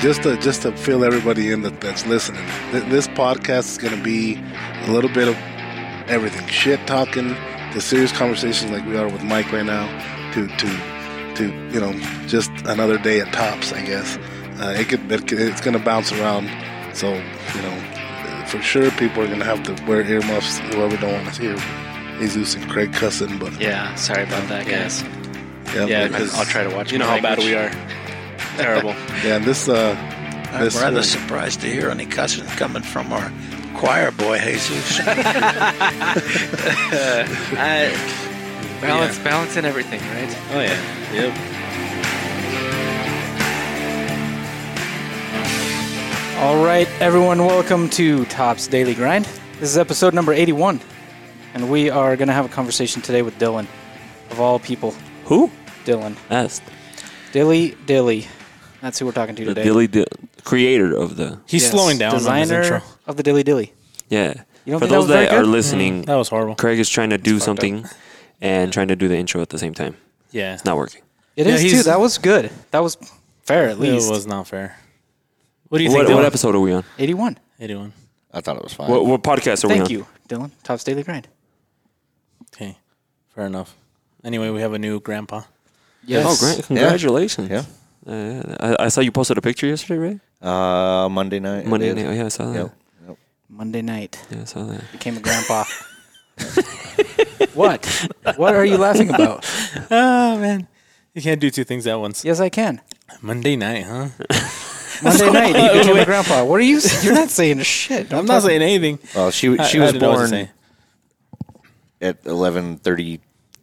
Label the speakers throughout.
Speaker 1: just to just to fill everybody in that, that's listening, th- this podcast is going to be a little bit of everything: shit talking, to serious conversations like we are with Mike right now, to to to you know, just another day at tops, I guess. Uh, it could it, could- it's going to bounce around, so you know, for sure people are going to have to wear earmuffs. Whoever don't want to hear Jesus and Craig cussing, but
Speaker 2: Yeah, sorry about that,
Speaker 1: Yeah.
Speaker 2: guys.
Speaker 1: yeah,
Speaker 2: Yeah,
Speaker 1: because-
Speaker 2: I'll try to watch.
Speaker 3: You know
Speaker 2: my
Speaker 3: how bad
Speaker 2: language.
Speaker 3: we are. Terrible.
Speaker 1: Yeah, and this uh,
Speaker 4: I'm
Speaker 1: this
Speaker 4: rather
Speaker 1: will-
Speaker 4: surprised to hear any cussing coming from our choir boy, Jesus.
Speaker 2: I,
Speaker 5: Balance, balance in everything, right?
Speaker 2: oh yeah. Yep.
Speaker 6: All right, everyone, welcome to Tops Daily Grind. This is episode number 81, and we are going to have a conversation today with Dylan, of all people.
Speaker 7: Who?
Speaker 6: Dylan.
Speaker 7: That's
Speaker 6: Dilly Dilly. That's who we're talking to
Speaker 7: the
Speaker 6: today.
Speaker 7: Dilly Dilly, creator of the.
Speaker 3: He's
Speaker 6: Yes,
Speaker 3: slowing down on his
Speaker 6: Designer
Speaker 3: intro.
Speaker 6: of the Dilly Dilly.
Speaker 7: Yeah.
Speaker 6: You don't
Speaker 7: For
Speaker 6: think that
Speaker 7: those
Speaker 6: was very
Speaker 7: that, are
Speaker 6: good? Oh.
Speaker 7: listening,
Speaker 3: That was horrible.
Speaker 7: Craig is trying to do
Speaker 3: fucked up.
Speaker 7: something and trying to do the intro at the same time.
Speaker 3: Yeah.
Speaker 7: It's not working.
Speaker 6: It
Speaker 3: Yeah,
Speaker 6: is
Speaker 3: he's-
Speaker 6: too. That was good. That was fair, at
Speaker 3: It
Speaker 6: least.
Speaker 3: was not fair. What do you
Speaker 7: What,
Speaker 3: think?
Speaker 7: what
Speaker 3: Dylan?
Speaker 7: episode are we on?
Speaker 6: 81.
Speaker 3: Eighty-one.
Speaker 8: I thought it was fine.
Speaker 7: What, what podcast are we on?
Speaker 6: Thank you, Dylan. Tops Daily Grind.
Speaker 3: Okay. Fair enough. Anyway, we have a new grandpa.
Speaker 6: Yes.
Speaker 7: Oh, great. Congratulations.
Speaker 8: Yeah.
Speaker 7: Uh, I, I saw you posted a picture yesterday, right?
Speaker 8: Uh, Monday night. it
Speaker 7: Monday
Speaker 8: is.
Speaker 7: night. Oh, yeah, I saw that.
Speaker 8: Yep. Yep.
Speaker 6: Monday night.
Speaker 7: Yeah, I saw that.
Speaker 6: Became a grandpa. what? What are you laughing about?
Speaker 3: Oh man, you can't do two things at once.
Speaker 6: Yes, I can.
Speaker 3: Monday night, huh?
Speaker 6: Monday night, you became a grandpa. What are you? You're not saying shit. Don't
Speaker 3: I'm not
Speaker 6: talk-
Speaker 3: saying anything.
Speaker 8: Well, she
Speaker 3: I-
Speaker 8: she
Speaker 3: I
Speaker 8: was
Speaker 3: didn't know what to
Speaker 8: born
Speaker 3: say.
Speaker 8: at eleven thirty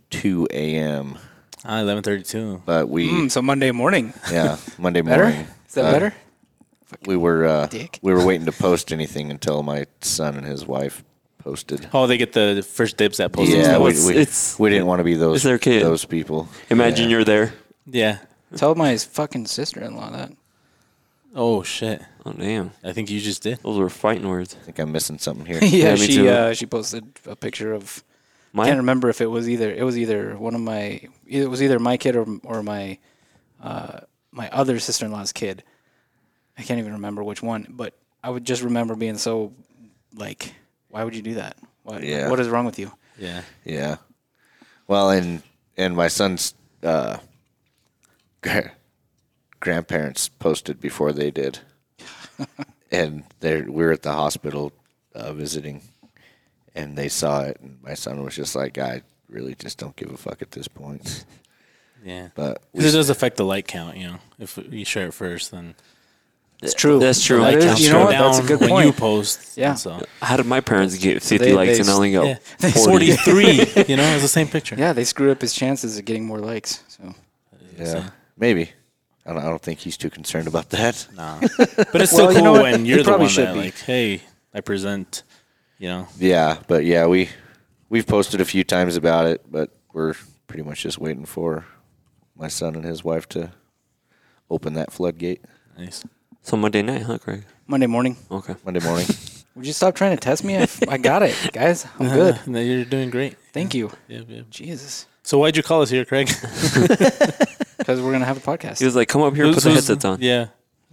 Speaker 8: two a.m.
Speaker 3: Ah, 11:32.
Speaker 8: But we
Speaker 6: Mm, so Monday morning.
Speaker 8: yeah Monday
Speaker 6: Better?
Speaker 8: morning.
Speaker 6: Is that
Speaker 8: Uh,
Speaker 6: better?
Speaker 8: We were uh,
Speaker 6: Dick.
Speaker 8: we were waiting to post anything until my son and his wife posted.
Speaker 3: Oh, they get the first dibs at posting.
Speaker 8: Yeah,
Speaker 7: Well,
Speaker 8: we,
Speaker 7: it's-
Speaker 8: we,
Speaker 7: it's-
Speaker 8: we didn't want to be those
Speaker 7: it's their kid.
Speaker 8: those people.
Speaker 7: Imagine
Speaker 8: Yeah.
Speaker 7: you're there.
Speaker 3: yeah.
Speaker 6: Tell my fucking sister-in-law that.
Speaker 3: Oh shit!
Speaker 7: Oh, damn.
Speaker 3: I think you just did.
Speaker 7: Those were fighting words.
Speaker 8: I think I'm missing something here.
Speaker 6: yeah,
Speaker 7: Yeah, me
Speaker 6: she
Speaker 7: too.
Speaker 6: uh, she posted a picture of. I
Speaker 7: My,
Speaker 6: can't remember if it was either it was either one of my it was either my kid or or my uh, my other sister-in-law's kid. I can't even remember which one, but I would just remember being so like, why would you do that? What,
Speaker 8: Yeah.
Speaker 6: what is wrong with you?
Speaker 3: Yeah.
Speaker 8: Yeah. Well, and and my son's uh, gra- grandparents posted before they did, and they we were at the hospital uh, visiting, and they saw it, and my son was just like, I really just don't give a fuck at this point.
Speaker 3: Yeah.
Speaker 8: But we,
Speaker 3: Because it does affect the like count, you know. If you share it first, then
Speaker 6: It's true.
Speaker 7: That's true.
Speaker 6: That
Speaker 7: Like,
Speaker 6: is-
Speaker 7: I'll
Speaker 6: you know
Speaker 7: slow
Speaker 6: what? That's a good
Speaker 3: when
Speaker 6: point.
Speaker 3: you post.
Speaker 6: Yeah.
Speaker 3: So.
Speaker 7: How did my parents get 50
Speaker 6: they-
Speaker 7: likes
Speaker 6: they
Speaker 7: and I only got
Speaker 3: Yeah.
Speaker 7: 40?
Speaker 3: 43. you know, it's the same picture.
Speaker 6: Yeah, they screw up his chances of getting more likes. So
Speaker 8: yeah, maybe. I don't, I don't think he's too concerned about that.
Speaker 3: Nah. But it's still
Speaker 6: Well, you
Speaker 3: cool
Speaker 6: know what?
Speaker 3: when
Speaker 6: It
Speaker 3: you're the
Speaker 6: probably
Speaker 3: one
Speaker 6: should
Speaker 3: that
Speaker 6: be.
Speaker 3: like, hey, I present. You know.
Speaker 8: Yeah, but yeah, we we've posted a few times about it, but we're pretty much just waiting for my son and his wife to open that floodgate
Speaker 3: Nice.
Speaker 7: So Monday night, huh, Craig?
Speaker 6: Monday morning,
Speaker 7: Okay.
Speaker 8: Monday morning.
Speaker 6: would you stop trying to test me? I, I got it, guys. I'm good.
Speaker 3: No, you're doing great.
Speaker 6: Thank you.
Speaker 3: Yep, yep.
Speaker 6: Jesus,
Speaker 3: So why'd you call us here, Craig?
Speaker 6: because we're gonna have a
Speaker 7: He
Speaker 6: podcast.
Speaker 7: was like, come up here,
Speaker 3: Who's-
Speaker 7: put the
Speaker 3: who's-
Speaker 7: headsets on.
Speaker 3: Yeah.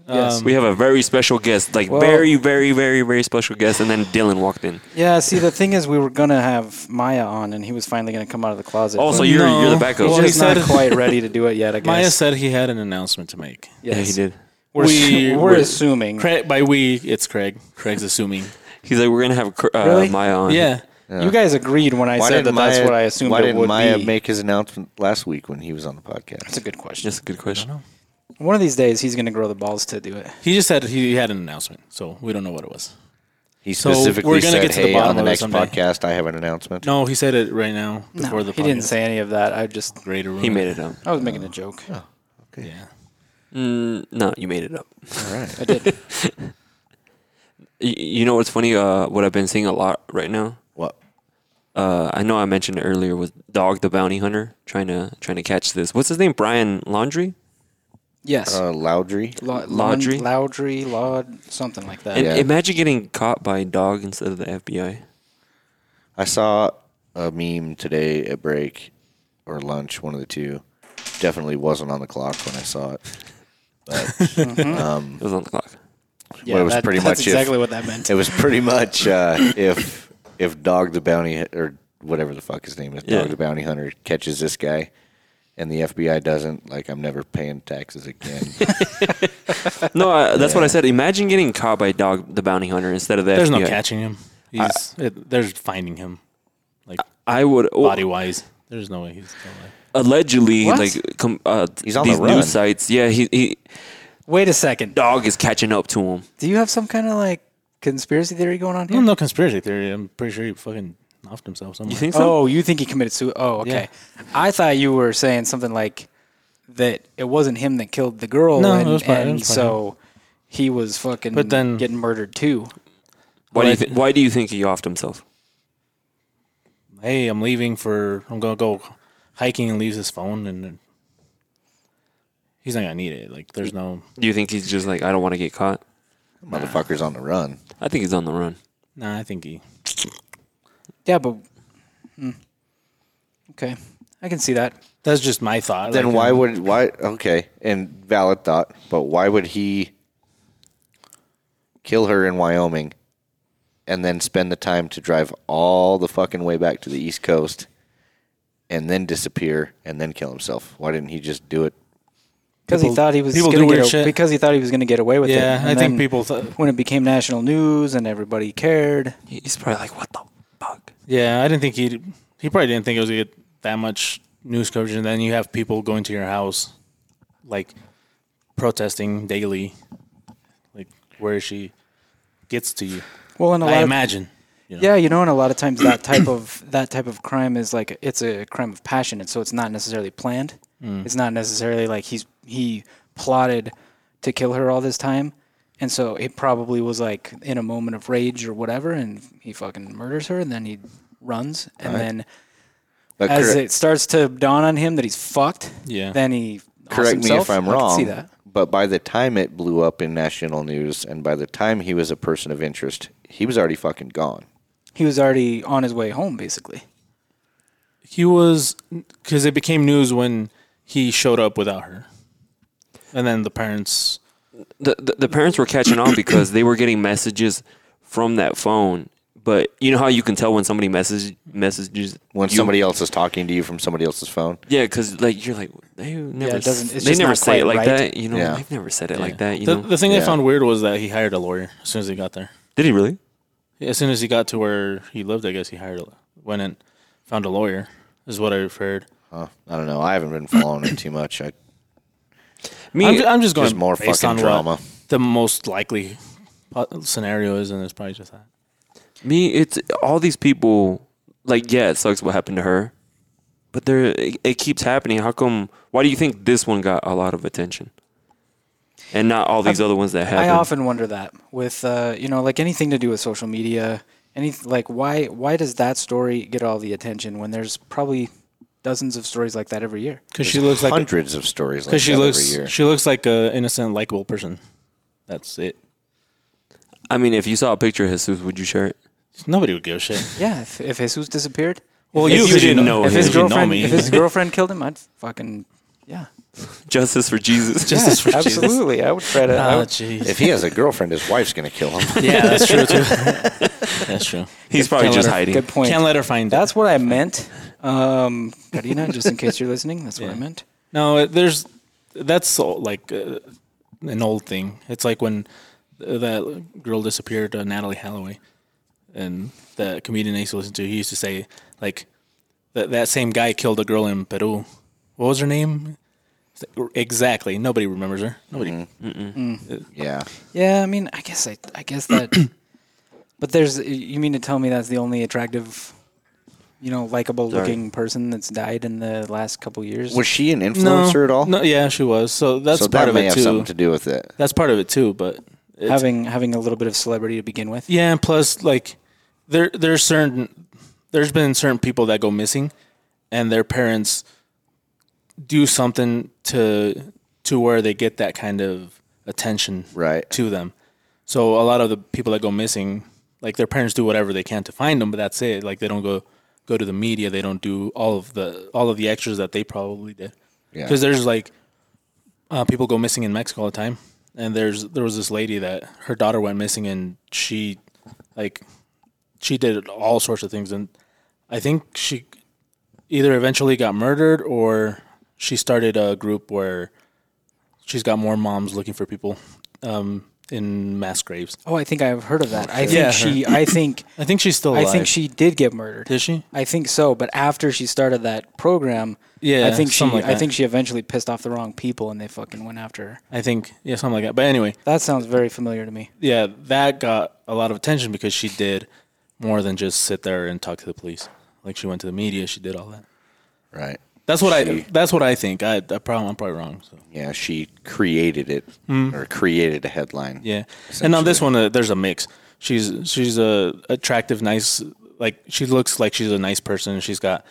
Speaker 3: Um,
Speaker 6: Yes.
Speaker 7: We have a very special guest, like
Speaker 6: Well-
Speaker 7: very, very, very, very special guest. And then Dylan walked in.
Speaker 6: Yeah. See, the thing is, we were gonna have Maya on, and he was finally gonna come out of the closet.
Speaker 7: Oh, so
Speaker 6: but
Speaker 7: you're you're the
Speaker 3: No.
Speaker 7: backup.
Speaker 3: Well,
Speaker 6: he's
Speaker 3: he
Speaker 6: just not
Speaker 3: said-
Speaker 6: quite ready to do it yet. I guess.
Speaker 3: Maya said he had an announcement to make.
Speaker 7: yeah,
Speaker 6: Yes.
Speaker 7: he did.
Speaker 6: We're,
Speaker 3: We-
Speaker 6: we, are
Speaker 3: we're-
Speaker 6: assuming.
Speaker 3: Craig, by we, it's Craig. Craig's assuming.
Speaker 7: He's like, we're gonna have Cr- uh,
Speaker 6: Really?
Speaker 7: Maya on.
Speaker 3: Yeah.
Speaker 6: You guys agreed when I said that. that's what I assumed
Speaker 8: Why
Speaker 6: it
Speaker 8: didn't
Speaker 6: would
Speaker 8: Maya
Speaker 6: be.
Speaker 8: make his announcement last week when he was on the podcast?
Speaker 6: that's a good question.
Speaker 7: that's a good question.
Speaker 6: One of these days, he's gonna grow the balls to do it.
Speaker 3: He just said he had an announcement, so we don't know what it was.
Speaker 8: He
Speaker 3: So
Speaker 8: specifically
Speaker 3: we're gonna
Speaker 8: said,
Speaker 3: get to the
Speaker 8: "Hey,
Speaker 3: bottom
Speaker 8: on the
Speaker 3: of it
Speaker 8: next
Speaker 3: someday."
Speaker 8: podcast, I have an announcement."
Speaker 3: No, he said it right now
Speaker 6: No,
Speaker 3: before the
Speaker 6: he didn't
Speaker 3: podcast.
Speaker 6: say any of that. I just
Speaker 3: Greater room.
Speaker 7: He made it up.
Speaker 6: I was making a joke.
Speaker 8: Oh.
Speaker 3: Yeah.
Speaker 7: Mm, no, you made it up.
Speaker 8: All right.
Speaker 6: I did.
Speaker 7: Y- you know what's funny? Uh, what I've been seeing a lot right now.
Speaker 8: What?
Speaker 7: Uh, I know I mentioned it earlier with Dog the Bounty Hunter trying to trying to catch this. What's his name? Brian Laundry.
Speaker 6: Yes.
Speaker 8: Uh, Loudry.
Speaker 6: La-
Speaker 7: Laundry?
Speaker 6: Laundry, Laud, something like that.
Speaker 7: And
Speaker 8: Yeah.
Speaker 7: imagine getting caught by a dog instead of the FBI.
Speaker 8: I saw a meme today at break or lunch, one of the two. Definitely wasn't on the clock when I saw it. but um,
Speaker 7: It was on the clock.
Speaker 8: well, it was
Speaker 6: that-
Speaker 8: pretty
Speaker 6: that's
Speaker 8: much if-
Speaker 6: exactly what that meant.
Speaker 8: it was pretty much uh, if if Dog the Bounty or whatever the fuck his name is,
Speaker 7: Yeah.
Speaker 8: Dog the Bounty Hunter catches this guy, and the FBI doesn't, like I'm never paying taxes again.
Speaker 7: No, I, that's what I said. Imagine getting caught by Dog the Bounty Hunter instead of the uh,
Speaker 3: There's no
Speaker 7: FBI.
Speaker 3: catching him. He's it, there's finding him
Speaker 7: I would oh,
Speaker 3: body wise. There's no way he's still alive.
Speaker 7: allegedly
Speaker 6: What?
Speaker 7: like com, uh,
Speaker 8: He's on the
Speaker 7: these
Speaker 8: run.
Speaker 7: news sites. Yeah, he, he
Speaker 6: Wait a second.
Speaker 7: Dog is catching up to him.
Speaker 6: Do you have some kind of like conspiracy theory going on here?
Speaker 3: No, no conspiracy theory. I'm pretty sure he fucking offed himself somewhere.
Speaker 7: You think so?
Speaker 6: Oh, you think he committed suicide? Oh, okay. I thought you were saying something like that. It wasn't him that killed the girl.
Speaker 3: No,
Speaker 6: and,
Speaker 3: it was probably- it
Speaker 6: and
Speaker 3: was probably
Speaker 6: so he was fucking.
Speaker 3: But then-
Speaker 6: getting murdered too.
Speaker 7: why do you
Speaker 3: like-
Speaker 7: thi- Why do you think he offed himself?
Speaker 3: Hey, I'm leaving for. I'm gonna go hiking and leaves his phone and. then- He's not gonna need it. Like, there's no.
Speaker 7: Do you think he's just like I don't want to get caught?
Speaker 8: Motherfucker's on the run.
Speaker 7: I think he's on the run.
Speaker 3: Nah, I think he.
Speaker 6: Yeah, but hmm. okay, I can see that.
Speaker 3: That's just my thought.
Speaker 8: Then
Speaker 3: Like,
Speaker 8: why
Speaker 3: um,
Speaker 8: would why okay and valid thought, but why would he kill her in Wyoming and then spend the time to drive all the fucking way back to the East Coast and then disappear and then kill himself? Why didn't he just do it?
Speaker 6: Because he
Speaker 3: People-
Speaker 6: thought he was
Speaker 3: people
Speaker 6: gonna
Speaker 3: do
Speaker 6: get
Speaker 3: weird
Speaker 6: a-
Speaker 3: shit.
Speaker 6: because he thought he was going to get away with it.
Speaker 3: Yeah,
Speaker 6: And
Speaker 3: I think
Speaker 6: then
Speaker 3: people. Th-
Speaker 6: when it became national news and everybody cared.
Speaker 7: He's probably like, what the fuck?
Speaker 3: yeah, I didn't think he. He probably didn't think it was gonna get that much news coverage, and then you have people going to your house, like, protesting daily. Like, where she gets to you,
Speaker 6: Well, and a lot
Speaker 3: I
Speaker 6: of-
Speaker 3: imagine. you know?
Speaker 6: Yeah, you know, and a lot of times that type of that type of crime is like it's a crime of passion, and so it's not necessarily planned.
Speaker 8: Mm.
Speaker 6: It's not necessarily like he's he plotted to kill her all this time, and so it probably was like in a moment of rage or whatever, and he fucking murders her, and then he runs, and then
Speaker 8: But
Speaker 6: as
Speaker 8: correct-
Speaker 6: it starts to dawn on him that he's fucked,
Speaker 3: Yeah.
Speaker 6: then he offs
Speaker 8: correct me
Speaker 6: himself.
Speaker 8: if I'm
Speaker 6: I can
Speaker 8: wrong.
Speaker 6: see that.
Speaker 8: But by the time it blew up in national news and by the time he was a person of interest, he was already fucking gone.
Speaker 6: He was already on his way home, basically.
Speaker 3: He was because it became news when he showed up without her, and then the parents.
Speaker 7: The, the the parents were catching on because they were getting messages from that phone. But you know how you can tell when somebody message messages
Speaker 8: When
Speaker 7: you-
Speaker 8: somebody else is talking to you from somebody else's phone.
Speaker 7: Yeah, because like you're like they never
Speaker 6: it doesn't-
Speaker 7: s-
Speaker 6: it's
Speaker 7: they
Speaker 6: just
Speaker 7: never
Speaker 6: not
Speaker 7: say it
Speaker 6: quite
Speaker 7: like
Speaker 6: right.
Speaker 7: that. You know,
Speaker 8: Yeah.
Speaker 7: they've never said it
Speaker 3: Yeah.
Speaker 7: like that. Uh, You
Speaker 3: the,
Speaker 7: know,
Speaker 3: the thing I
Speaker 8: Yeah.
Speaker 3: found weird was that he hired a lawyer as soon as he got there.
Speaker 7: did he really?
Speaker 3: As soon as he got to where he lived, I guess he hired a, went and found a lawyer. Is what I've heard.
Speaker 8: Huh. uh, I don't know. I haven't been following it too much. I
Speaker 7: Me,
Speaker 3: I'm, ju- I'm just going
Speaker 8: Just more
Speaker 3: based
Speaker 8: fucking
Speaker 3: on what
Speaker 8: drama.
Speaker 3: the most likely po- scenario is, and it's probably just that.
Speaker 7: me, it's all these people. Like, yeah, it sucks what happened to her, but there it, it keeps happening. How come? Why do you think this one got a lot of attention, and not all these other ones that happened?
Speaker 6: I often wonder that with uh, you know like anything to do with social media, any like why why does that story get all the attention when there's probably dozens of stories like that every year?
Speaker 3: Because she looks like
Speaker 8: hundreds of stories like that
Speaker 3: because she
Speaker 8: every year.
Speaker 3: looks she looks like a innocent, likable person. That's it.
Speaker 7: I mean, if you saw a picture of Jesus, would you share it?
Speaker 3: Nobody would give a shit.
Speaker 6: Yeah, if, if Jesus disappeared,
Speaker 3: Well,
Speaker 7: If you
Speaker 3: 'cause
Speaker 7: didn't know
Speaker 6: if
Speaker 7: him.
Speaker 6: his
Speaker 7: If Oh, you know
Speaker 6: girlfriend
Speaker 3: me.
Speaker 6: if his girlfriend killed him, I'd fucking yeah,
Speaker 7: Justice for Jesus.
Speaker 6: Yeah, absolutely. I would try to. I
Speaker 3: Oh,
Speaker 6: would-
Speaker 3: jeez.
Speaker 8: if he has a girlfriend, his wife's gonna kill him.
Speaker 3: Yeah, that's true too. that's true.
Speaker 7: Oh, He's probably
Speaker 3: Can't
Speaker 7: just
Speaker 3: let her-
Speaker 7: hiding.
Speaker 6: good point.
Speaker 3: Can't let her find out.
Speaker 6: that's what I meant, um, Karina. Just in case you're listening, that's what I
Speaker 3: Yeah.
Speaker 6: meant.
Speaker 3: No, it- there's that's so, like uh, an old thing. It's like when uh, that girl disappeared, uh, Natalie Holloway, and the comedian I used to listen to, he used to say like that that same guy killed a girl in Peru. What was her name? Exactly. Nobody remembers her. Nobody.
Speaker 8: Mm-hmm. yeah.
Speaker 6: Yeah, I mean, I guess I, I guess that. but there's, you mean to tell me that's the only attractive, you know, likable looking person that's died in the last couple years?
Speaker 8: Was she an influencer at all?
Speaker 3: No, yeah, she was. So that's
Speaker 8: so
Speaker 3: part
Speaker 8: that
Speaker 3: of
Speaker 8: may
Speaker 3: it
Speaker 8: have something
Speaker 3: too.
Speaker 8: to do with it.
Speaker 3: that's part of it too. But it's-
Speaker 6: having having a little bit of celebrity to begin with.
Speaker 3: Yeah, and plus like there there's certain there's been certain people that go missing and their parents do something to to where they get that kind of attention
Speaker 8: Right.
Speaker 3: to them. So a lot of the people that go missing, like their parents do whatever they can to find them, but that's it. Like they don't go go to the media, they don't do all of the all of the extras that they probably did.
Speaker 8: Yeah.
Speaker 3: Cuz there's like uh, people go missing in Mexico all the time, and there's there was this lady that her daughter went missing, and she, like, she did all sorts of things, and I think she either eventually got murdered or she started a group where she's got more moms looking for people um, in mass graves.
Speaker 6: Oh, I think I've heard of that. I think
Speaker 3: Yeah.
Speaker 6: she. I think.
Speaker 3: I think she's still alive.
Speaker 6: I think she did get murdered.
Speaker 3: did she?
Speaker 6: I think so, but after she started that program,
Speaker 3: Yeah,
Speaker 6: I think she,
Speaker 3: something like
Speaker 6: I
Speaker 3: that.
Speaker 6: think she eventually pissed off the wrong people, and they fucking went after her.
Speaker 3: I think yeah, something like that. But anyway,
Speaker 6: That sounds very familiar to me.
Speaker 3: yeah, that got a lot of attention because she did more than just sit there and talk to the police. Like she went to the media, she did all that.
Speaker 8: Right.
Speaker 3: That's what
Speaker 8: She-
Speaker 3: I. That's what I think. I, I probably I'm probably wrong. So
Speaker 8: Yeah, she created it or created a headline.
Speaker 3: Hmm. yeah. And on this one, uh, there's a mix. She's she's a attractive, nice. Like she looks like she's a nice person. She's got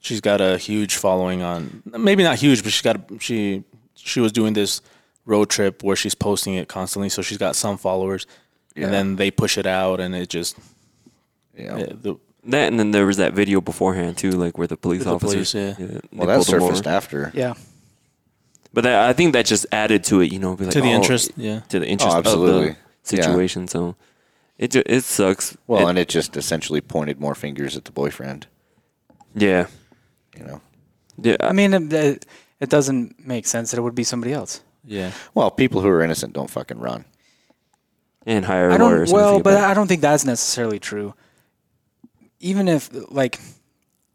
Speaker 3: she's got a huge following on. Maybe not huge, but she's got she she was doing this road trip where she's posting it constantly, so she's got some followers.
Speaker 8: Yeah.
Speaker 3: And then they push it out, and it just
Speaker 8: Yeah.
Speaker 3: uh, the,
Speaker 7: That and then there was that video beforehand too, like where the police
Speaker 3: The
Speaker 7: officers.
Speaker 3: police, yeah.
Speaker 7: they
Speaker 8: Well, that
Speaker 7: pulled them over.
Speaker 8: surfaced after.
Speaker 6: Yeah,
Speaker 7: But that, I think that just added to it, you know, be like,
Speaker 3: to the
Speaker 7: oh,
Speaker 3: interest. Yeah,
Speaker 7: to the interest of
Speaker 8: Oh, absolutely.
Speaker 7: the
Speaker 8: Yeah.
Speaker 7: situation. So it ju- it sucks.
Speaker 8: Well,
Speaker 7: It-
Speaker 8: and it just essentially pointed more fingers at the boyfriend.
Speaker 7: yeah,
Speaker 8: You know.
Speaker 7: yeah.
Speaker 6: I mean, it- it, it doesn't make sense that it would be somebody else.
Speaker 3: yeah.
Speaker 8: Well, people who are innocent don't fucking run.
Speaker 7: and hire
Speaker 6: I
Speaker 7: lawyers.
Speaker 6: don't.
Speaker 7: and
Speaker 6: Well,
Speaker 7: think
Speaker 6: but
Speaker 7: about it.
Speaker 6: I don't think that's necessarily true. Even if, like,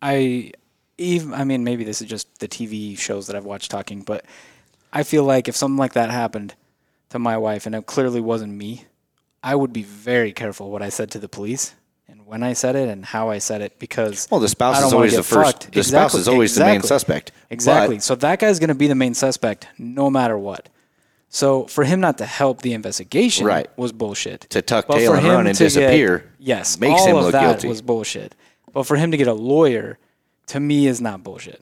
Speaker 6: I, even I mean, maybe this is just the TV shows that I've watched talking, but I feel like if something like that happened to my wife and it clearly wasn't me, I would be very careful what I said to the police and when I said it and how I said it because
Speaker 8: Well, the spouse
Speaker 6: I don't
Speaker 8: is
Speaker 6: wanna
Speaker 8: always
Speaker 6: get
Speaker 8: the first.
Speaker 6: fucked.
Speaker 8: The spouse
Speaker 6: Exactly,
Speaker 8: is always the main
Speaker 6: exactly.
Speaker 8: suspect.
Speaker 6: Exactly. so that guy's going to be the main suspect no matter what. So for him not to help the investigation
Speaker 8: Right.
Speaker 6: was bullshit.
Speaker 8: To tuck
Speaker 6: But
Speaker 8: tail
Speaker 6: for
Speaker 8: and
Speaker 6: him
Speaker 8: run and
Speaker 6: to get-
Speaker 8: disappear
Speaker 6: yes,
Speaker 8: makes
Speaker 6: all
Speaker 8: him
Speaker 6: of
Speaker 8: look
Speaker 6: that
Speaker 8: guilty.
Speaker 6: was bullshit. But for him to get a lawyer, to me, is not bullshit.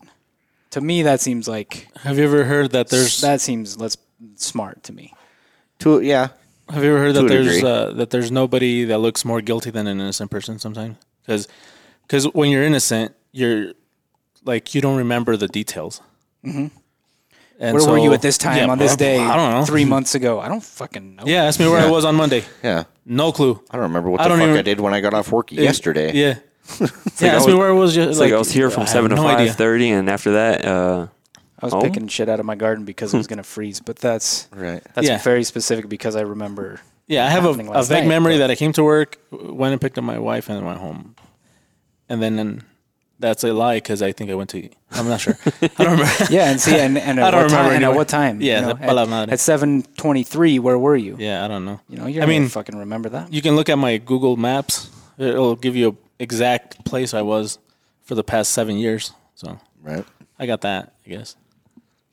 Speaker 6: To me, that seems like
Speaker 3: Have you ever heard that there's
Speaker 6: that seems let's smart to me.
Speaker 8: To, yeah.
Speaker 3: Have you ever heard
Speaker 8: To
Speaker 3: that
Speaker 8: a
Speaker 3: there's
Speaker 8: degree.
Speaker 3: uh, that there's nobody that looks more guilty than an innocent person sometimes? Because when you're innocent, you're like you don't remember the details. Mm-hmm. And
Speaker 6: Where were
Speaker 3: so-
Speaker 6: you at this time
Speaker 3: Yeah,
Speaker 6: on this
Speaker 3: prob-
Speaker 6: day?
Speaker 3: I don't know.
Speaker 6: Three months ago, I don't fucking know.
Speaker 3: Yeah, ask me where I
Speaker 8: Yeah.
Speaker 3: was on Monday.
Speaker 8: Yeah.
Speaker 3: No clue.
Speaker 8: I don't remember what
Speaker 3: I
Speaker 8: the
Speaker 3: don't
Speaker 8: fuck
Speaker 3: even-
Speaker 8: I did when I got off work yesterday.
Speaker 3: Yeah. yeah, ask me where I was. Just,
Speaker 7: It's like, I was here from
Speaker 3: have
Speaker 7: seven to
Speaker 3: no
Speaker 7: five
Speaker 3: idea.
Speaker 7: thirty, and after that, uh,
Speaker 6: I was
Speaker 7: Oh.
Speaker 6: picking shit out of my garden because it was gonna freeze. But that's
Speaker 8: Right.
Speaker 6: that's
Speaker 3: Yeah.
Speaker 6: very specific because I remember.
Speaker 3: Yeah, I have a,
Speaker 6: happening
Speaker 3: a
Speaker 6: last
Speaker 3: vague
Speaker 6: night,
Speaker 3: memory
Speaker 6: but-
Speaker 3: that I came to work, w- went and picked up my wife, and then went home. And then and that's a lie because I think I went to. eat. I'm not sure. I don't remember.
Speaker 6: Yeah, and see, and, and
Speaker 3: I
Speaker 6: at,
Speaker 3: don't
Speaker 6: what time,
Speaker 3: remember
Speaker 6: and at
Speaker 3: anyway.
Speaker 6: what time?
Speaker 3: Yeah,
Speaker 6: you know,
Speaker 3: the pala
Speaker 6: at,
Speaker 3: madre.
Speaker 6: at seven twenty-three. Where were you?
Speaker 3: Yeah, I don't know.
Speaker 6: You know, you're
Speaker 3: I
Speaker 6: I
Speaker 3: mean,
Speaker 6: mean, fucking remember that.
Speaker 3: you can look at my Google Maps. It'll give you an exact place I was for the past seven years. So
Speaker 8: Right.
Speaker 3: I got that, I guess.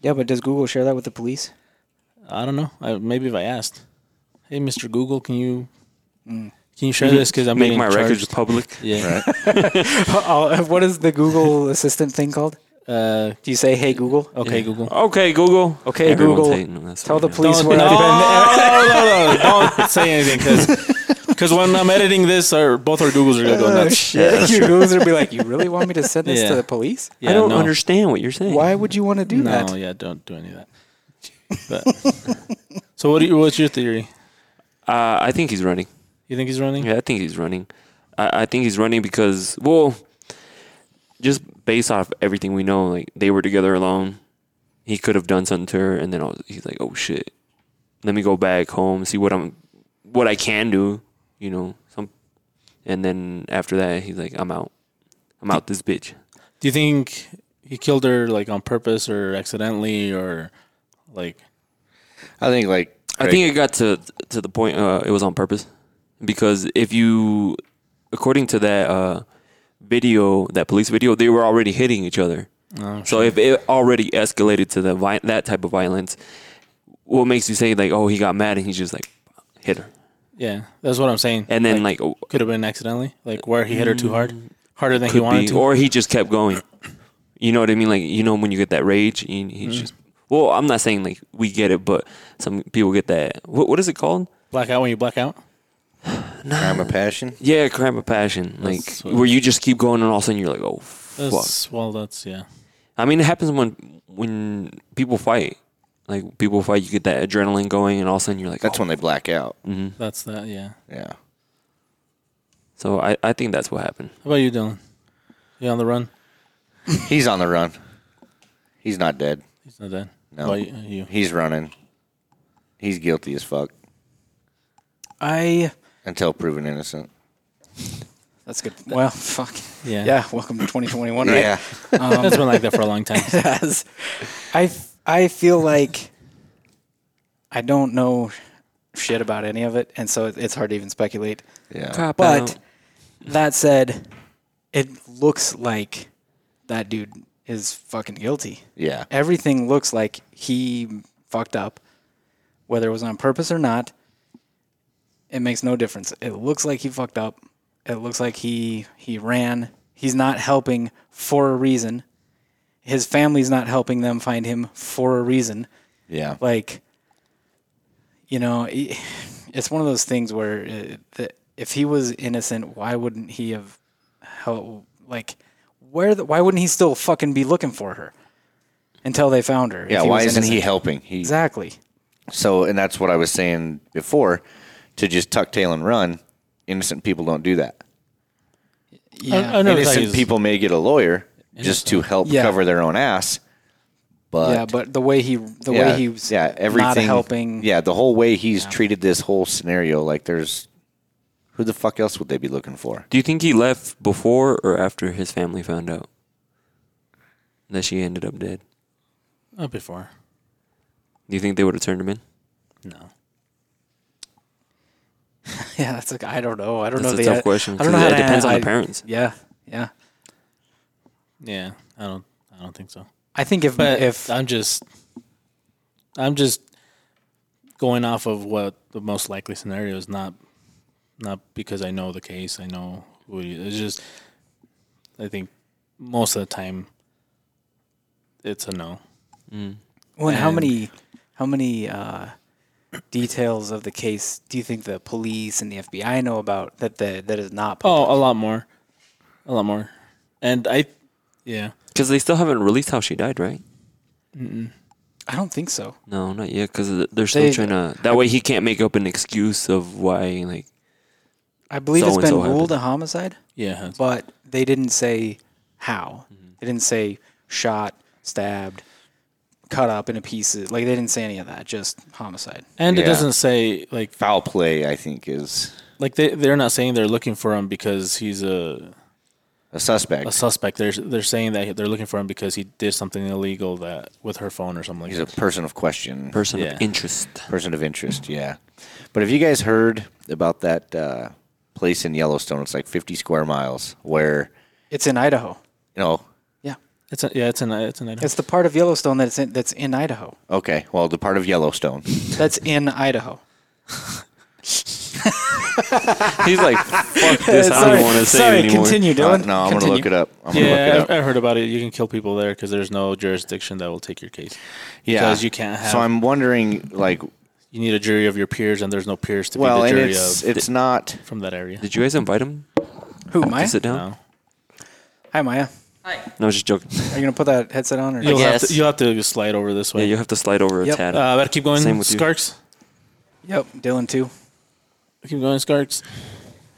Speaker 6: Yeah, but does Google share that with the police?
Speaker 3: I don't know. I, maybe if I asked, hey, Mr. Google, can you can you share this? Because I'm
Speaker 7: make
Speaker 3: getting
Speaker 7: my
Speaker 3: charged.
Speaker 7: records public.
Speaker 3: Yeah.
Speaker 6: Oh, what is the Google assistant thing called?
Speaker 3: Uh,
Speaker 6: Do you say, "Hey Google"?
Speaker 3: okay, Google.
Speaker 7: Okay, Google.
Speaker 6: Okay,
Speaker 7: Everyone's
Speaker 6: Google,
Speaker 7: hating, that's
Speaker 6: Tell
Speaker 7: what
Speaker 6: the
Speaker 7: it is.
Speaker 6: police where
Speaker 3: no,
Speaker 6: I've
Speaker 3: no, no, don't say anything because when I'm editing this, our, both our Googles are gonna go
Speaker 7: Oh,
Speaker 6: been.
Speaker 3: nuts.
Speaker 6: Shit, your Google's gonna be like, "You really want me to send this
Speaker 3: Yeah.
Speaker 6: to the police?
Speaker 3: Yeah,
Speaker 7: I don't
Speaker 3: no.
Speaker 7: understand what you're saying.
Speaker 6: Why would you want to do
Speaker 3: No,
Speaker 6: that?"
Speaker 3: yeah, don't do any of that. But so, what? Do you, what's your theory?
Speaker 7: Uh, I think he's running.
Speaker 3: You think he's running?
Speaker 7: Yeah, I think he's running. I, I think he's running because well, just based off everything we know, like they were together alone. He could have done something to her, and then I was, he's like, "Oh shit, let me go back home, see what I'm, what I can do." You know, some, and then after that, he's like, "I'm out, I'm out this bitch."
Speaker 3: Do you think he killed her like on purpose or accidentally or like
Speaker 8: I think like
Speaker 7: I think it got to to the point. Uh, it was on purpose because if you, according to that uh, video, that police video, they were already hitting each other. so if it already escalated to the vi- that type of violence, what makes you say like, oh, he got mad and he just like hit her,
Speaker 3: yeah, that's what I'm saying.
Speaker 7: and then like, oh, Mm,
Speaker 3: could have been accidentally, like where he hit her too hard, harder than he
Speaker 7: could
Speaker 3: wanted
Speaker 7: be,
Speaker 3: to.
Speaker 7: or he just kept going. You know what I mean? Like you know when you get that rage, he,
Speaker 3: Mm-hmm.
Speaker 7: he's just. Well, I'm not saying like we get it, but some people get that. What what is it called?
Speaker 3: black out when you black out.
Speaker 8: crime of passion.
Speaker 7: Yeah, crime of passion. Like
Speaker 3: That's what-
Speaker 7: where you just keep going and all of a sudden you're like, oh fuck.
Speaker 3: That's, well, that's yeah.
Speaker 7: I mean, it happens when when people fight. like people fight, you get that adrenaline going, and all of a sudden you're like,
Speaker 8: That's
Speaker 7: oh.
Speaker 8: when they black out.
Speaker 3: That's that. Yeah.
Speaker 8: Yeah.
Speaker 7: So I, I think that's what happened.
Speaker 3: How about you, Dylan? You on the run?
Speaker 8: He's on the run. He's not dead.
Speaker 3: He's not dead.
Speaker 8: No.
Speaker 3: How about you? you?
Speaker 8: He's running. He's guilty as fuck
Speaker 6: I.
Speaker 8: until proven innocent.
Speaker 6: That's good. Well, fuck.
Speaker 3: Yeah.
Speaker 6: Yeah. Welcome to 2021. Right?
Speaker 3: That's been like that for a long time.
Speaker 6: As- I f- I feel like I don't know shit about any of it, and so it- it's hard to even speculate.
Speaker 8: Yeah.
Speaker 7: Um,
Speaker 6: But that said, it looks like that dude is fucking guilty.
Speaker 8: Yeah.
Speaker 6: Everything looks like he fucked up, whether it was on purpose or not. It makes no difference. It looks like he fucked up. It looks like he he ran. He's not helping for a reason. His family's not helping them find him for a reason
Speaker 8: Yeah.
Speaker 6: like you know i- it's one of those things where uh, the, if he was innocent why wouldn't he have hel like where the, why wouldn't he still fucking be looking for her until they found her if
Speaker 8: Yeah.
Speaker 6: he
Speaker 8: Why
Speaker 6: was
Speaker 8: isn't he
Speaker 6: innocent?
Speaker 8: helping? He
Speaker 6: exactly
Speaker 8: so, and that's what I was saying before. To just tuck tail and run, innocent people don't do that.
Speaker 3: never
Speaker 6: yeah
Speaker 3: thought he
Speaker 8: innocent
Speaker 3: was-
Speaker 8: people may get a lawyer just to help
Speaker 6: Yeah.
Speaker 8: cover their own ass. But
Speaker 6: yeah but the way he the way he was
Speaker 8: yeah, everything,
Speaker 6: not helping
Speaker 8: Yeah, the whole way he's treated this whole scenario, like there's who the fuck else would they be looking for?
Speaker 7: Do you think he left before or after his family found out that she ended up dead?
Speaker 3: Not before.
Speaker 7: Do you think they would have turned him in?
Speaker 3: No.
Speaker 6: yeah that's like i don't know i don't
Speaker 7: That's
Speaker 6: know
Speaker 7: a
Speaker 6: the- e,
Speaker 7: tough question,
Speaker 6: i don't know
Speaker 7: 'cause
Speaker 6: how
Speaker 7: it
Speaker 6: to-
Speaker 7: depends on the
Speaker 6: I-
Speaker 7: parents.
Speaker 6: yeah yeah
Speaker 3: Yeah. I don't. I don't think so.
Speaker 6: i think if
Speaker 3: But
Speaker 6: if
Speaker 3: if I'm just, I'm just going off of what the most likely scenario is. Not, not because I know the case. I know who it is. It's just, I think most of the time, it's a no.
Speaker 6: Well, and how
Speaker 3: And-
Speaker 6: many how many uh, details of the case do you think the police and the FBI know about that the, that is not? pub-
Speaker 3: Oh, a lot more, a lot more, and I, yeah,
Speaker 7: Because they still haven't released how she died, right?
Speaker 6: I don't think so.
Speaker 7: No, not yet. Because they're still
Speaker 6: They-
Speaker 7: trying to. That way, he can't make up an excuse of why. Like,
Speaker 6: I believe it's been
Speaker 7: So-and-so
Speaker 6: ruled a homicide,
Speaker 3: yeah. it's-
Speaker 6: but they didn't say how. They didn't say shot, stabbed, cut up into pieces. Like they didn't say any of that. Just homicide.
Speaker 3: And it
Speaker 8: Yeah.
Speaker 3: doesn't say like
Speaker 8: Foul play, I think, is
Speaker 3: like they they're not saying they're looking for him because he's a
Speaker 8: a suspect.
Speaker 3: a suspect. They're they're saying that they're looking for him because he did something illegal that with her phone or something like
Speaker 8: He's a
Speaker 3: that.
Speaker 8: person of question,
Speaker 7: person
Speaker 3: Yeah.
Speaker 7: of interest.
Speaker 8: person of interest. Yeah, but have you guys heard about that uh, place in Yellowstone? It's like 50 square miles, where
Speaker 6: It's in Idaho.
Speaker 8: you know.
Speaker 6: Yeah,
Speaker 3: It's a, yeah, it's an it's an item.
Speaker 6: it's the part of Yellowstone that's in, that's in Idaho.
Speaker 8: Okay, well, the part of Yellowstone.
Speaker 6: That's in Idaho.
Speaker 7: He's like, fuck this. I don't want to say it anymore.
Speaker 6: continue,
Speaker 8: Uh,
Speaker 6: Dylan.
Speaker 8: no, I'm gonna
Speaker 6: Continue.
Speaker 8: look it up. I'm gonna look it
Speaker 3: yeah,
Speaker 8: up.
Speaker 3: I've, I've heard about it. You can kill people there because there's no jurisdiction that will take your case.
Speaker 8: yeah,
Speaker 3: because you can't have-
Speaker 8: So I'm wondering, like,
Speaker 3: You need a jury of your peers, and there's no peers to
Speaker 8: well,
Speaker 3: be the
Speaker 8: and
Speaker 3: jury
Speaker 8: it's
Speaker 3: of
Speaker 8: it's not.
Speaker 3: from that area.
Speaker 7: Did you guys invite him
Speaker 6: Who, Maya?
Speaker 7: to sit down?
Speaker 3: No.
Speaker 6: Hi, Maya.
Speaker 7: No, I was just joking.
Speaker 6: Are you gonna put that headset on? Or
Speaker 3: You'll have
Speaker 9: guess.
Speaker 3: to you'll have to slide over this
Speaker 7: yeah,
Speaker 3: way.
Speaker 7: you have to slide over a
Speaker 6: Yep.
Speaker 7: tad.
Speaker 3: uh, better keep going,
Speaker 7: Same with you.
Speaker 3: Skarks.
Speaker 6: Yep, Dylan too.
Speaker 3: Keep going, Skarks.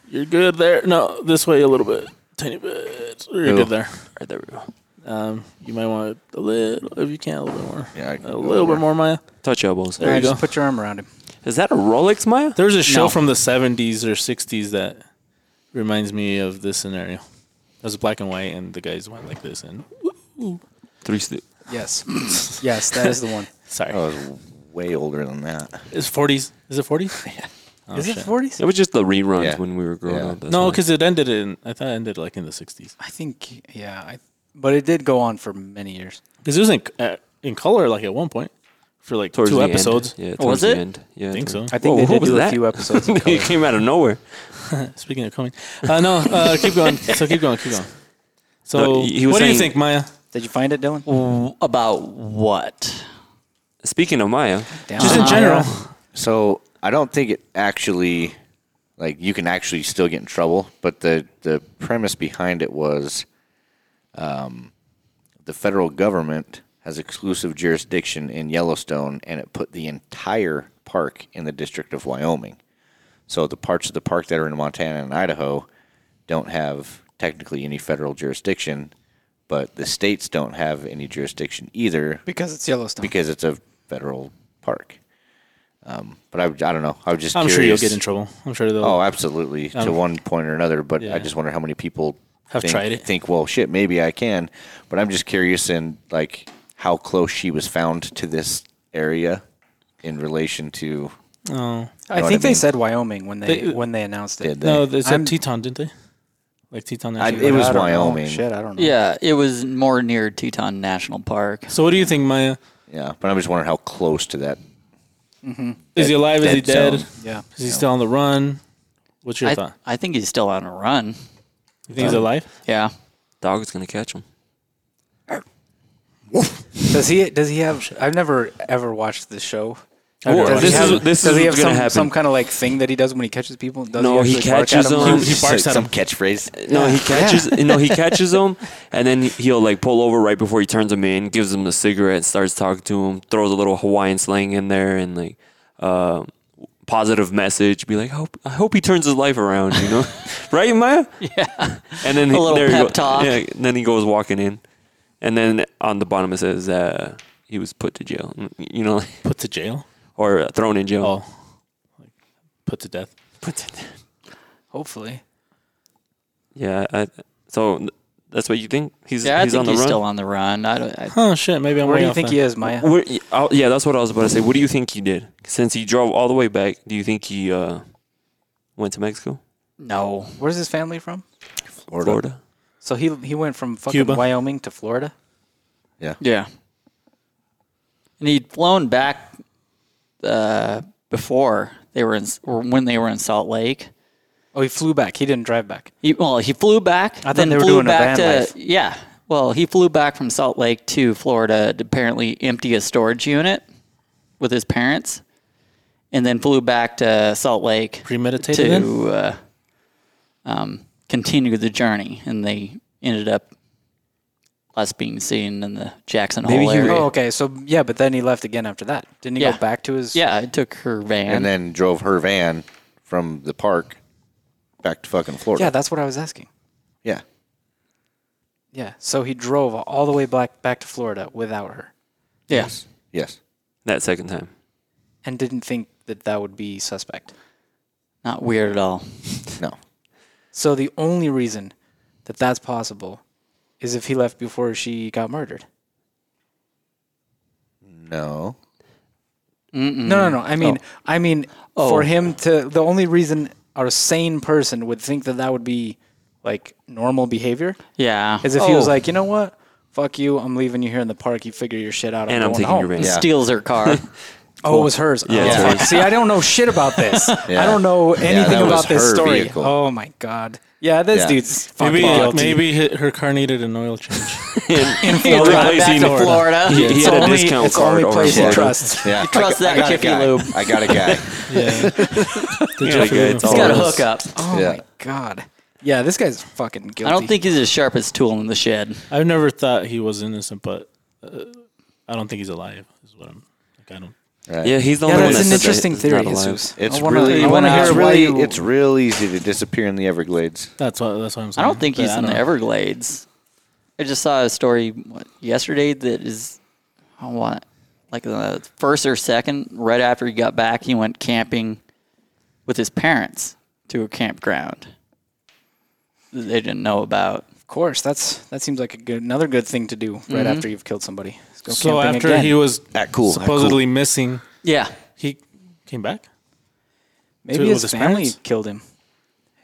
Speaker 3: You're good there. No, this way a little bit, tiny bit. You're
Speaker 8: Ooh.
Speaker 3: good there.
Speaker 7: Alright, there we go.
Speaker 3: Um, you might want a little, if you can, a little bit more.
Speaker 8: Yeah, I can
Speaker 3: a
Speaker 8: go
Speaker 3: little
Speaker 8: over.
Speaker 3: bit more, Maya.
Speaker 7: Touch elbows.
Speaker 3: There
Speaker 6: All
Speaker 3: you
Speaker 6: right,
Speaker 3: go.
Speaker 6: just put your arm around him.
Speaker 7: Is that a Rolex, Maya?
Speaker 3: There's a show
Speaker 6: No.
Speaker 3: from the 70s or 60s that reminds me of this scenario. It was black and white, and the guys went like this. And
Speaker 7: Three. St-
Speaker 6: Yes, yes, that is the one.
Speaker 3: sorry,
Speaker 7: Oh.
Speaker 8: I was way older than that.
Speaker 3: it's 40s. Is it 40s? yeah. Oh,
Speaker 6: is it
Speaker 3: shit.
Speaker 6: forties?
Speaker 7: it was just the reruns
Speaker 8: Yeah.
Speaker 7: when we were growing
Speaker 8: Yeah.
Speaker 7: up. that's
Speaker 3: No,
Speaker 7: why.
Speaker 3: because it ended in. I thought it ended like in the 60s.
Speaker 6: I think yeah, I, but it did go on for many years.
Speaker 3: Because it was in, uh, in color like at one point for like
Speaker 7: Towards
Speaker 3: two
Speaker 7: the end.
Speaker 3: episodes.
Speaker 7: Yeah,
Speaker 9: Oh, was
Speaker 7: towards the
Speaker 9: it?
Speaker 7: end. Yeah,
Speaker 3: I think so.
Speaker 6: I think
Speaker 7: Whoa,
Speaker 6: they
Speaker 7: who
Speaker 6: did
Speaker 7: was
Speaker 6: do a
Speaker 7: that?
Speaker 6: few episodes. In color.
Speaker 7: it came out of nowhere.
Speaker 3: Speaking of coming, uh, no, uh, keep going. So keep going, keep going. So
Speaker 7: No, he- he was
Speaker 3: what do you
Speaker 7: saying- Uh,
Speaker 3: think, Maya?
Speaker 6: Did you find it, Dylan?
Speaker 9: About what?
Speaker 7: Speaking of Maya,
Speaker 6: Down.
Speaker 3: Just in general.
Speaker 8: So I don't think it actually, like, you can actually still get in trouble. But the the premise behind it was, um, the federal government has exclusive jurisdiction in Yellowstone, and it put the entire park in the District of Wyoming. So the parts of the park that are in Montana and Idaho don't have technically any federal jurisdiction, but the states don't have any jurisdiction either
Speaker 6: because it's Yellowstone.
Speaker 8: because it's a federal park. Um, but I, I don't know. I was just
Speaker 3: I'm
Speaker 8: curious.
Speaker 3: sure you'll get in trouble. I'm sure they'll.
Speaker 8: Oh, absolutely, to one point or another. But
Speaker 3: Yeah.
Speaker 8: I just wonder how many people
Speaker 3: Have
Speaker 8: think,
Speaker 3: tried it.
Speaker 8: Think, well, shit, maybe I can. But I'm just curious in like how close she was found to this area in relation to.
Speaker 3: Oh.
Speaker 6: I
Speaker 8: know what
Speaker 6: think
Speaker 8: I
Speaker 6: they
Speaker 8: mean?
Speaker 6: said Wyoming when they
Speaker 10: uh,
Speaker 3: They-
Speaker 6: when they announced it.
Speaker 8: Did they?
Speaker 3: No, they said
Speaker 6: I'm-
Speaker 3: Teton, didn't they? Like Teton
Speaker 8: I-
Speaker 3: National.
Speaker 8: it
Speaker 3: Park.
Speaker 8: was
Speaker 6: I don't know.
Speaker 8: Wyoming.
Speaker 6: Shit, I don't know.
Speaker 10: Yeah, it was more near Teton National Park.
Speaker 3: so what do you think, Maya?
Speaker 8: Yeah, but I'm just wondering how close to that.
Speaker 3: Is he alive? Is he
Speaker 8: dead
Speaker 3: dead?
Speaker 8: zone.
Speaker 6: Yeah.
Speaker 3: Is he still on the run? What's your
Speaker 10: I,
Speaker 3: thought?
Speaker 10: I think he's still on a run.
Speaker 3: You think he's alive?
Speaker 10: Yeah.
Speaker 7: Dog is gonna catch him.
Speaker 6: Does he? Does he have? I've never ever watched this show.
Speaker 3: I've never
Speaker 7: Well,
Speaker 6: Does
Speaker 3: watched
Speaker 6: he
Speaker 7: this
Speaker 6: have,
Speaker 7: is this
Speaker 6: does
Speaker 7: is
Speaker 6: he
Speaker 7: what's
Speaker 6: have
Speaker 7: gonna
Speaker 6: some,
Speaker 7: happen.
Speaker 6: some kind of like thing that he does when he catches people? Does
Speaker 7: No, he
Speaker 6: actually bark at
Speaker 7: catches
Speaker 6: them or-
Speaker 7: them.
Speaker 3: He barks
Speaker 8: Some-
Speaker 3: at
Speaker 8: some
Speaker 3: him.
Speaker 8: catchphrase.
Speaker 7: No, he catches. No, he catches them, and then he'll like pull over right before he turns them in, gives them the cigarette, starts talking to him, throws a little Hawaiian slang in there, and like uh, positive message. Be like, hope I hope he turns his life around. You know, right, Maya? Yeah. And then
Speaker 10: A little
Speaker 7: there he
Speaker 10: pep
Speaker 7: go-
Speaker 10: talk.
Speaker 7: Yeah. and Then he goes walking in, and then on the bottom it says uh, he was put to jail. You know,
Speaker 3: Put to jail.
Speaker 7: or thrown in jail.
Speaker 3: Oh, Like, put to death.
Speaker 7: Put to death.
Speaker 6: Hopefully,
Speaker 7: Yeah. I, so th- that's what you think? He's
Speaker 10: Yeah, I
Speaker 7: he's
Speaker 10: think
Speaker 7: on the
Speaker 10: he's
Speaker 7: run.
Speaker 10: still on the run. I don't, I,
Speaker 3: Oh shit! Maybe I'm.
Speaker 6: where
Speaker 3: way
Speaker 6: do you
Speaker 3: off
Speaker 6: think
Speaker 3: then.
Speaker 6: he is, Maya?
Speaker 7: What, oh, yeah, that's what I was about to say. What do you think he did? Since he drove all the way back, do you think he uh, went to Mexico,
Speaker 10: no.
Speaker 6: Where's his family from?
Speaker 8: Florida.
Speaker 7: Florida?
Speaker 6: So he he went from fucking
Speaker 3: Cuba.
Speaker 6: Wyoming to Florida.
Speaker 10: Yeah. And he'd flown back uh, before they were in, or when they were in Salt Lake.
Speaker 6: Oh, he flew back. He didn't drive back.
Speaker 10: He, well, he flew back.
Speaker 6: thought
Speaker 10: then
Speaker 6: they were
Speaker 10: flew
Speaker 6: doing a van
Speaker 10: back to
Speaker 6: life.
Speaker 10: yeah. Well, he flew back from Salt Lake to Florida to apparently empty a storage unit with his parents, and then flew back to Salt Lake
Speaker 3: Premeditated then?
Speaker 10: to uh, um, continue the journey, and they ended up last being seen in the Jackson
Speaker 7: Maybe
Speaker 10: Hole
Speaker 7: he-
Speaker 10: area.
Speaker 6: Oh, okay. So yeah, but then he left again after that. Didn't he
Speaker 10: Yeah.
Speaker 6: go back to his?
Speaker 10: Yeah, I took her van.
Speaker 8: and then drove her van from the park back to fucking Florida.
Speaker 6: Yeah, that's what I was asking.
Speaker 8: yeah.
Speaker 6: Yeah. So he drove all the way back back to Florida without her,
Speaker 10: yeah.
Speaker 8: Yes.
Speaker 7: That second time.
Speaker 6: and didn't think that that would be suspect.
Speaker 10: Not weird at all.
Speaker 8: No.
Speaker 6: So the only reason that that's possible is if he left before she got murdered.
Speaker 8: No.
Speaker 6: No,
Speaker 7: Mm.
Speaker 6: no, no. I mean,
Speaker 7: Oh.
Speaker 6: I mean, for him to the only reason a sane person would think that that would be like normal behavior
Speaker 10: Yeah.
Speaker 6: is if he was
Speaker 10: Oh,
Speaker 6: like, you know what, fuck you, I'm leaving you here in the park. You figure your shit out.
Speaker 7: And I'm
Speaker 6: going
Speaker 7: taking
Speaker 6: home.
Speaker 7: your van.
Speaker 8: Yeah.
Speaker 10: steals her car.
Speaker 6: Oh, it was hers.
Speaker 7: Yeah,
Speaker 6: oh,
Speaker 7: it's
Speaker 6: fuck. See, I don't know shit about this.
Speaker 8: Yeah.
Speaker 6: I don't know anything
Speaker 8: that was
Speaker 6: about this
Speaker 8: her
Speaker 6: story.
Speaker 8: vehicle.
Speaker 6: Oh my god. Yeah, this
Speaker 8: Yeah.
Speaker 6: dude's fucking
Speaker 3: Maybe
Speaker 6: guilty.
Speaker 3: maybe hi- her car needed an oil change.
Speaker 7: In
Speaker 10: He drive back to Florida.
Speaker 7: He, he
Speaker 6: It's
Speaker 7: had a
Speaker 6: only-
Speaker 7: discount
Speaker 6: it's
Speaker 7: card
Speaker 6: only
Speaker 7: over
Speaker 6: place he
Speaker 7: Florida.
Speaker 6: trusts.
Speaker 8: Yeah.
Speaker 10: Trust
Speaker 8: I
Speaker 10: that
Speaker 8: got a
Speaker 10: Jiffy
Speaker 8: guy.
Speaker 10: Lube.
Speaker 8: I got a guy.
Speaker 3: Yeah.
Speaker 7: Yeah, like, uh, it's
Speaker 10: He's
Speaker 7: all
Speaker 10: got a
Speaker 7: us.
Speaker 10: hookup.
Speaker 6: Oh
Speaker 8: Yeah.
Speaker 6: my god. Yeah, this guy's fucking guilty.
Speaker 10: I don't think he's the sharpest tool in the shed.
Speaker 3: I've never thought he was innocent, but uh, I don't think he's alive. Is what I'm. Like, I don't.
Speaker 8: Right.
Speaker 7: Yeah, he's the
Speaker 6: Yeah,
Speaker 7: only one
Speaker 6: that's
Speaker 7: that
Speaker 6: an
Speaker 7: said that
Speaker 6: interesting
Speaker 7: he's
Speaker 6: theory,
Speaker 7: not alive.
Speaker 6: Jesus.
Speaker 8: It's
Speaker 6: I wanna,
Speaker 8: really,
Speaker 6: I wanna
Speaker 8: it's
Speaker 6: hear why
Speaker 8: really,
Speaker 6: you-
Speaker 8: it's real easy to disappear in the Everglades.
Speaker 3: That's what. That's what I'm
Speaker 10: I
Speaker 3: saying.
Speaker 10: don't think
Speaker 3: But
Speaker 10: he's in the
Speaker 3: know.
Speaker 10: Everglades. I just saw a story what, yesterday that is, I want like the first or second, right after he got back, he went camping with his parents to a campground that they didn't know about.
Speaker 6: Of course, that's that seems like a good, another good thing to do right after you've killed somebody. Let's go
Speaker 3: So
Speaker 6: camping
Speaker 3: after
Speaker 6: again.
Speaker 3: he was
Speaker 8: That cool, that
Speaker 3: supposedly missing,
Speaker 10: Yeah.
Speaker 3: he came back.
Speaker 6: maybe
Speaker 3: to- with
Speaker 6: his,
Speaker 3: his
Speaker 6: family
Speaker 3: parents?
Speaker 6: killed him.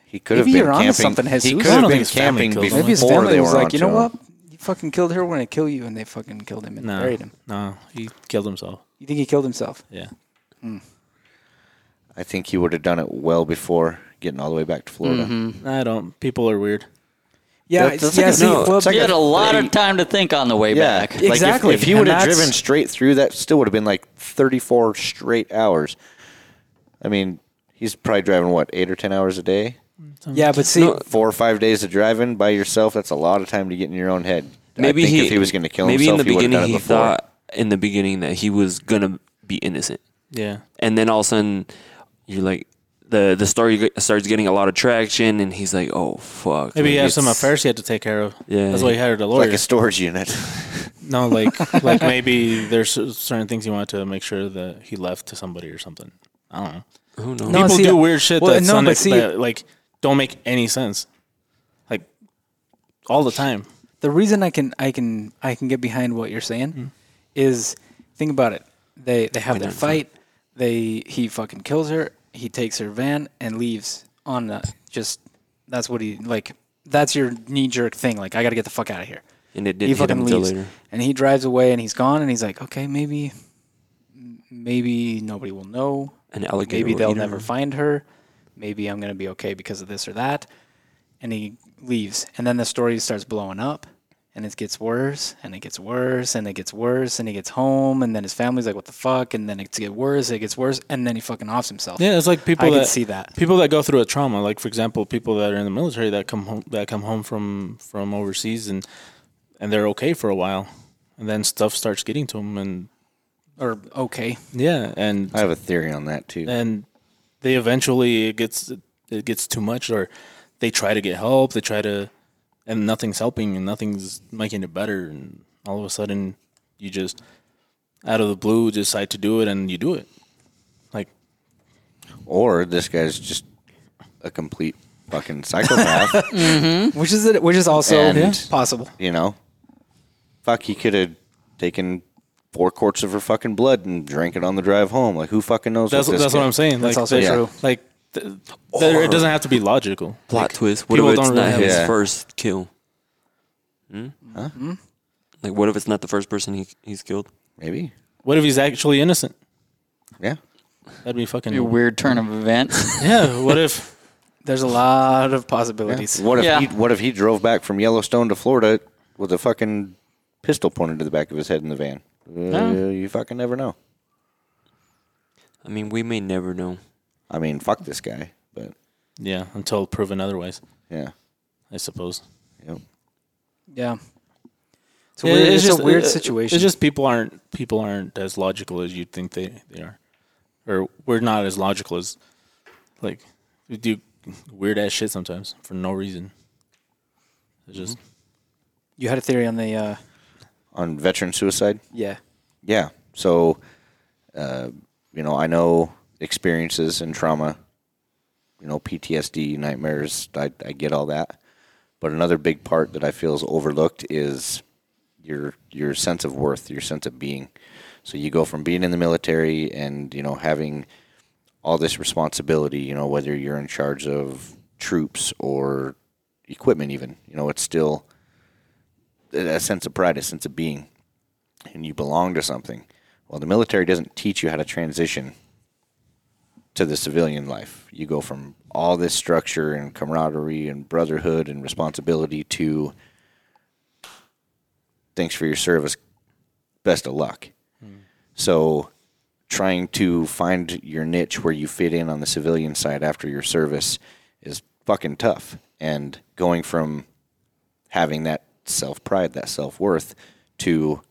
Speaker 8: He could
Speaker 6: Maybe
Speaker 8: have
Speaker 6: you're
Speaker 8: been
Speaker 6: onto
Speaker 8: camping.
Speaker 6: something, Jesus.
Speaker 8: he could
Speaker 6: I
Speaker 3: don't
Speaker 8: have
Speaker 3: think
Speaker 8: been
Speaker 3: his family
Speaker 8: camping
Speaker 3: killed him.
Speaker 8: before
Speaker 6: Maybe his family
Speaker 8: they
Speaker 6: was
Speaker 8: were
Speaker 6: like, you
Speaker 8: onto
Speaker 6: know what,
Speaker 8: him.
Speaker 6: you fucking killed her. We're gonna kill you, and they fucking killed him and
Speaker 3: No,
Speaker 6: buried him.
Speaker 3: no, he killed himself.
Speaker 6: You think he killed himself?
Speaker 3: Yeah,
Speaker 8: I think he would have done it well before getting all the way back to Florida.
Speaker 6: Mm-hmm.
Speaker 3: I don't. People are weird.
Speaker 6: Yeah,
Speaker 8: That- that's
Speaker 6: yeah.
Speaker 8: like a-
Speaker 6: see,
Speaker 8: no,
Speaker 6: well,
Speaker 8: it's like
Speaker 10: He had a lot
Speaker 8: three-
Speaker 10: of time to think on the way
Speaker 8: Yeah,
Speaker 10: back.
Speaker 8: Like, if-
Speaker 6: Exactly,
Speaker 8: if, he
Speaker 6: and
Speaker 8: would have
Speaker 6: that's-
Speaker 8: driven straight through, that still would have been like 34 straight hours. I mean, he's probably driving what eight or 10 hours a day.
Speaker 6: yeah, but see,
Speaker 8: Four or five days of driving by yourself. That's a lot of time to get in your own head.
Speaker 7: Maybe
Speaker 8: I think
Speaker 7: he,
Speaker 8: if he was going to kill
Speaker 7: maybe
Speaker 8: himself,
Speaker 7: in the
Speaker 8: he would have
Speaker 7: beginning
Speaker 8: done
Speaker 7: he
Speaker 8: it before.
Speaker 7: thought in the beginning that he was gonna be innocent,
Speaker 3: Yeah.
Speaker 7: and then all of a sudden you're like the the story g- starts getting a lot of traction, and he's like, oh fuck,
Speaker 3: Maybe he
Speaker 7: like,
Speaker 3: had some
Speaker 7: it's-
Speaker 3: affairs he had to take care of.
Speaker 7: Yeah.
Speaker 3: That's why he hired a lawyer.
Speaker 8: like a storage unit.
Speaker 3: no, like like maybe there's cer- certain things he wanted to make sure that he left to somebody or something. I don't know.
Speaker 7: Who knows?
Speaker 2: No,
Speaker 3: People
Speaker 2: see,
Speaker 3: do weird shit
Speaker 2: well,
Speaker 3: that's
Speaker 2: no, but
Speaker 3: unex-
Speaker 2: see-
Speaker 3: that like don't make any sense. Like all the time.
Speaker 2: the reason I can I can I can get behind what you're saying
Speaker 10: Hmm.
Speaker 2: is think about it. They they have their fight. They he fucking kills her. He takes her van and leaves on the, just that's what he like. That's your knee jerk thing. Like I got to get the fuck out of here.
Speaker 7: And it
Speaker 2: he
Speaker 7: didn't hit him
Speaker 2: fucking
Speaker 7: until
Speaker 2: leaves
Speaker 7: later.
Speaker 2: and he drives away and he's gone and he's like, okay, maybe maybe nobody will know.
Speaker 7: An alligator.
Speaker 2: Maybe
Speaker 7: will
Speaker 2: they'll
Speaker 7: eat
Speaker 2: never
Speaker 7: him.
Speaker 2: find her. Maybe I'm going to be okay because of this or that. And he leaves. And then the story starts blowing up and it gets worse and it gets worse and it gets worse. And he gets home and then his family's like, what the fuck? And then it gets worse, it gets worse. And then he fucking offs himself.
Speaker 3: Yeah, it's like people
Speaker 2: I
Speaker 3: that
Speaker 2: could see that.
Speaker 3: people that go through a trauma. Like for example, people that are in the military that come home that come home from from overseas and and they're okay for a while, and then stuff starts getting to them, and
Speaker 2: Or, okay.
Speaker 3: yeah, and
Speaker 8: I have a theory on that too.
Speaker 3: and they eventually it gets it gets too much, or they try to get help, they try to, and nothing's helping, and nothing's making it better, and all of a sudden you just out of the blue decide to do it, and you do it. Like
Speaker 8: Or this guy's just a complete fucking psychopath.
Speaker 2: Which is, which is also
Speaker 8: And-
Speaker 2: possible.
Speaker 8: you know, fuck, he could have taken four quarts of her fucking blood and drank it on the drive home. Like who fucking knows?
Speaker 3: that's
Speaker 8: what this
Speaker 3: that's what
Speaker 8: guy-
Speaker 3: I'm saying.
Speaker 2: That's
Speaker 3: like,
Speaker 2: also
Speaker 3: they-
Speaker 2: true.
Speaker 3: Like th- there,
Speaker 7: Or-
Speaker 3: it doesn't have to be logical.
Speaker 7: plot
Speaker 3: Like,
Speaker 7: twist. What if
Speaker 3: people
Speaker 7: it's
Speaker 3: don't
Speaker 7: not
Speaker 3: really
Speaker 7: his
Speaker 8: have-
Speaker 7: first kill? Hmm? Like, what if it's not the first person he, he's killed?
Speaker 8: Maybe.
Speaker 3: What if he's actually innocent?
Speaker 8: Yeah.
Speaker 3: That'd be fucking
Speaker 10: Be a weird turn of events.
Speaker 3: Yeah. What if?
Speaker 2: There's a lot of possibilities.
Speaker 8: What if
Speaker 10: Yeah.
Speaker 8: he what if he drove back from Yellowstone to Florida with a fucking pistol pointed to the back of his head in the van? Uh, you fucking never know.
Speaker 7: I mean, we may never know.
Speaker 8: I mean, fuck this guy, but
Speaker 3: Yeah. Until proven otherwise,
Speaker 8: yeah.
Speaker 3: I suppose.
Speaker 8: Yep.
Speaker 2: Yeah. It's a weird, it's a weird situation.
Speaker 3: It's just people aren't people aren't as logical as you'd think they, they are, or we're not as logical as like we do weird ass shit sometimes for no reason. It's just
Speaker 2: Mm-hmm. you had a theory on the, uh,
Speaker 8: On veteran suicide?
Speaker 2: yeah.
Speaker 8: Yeah. So, uh, you know, I know experiences and trauma, you know, PTSD, nightmares, I, I get all that. But another big part that I feel is overlooked is your your sense of worth, your sense of being. So you go from being in the military and, you know, having all this responsibility, you know, whether you're in charge of troops or equipment even, you know, it's still a a sense of pride, a sense of being and you belong to something. Well, the military doesn't teach you how to transition to the civilian life. You go from all this structure and camaraderie and brotherhood and responsibility to thanks for your service, best of luck. So, trying to find your niche where you fit in on the civilian side after your service is fucking tough. And going from having that self pride, that self worth, to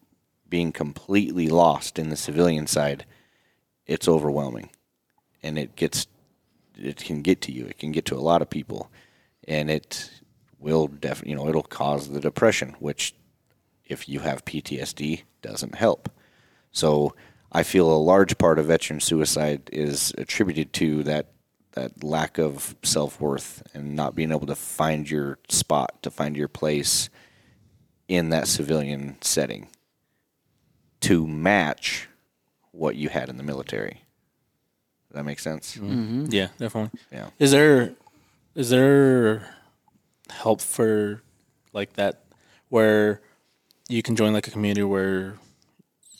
Speaker 8: being completely lost in the civilian side, it's overwhelming, and it gets, it can get to you. It can get to a lot of people, and it will def, you know, it'll cause the depression, which, if you have PTSD, doesn't help. So I feel a large part of veteran suicide is attributed to that that lack of self worth and not being able to find your spot, to find your place in that civilian setting to match what you had in the military. Does that make sense?
Speaker 2: Mm-hmm.
Speaker 3: yeah, definitely.
Speaker 8: Yeah.
Speaker 3: Is there is there help for like that where you can join like a community where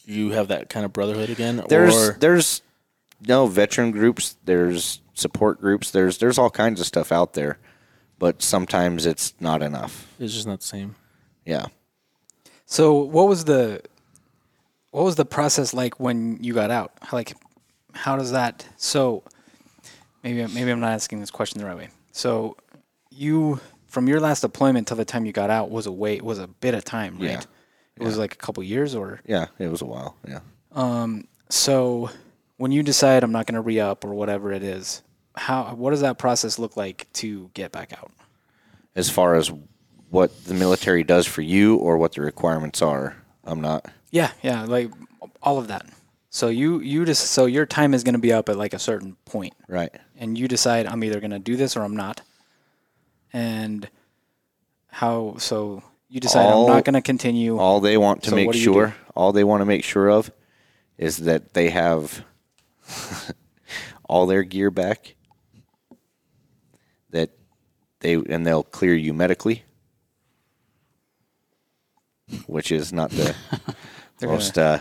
Speaker 3: you have that kind of brotherhood again?
Speaker 8: There's
Speaker 3: or
Speaker 8: there's no veteran groups, there's support groups, there's there's all kinds of stuff out there, but sometimes it's not enough.
Speaker 3: it's just not the same.
Speaker 8: Yeah.
Speaker 2: So what was the what was the process like when you got out? How- Like how does that so maybe maybe I'm not asking this question the right way. So you from your last deployment till the time you got out was a wait was a bit of time, right?
Speaker 8: Yeah.
Speaker 2: It was like a couple years or
Speaker 8: Yeah, it was a while. Yeah.
Speaker 2: so when you decide I'm not going to re up or whatever it is, how what does that process look like to get back out?
Speaker 8: As far as what the military does for you or what the requirements are, I'm not.
Speaker 2: Yeah, yeah, like all of that. So you you just so your time is going to be up at like a certain point,
Speaker 8: Right.
Speaker 2: and you decide I'm either going to do this or I'm not. And how so you decide
Speaker 8: All-
Speaker 2: I'm not going to continue.
Speaker 8: All they want to
Speaker 2: So
Speaker 8: make
Speaker 2: what do you do?
Speaker 8: sure, all they want to make sure of is that they have all their gear back. That they and they'll clear you medically, which is not the most uh,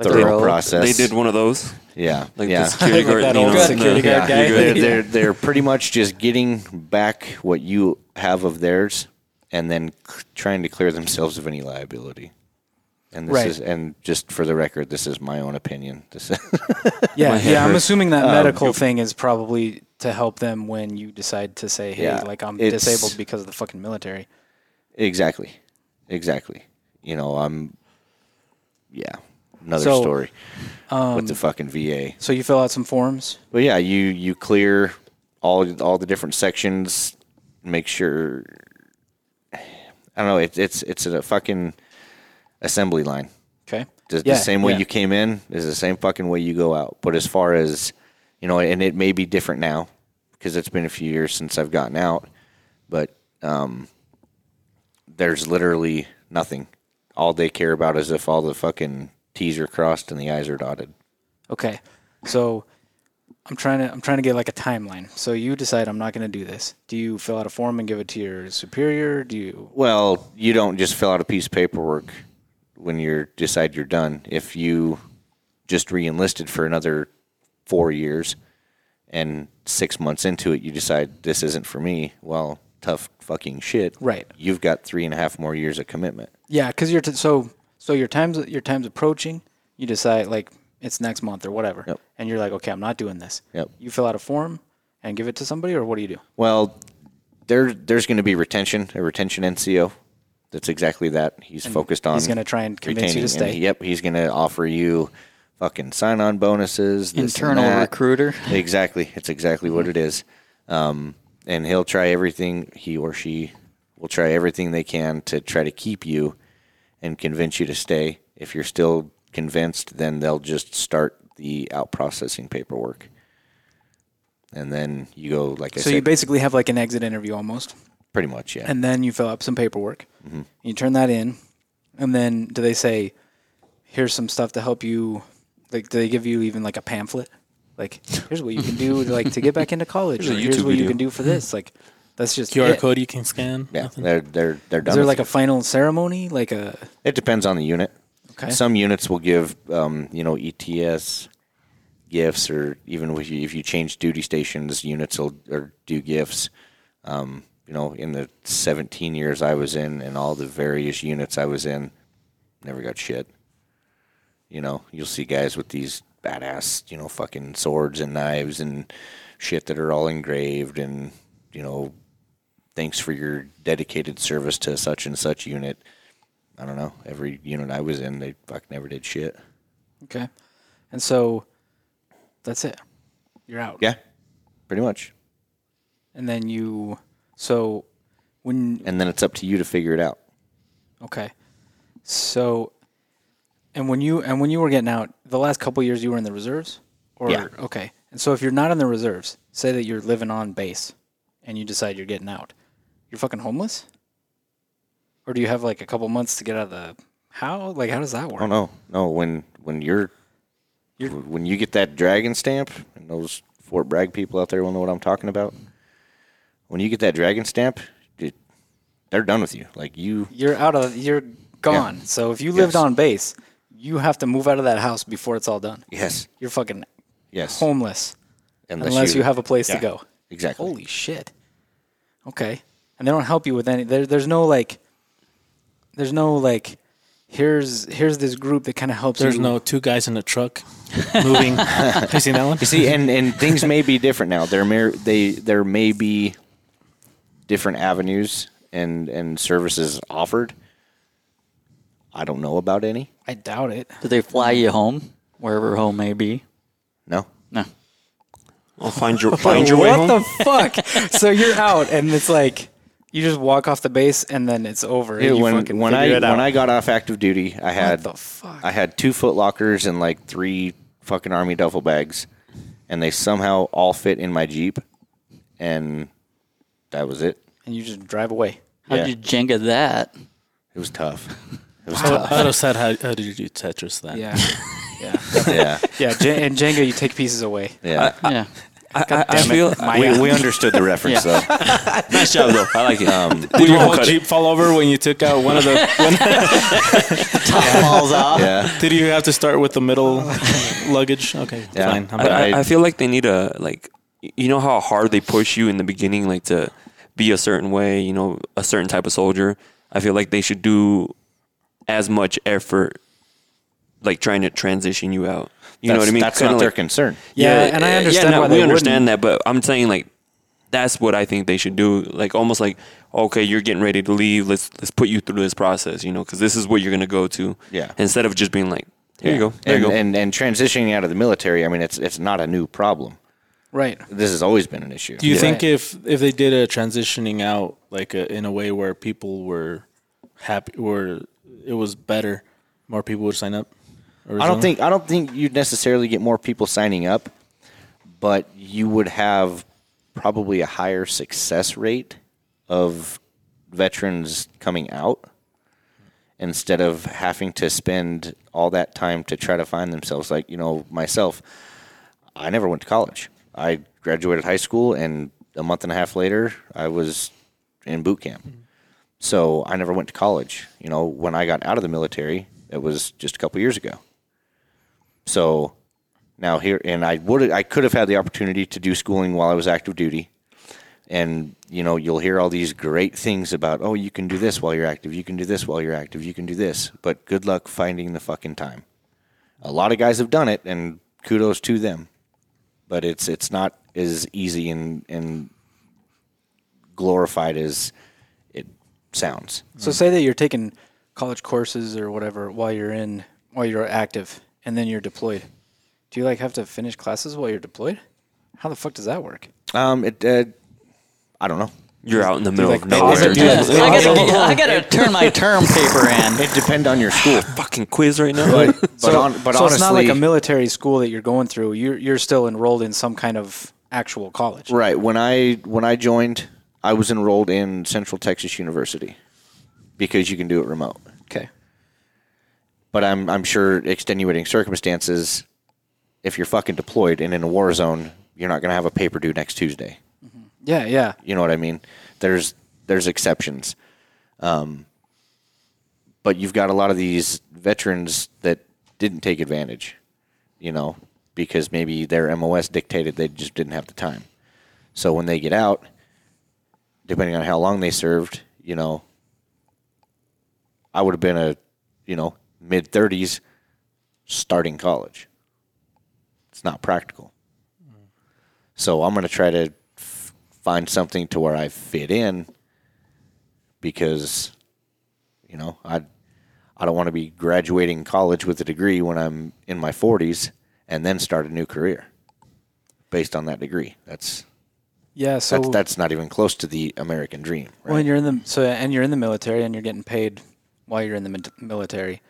Speaker 8: thorough
Speaker 10: old.
Speaker 8: process.
Speaker 7: They did one of those.
Speaker 8: yeah,
Speaker 7: Like
Speaker 8: yeah.
Speaker 7: the security
Speaker 2: Like
Speaker 7: guard.
Speaker 2: that
Speaker 7: you
Speaker 2: old
Speaker 7: know,
Speaker 2: security
Speaker 7: the-
Speaker 2: guard
Speaker 7: yeah,
Speaker 2: guy.
Speaker 7: you're
Speaker 8: they're,
Speaker 7: good.
Speaker 8: they're they're pretty much just getting back what you have of theirs, and then c- trying to clear themselves of any liability. And this
Speaker 2: Right.
Speaker 8: is and just for the record, this is my own opinion. This is,
Speaker 2: yeah,
Speaker 7: my head
Speaker 2: yeah. I'm
Speaker 7: hurts.
Speaker 2: assuming
Speaker 8: Um,
Speaker 2: that medical thing is probably to help them when you decide to say, hey,
Speaker 8: Yeah,
Speaker 2: like I'm
Speaker 8: it's-
Speaker 2: disabled because of the fucking military.
Speaker 8: exactly, exactly. You know, I'm yeah, another
Speaker 2: So, um,
Speaker 8: story with the fucking VA.
Speaker 2: So you fill out some forms.
Speaker 8: But yeah, you you clear all all the different sections, make sure. I don't know. It, it's it's a fucking assembly line.
Speaker 2: Okay.
Speaker 8: The, the
Speaker 2: Yeah,
Speaker 8: same way
Speaker 2: yeah.
Speaker 8: you came in is the same fucking way you go out. But as far as you know, and it may be different now because it's been a few years since I've gotten out. But um, there's literally nothing. All they care about is if all the fucking T's are crossed and the I's are dotted.
Speaker 2: Okay. So I'm trying to I'm trying to get like a timeline. So you decide I'm not going to do this. Do you fill out a form and give it to your superior? Do you
Speaker 8: Well, you don't just fill out a piece of paperwork when you decide you're done. If you just re-enlisted for another four years, and six months into it, you decide this isn't for me. Well, tough fucking shit.
Speaker 2: Right.
Speaker 8: You've got three and a half more years of commitment.
Speaker 2: Yeah, cuz you're t- so so your time's your time's approaching. You decide like it's next month or whatever.
Speaker 8: Yep.
Speaker 2: And you're like, "Okay, I'm not doing this."
Speaker 8: Yep.
Speaker 2: You fill out a form and give it to somebody or what do you do?
Speaker 8: Well, there there's going to be retention, a retention NCO. That's exactly that. He's focused on.
Speaker 2: he's gonna try and convince you to
Speaker 8: retaining, and
Speaker 2: stay.
Speaker 8: yep, he's going to offer you fucking sign-on bonuses. this and
Speaker 10: Internal
Speaker 8: that.
Speaker 10: recruiter.
Speaker 8: Exactly. It's exactly what it is. Um, and he'll try everything, he or she will try everything they can to try to keep you and convince you to stay. If you're still convinced, then they'll just start the out processing paperwork. And then you go, like I
Speaker 2: So
Speaker 8: said,
Speaker 2: you basically have like an exit interview almost.
Speaker 8: pretty much, yeah.
Speaker 2: and then you fill out some paperwork.
Speaker 7: Mm-hmm.
Speaker 2: You turn that in, and then do they say, "Here's some stuff to help you"? Like, do they give you even like a pamphlet? Like, here's what you can do, like to get back into college.
Speaker 7: Here's
Speaker 2: or
Speaker 7: a
Speaker 2: here's
Speaker 7: YouTube
Speaker 2: what you
Speaker 7: video. Mm-hmm.
Speaker 2: can do for this. Like, that's just
Speaker 3: QR
Speaker 2: it.
Speaker 3: code you can scan.
Speaker 8: yeah,
Speaker 3: nothing.
Speaker 8: they're they're they're done.
Speaker 2: Is there
Speaker 8: with
Speaker 2: like
Speaker 8: it.
Speaker 2: a final ceremony? Like a
Speaker 8: It depends on the unit.
Speaker 2: Okay.
Speaker 8: Some units will give, um, you know, ETS gifts, or even if you, if you change duty stations, units will or do gifts. Um, you know, in the 17 years I was in, and all the various units I was in, never got shit. You know, you'll see guys with these badass, you know, fucking swords and knives and shit that are all engraved, and you know, thanks for your dedicated service to such and such unit. I don't know. Every unit I was in, they fuck never did shit.
Speaker 2: okay, and so that's it. You're out.
Speaker 8: Yeah, pretty much.
Speaker 2: And then you so when
Speaker 8: And then it's up to you to figure it out.
Speaker 2: Okay. So, and when you and when you were getting out, the last couple years you were in the reserves, or
Speaker 8: Yeah.
Speaker 2: okay. And so, if you're not in the reserves, say that you're living on base, and you decide you're getting out, you're fucking homeless, or do you have like a couple months to get out of the how? Like, how does that work?
Speaker 8: Oh no, no. When when you're, when you get that dragon stamp, and those Fort Bragg people out there will know what I'm talking about. When you get that dragon stamp, it, they're done with you. Like you,
Speaker 2: You're out of you're gone. So if you lived
Speaker 8: Yes.
Speaker 2: on base, you have to move out of that house before it's all done.
Speaker 8: yes,
Speaker 2: You're fucking
Speaker 8: yes.
Speaker 2: homeless unless, you, have a place
Speaker 8: yeah,
Speaker 2: to go.
Speaker 8: Exactly.
Speaker 2: Holy shit. Okay. And they don't help you with any there, there's no like there's no like here's here's this group that kind of helps
Speaker 3: There's
Speaker 2: you.
Speaker 3: no two guys in a truck moving. Have you seen that one?
Speaker 8: You see, and, and things may be different now. There may they there may be different avenues and and services offered. I don't know about any.
Speaker 2: I doubt it.
Speaker 10: Did they fly you home, wherever home may be?
Speaker 8: No.
Speaker 10: No.
Speaker 7: I'll find your find your way
Speaker 2: what
Speaker 7: home.
Speaker 2: the fuck? so you're out, and it's like you just walk off the base, and then it's over. and
Speaker 8: Dude,
Speaker 2: you
Speaker 8: when
Speaker 2: fucking
Speaker 8: when I
Speaker 2: figure it out.
Speaker 8: when I got off active duty, I had
Speaker 2: the fuck?
Speaker 8: I had two foot lockers and like three fucking army duffel bags, and they somehow all fit in my jeep, and that was it.
Speaker 2: and you just drive away.
Speaker 10: How'd
Speaker 8: Yeah.
Speaker 10: you Jenga that?
Speaker 8: It was tough. It was
Speaker 3: I
Speaker 8: tough.
Speaker 3: would have said, how, how did you do Tetris that?
Speaker 2: Yeah, yeah,
Speaker 8: yeah,
Speaker 2: yeah. Jen- and Jenga, you take pieces away.
Speaker 8: yeah.
Speaker 10: yeah.
Speaker 7: I, I, I feel
Speaker 8: we, we understood the reference though.
Speaker 7: nice job though. I like it. Um,
Speaker 3: Did your whole Jeep fall over when you took out one of the? When,
Speaker 10: Falls off.
Speaker 8: Yeah,
Speaker 3: did you have to start with the middle luggage? Okay,
Speaker 8: Yeah.
Speaker 3: fine. I'm
Speaker 8: But
Speaker 3: back.
Speaker 8: I-
Speaker 7: I, I feel like they need a like y- you know how hard they push you in the beginning like to be a certain way you know a certain type of soldier i feel like they should do as much effort like trying to transition you out you know what i mean
Speaker 8: That's
Speaker 7: Kinda
Speaker 8: not their
Speaker 7: like-
Speaker 8: concern.
Speaker 2: Yeah, and I understand
Speaker 7: no,
Speaker 2: why
Speaker 7: we
Speaker 2: they
Speaker 7: understand that but i'm saying like that's what i think they should do like almost like okay you're getting ready to leave let's let's put you through this process you know because this is what you're gonna go to
Speaker 8: Yeah.
Speaker 7: instead of just being like here you go there
Speaker 8: and,
Speaker 7: you go
Speaker 8: and and transitioning out of the military, I mean, it's it's not a new problem.
Speaker 2: Right.
Speaker 8: This has always been an issue.
Speaker 3: Do you think if if they did a transitioning out like a, in a way where people were happy, where it was better, more people would sign up? Or
Speaker 8: I don't
Speaker 3: something?
Speaker 8: think I don't think you'd necessarily get more people signing up, but you would have probably a higher success rate of veterans coming out instead of having to spend all that time to try to find themselves like, you know, myself. I never went to college. I graduated high school and a month and a half later I was in boot camp. So I never went to college. You know, when I got out of the military, it was just a couple years ago. So now here, and I would I could have had the opportunity to do schooling while I was active duty. And you know, you'll hear all these great things about, oh, you can do this while you're active, you can do this while you're active, you can do this. But good luck finding the fucking time. A lot of guys have done it, and kudos to them. But it's it's not as easy and and glorified as it sounds.
Speaker 2: So say that you're taking college courses or whatever while you're in while you're active, and then you're deployed. Do you like have to finish classes while you're deployed? How the fuck does that work?
Speaker 8: Um, it uh, I don't know.
Speaker 7: you're out in the middle
Speaker 2: like,
Speaker 7: of
Speaker 2: pause
Speaker 7: nowhere
Speaker 2: it,
Speaker 7: dude.
Speaker 2: do
Speaker 10: I gotta, I gotta turn my term paper in.
Speaker 8: It depends on your school.
Speaker 7: fucking quiz right now
Speaker 8: but but, on, but
Speaker 2: so
Speaker 8: honestly,
Speaker 2: it's not like a military school that you're going through. You're you're still enrolled in some kind of actual college.
Speaker 8: right when I when I joined, I was enrolled in Central Texas University because you can do it remote.
Speaker 2: Okay.
Speaker 8: But I'm I'm sure extenuating circumstances. If you're fucking deployed and in a war zone, you're not gonna have a paper due next Tuesday.
Speaker 2: Yeah, yeah.
Speaker 8: You know what I mean? There's there's exceptions, um, but you've got a lot of these veterans that didn't take advantage, you know, because maybe their MOS dictated they just didn't have the time. So when they get out, depending on how long they served, you know, I would have been a, you know, mid thirties, starting college. It's not practical. So I'm going to try to f- find something to where I fit in because, you know, I I don't want to be graduating college with a degree when I'm in my 40s and then start a new career based on that degree. That's
Speaker 2: Yeah, so
Speaker 8: that's, that's not even close to the American dream. Right?
Speaker 2: when you're in the so and you're in the military and you're getting paid while you're in the mil- military.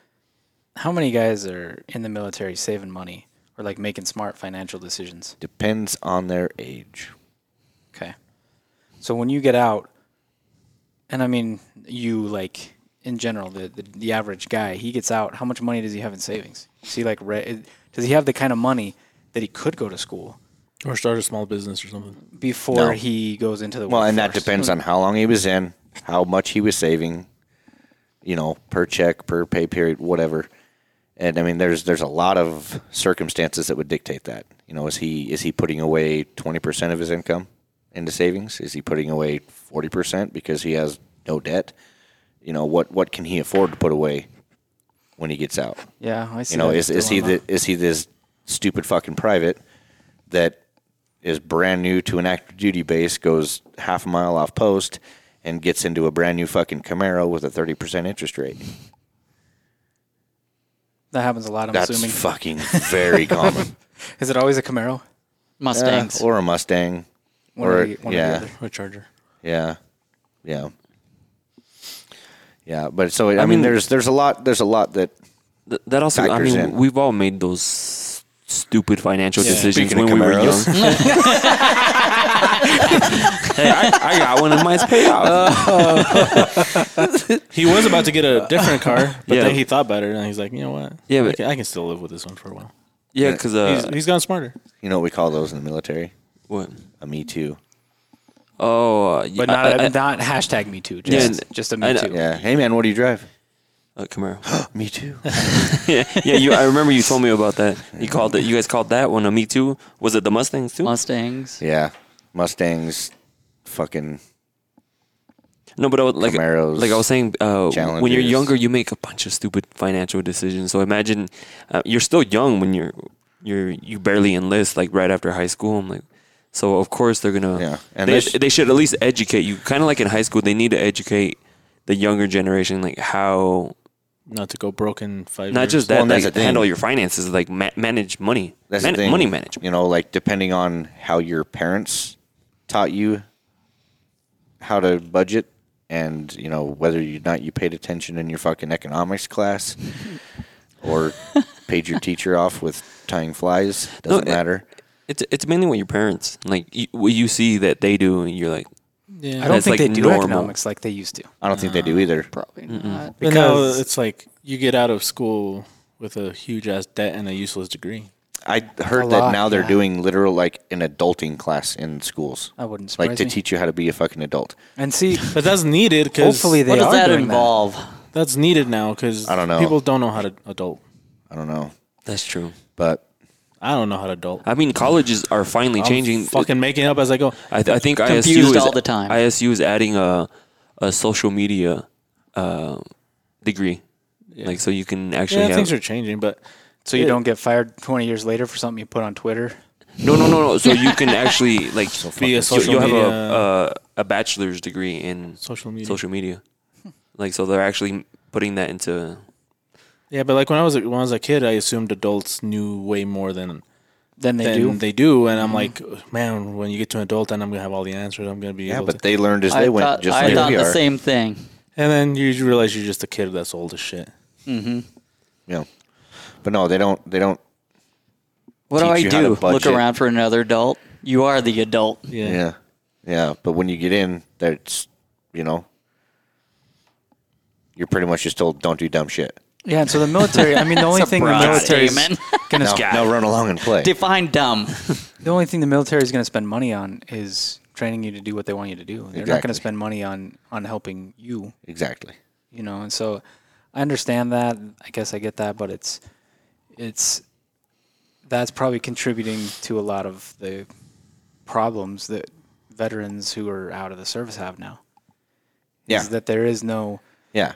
Speaker 2: How many guys are in the military saving money or like making smart financial decisions?
Speaker 8: Depends on their age.
Speaker 2: Okay. So when you get out, and I mean you like in general, the, the the average guy, he gets out. How much money does he have in savings? See, like, re- does he have the kind of money that he could go to school
Speaker 3: or start a small business or something.
Speaker 2: before
Speaker 8: No.
Speaker 2: he goes into the
Speaker 8: Well, and that
Speaker 2: workforce?
Speaker 8: depends on how long he was in, how much he was saving, you know, per check, per pay period, whatever. And I mean, there's there's a lot of circumstances that would dictate that. You know, is he is he putting away twenty percent of his income into savings? Is he putting away forty percent because he has no debt? You know, what what can he afford to put away when he gets out?
Speaker 2: Yeah, I see.
Speaker 8: You know,
Speaker 2: that
Speaker 8: is is he
Speaker 2: dilemma.
Speaker 8: the, is he this stupid fucking private that is brand new to an active duty base, goes half a mile off post, and gets into a brand new fucking Camaro with a thirty percent interest rate.
Speaker 2: That happens a lot. I'm
Speaker 8: That's
Speaker 2: assuming.
Speaker 8: fucking very common.
Speaker 2: Is it always a Camaro?
Speaker 10: Mustangs.
Speaker 8: Uh, or a Mustang.
Speaker 2: One
Speaker 8: or
Speaker 2: or the- one or the
Speaker 8: yeah,
Speaker 2: other.
Speaker 3: Or charger.
Speaker 8: Yeah, yeah, yeah. But so I, mean,
Speaker 7: mean-
Speaker 8: there's there's a lot there's a lot that
Speaker 7: Th- that also, I
Speaker 8: Factors
Speaker 7: mean,
Speaker 8: in.
Speaker 7: we've all made those s- stupid financial decisions
Speaker 8: Speaking of
Speaker 7: when we were young.
Speaker 8: Camaros.
Speaker 7: hey, I, I got one of mine's paid off.
Speaker 8: Uh,
Speaker 3: He was about to get a different car, but
Speaker 7: Yeah.
Speaker 3: then he thought better and he's like, you know what?
Speaker 7: Yeah,
Speaker 3: I
Speaker 7: but-
Speaker 3: can, I can still live with this one for a while.
Speaker 7: yeah, because uh,
Speaker 3: He's, he's gone smarter.
Speaker 8: you know what we call those in the military
Speaker 7: what?
Speaker 8: a Me Too.
Speaker 7: Oh, uh,
Speaker 2: But not not hashtag Me Too.
Speaker 7: Yeah,
Speaker 2: Just just a
Speaker 7: I
Speaker 2: Me
Speaker 7: know.
Speaker 2: Too.
Speaker 8: Yeah. Hey man, what do you drive?
Speaker 7: uh, Camaro.
Speaker 8: Me Too.
Speaker 7: yeah, yeah. You, I remember you told me about that. You called it. You guys called that one a Me Too. Was it the Mustangs too?
Speaker 10: Mustangs.
Speaker 8: yeah, Mustangs, fucking
Speaker 7: No, but I was, like
Speaker 8: Camaros,
Speaker 7: like I was saying, uh, when you're
Speaker 8: Challengers.
Speaker 7: younger, you make a bunch of stupid financial decisions. So imagine uh, you're still young when you're you're you barely enlist like right after high school. I'm like, so of course they're gonna
Speaker 8: Yeah,
Speaker 7: and uh,
Speaker 8: and
Speaker 7: they,
Speaker 8: they sh-
Speaker 7: they should at least educate you. Kind of like in high school, they need to educate the younger generation like how
Speaker 3: Not to go broken five
Speaker 7: not
Speaker 3: years.
Speaker 7: just
Speaker 8: Well,
Speaker 7: that
Speaker 8: and that's
Speaker 7: like
Speaker 8: the thing.
Speaker 7: handle your finances, like ma- manage money,
Speaker 8: That's
Speaker 7: Man-
Speaker 8: the thing.
Speaker 7: money management.
Speaker 8: You know, like depending on how your parents taught you how to budget, and you know whether or not you paid attention in your fucking economics class, or paid your teacher off with tying flies. Doesn't
Speaker 7: No, it-
Speaker 8: matter.
Speaker 7: It's it's mainly what your parents like you, what you see that they do, and you're like,
Speaker 2: I don't
Speaker 7: That's,
Speaker 2: think
Speaker 7: like,
Speaker 2: they do
Speaker 7: normal.
Speaker 2: economics like they used to.
Speaker 8: I don't think they do either.
Speaker 10: Probably not.
Speaker 3: But
Speaker 2: Because-
Speaker 3: no, it's like you get out of school with a huge ass debt and a useless degree.
Speaker 8: I heard
Speaker 2: A
Speaker 8: that
Speaker 2: lot,
Speaker 8: now they're
Speaker 2: yeah.
Speaker 8: doing literal like an adulting class in schools,
Speaker 2: I wouldn't surprise
Speaker 8: like to
Speaker 2: me.
Speaker 8: teach you how to be a fucking adult.
Speaker 2: and see,
Speaker 3: But that's needed because
Speaker 2: hopefully they
Speaker 10: What does
Speaker 2: are
Speaker 10: that
Speaker 2: doing
Speaker 10: involve?
Speaker 3: that's needed now because
Speaker 8: I don't know.
Speaker 3: People don't know how to adult.
Speaker 8: I don't know,
Speaker 7: that's true.
Speaker 8: but
Speaker 3: I don't know how to adult.
Speaker 7: I mean, colleges are finally
Speaker 3: I'm
Speaker 7: changing.
Speaker 3: fucking making up as I go.
Speaker 7: I, th- I think ISU
Speaker 10: Confused
Speaker 7: is,
Speaker 10: all the time.
Speaker 7: ISU is adding a a social media uh, degree, like so you can actually
Speaker 3: Yeah,
Speaker 7: have.
Speaker 3: things are changing, but
Speaker 2: So you don't get fired 20 years later for something you put on Twitter.
Speaker 7: no, no, no, no. So you can actually like
Speaker 3: be a
Speaker 7: so
Speaker 3: social
Speaker 7: you'll have
Speaker 3: media.
Speaker 7: a, a a bachelor's degree in
Speaker 3: social media. Hmm.
Speaker 7: social media, like so they're actually putting that into.
Speaker 3: Yeah, but like when I was a, when I was a kid, I assumed adults knew way more than
Speaker 2: Then they
Speaker 3: than
Speaker 2: do. Mm-hmm.
Speaker 3: they do, and I'm like, man, when you get to an adult, then I'm gonna have all the answers. I'm gonna be
Speaker 8: yeah,
Speaker 3: able
Speaker 8: but
Speaker 3: to.
Speaker 8: they learned as
Speaker 10: I
Speaker 8: they went,
Speaker 10: thought,
Speaker 8: just
Speaker 10: I
Speaker 8: like
Speaker 10: thought
Speaker 8: we
Speaker 10: the
Speaker 8: are.
Speaker 10: same thing.
Speaker 3: And then you realize you're just a kid that's old as shit.
Speaker 8: Yeah, but no, they don't. They don't.
Speaker 10: What
Speaker 8: Teach you how to
Speaker 10: do I do? Look
Speaker 8: budget.
Speaker 10: around for another adult. You are the adult.
Speaker 3: Yeah.
Speaker 8: Yeah, yeah. But when you get in, that's you know, you're pretty much just told don't do dumb shit.
Speaker 2: Yeah, and so the military. I mean, the only
Speaker 10: That's a
Speaker 2: thing the
Speaker 10: broad
Speaker 2: military is
Speaker 10: statement.
Speaker 2: gonna
Speaker 8: Now,
Speaker 2: sp-
Speaker 8: now run along and play.
Speaker 10: Define dumb.
Speaker 2: the only thing the military is going to spend money on is training you to do what they want you to do. They're not going
Speaker 8: Exactly.
Speaker 2: to spend money on on helping you.
Speaker 8: exactly.
Speaker 2: you know and so i understand that i guess i get that but it's it's that's probably contributing to a lot of the problems that veterans who are out of the service have now
Speaker 8: Yeah.
Speaker 2: is that there is no
Speaker 8: yeah.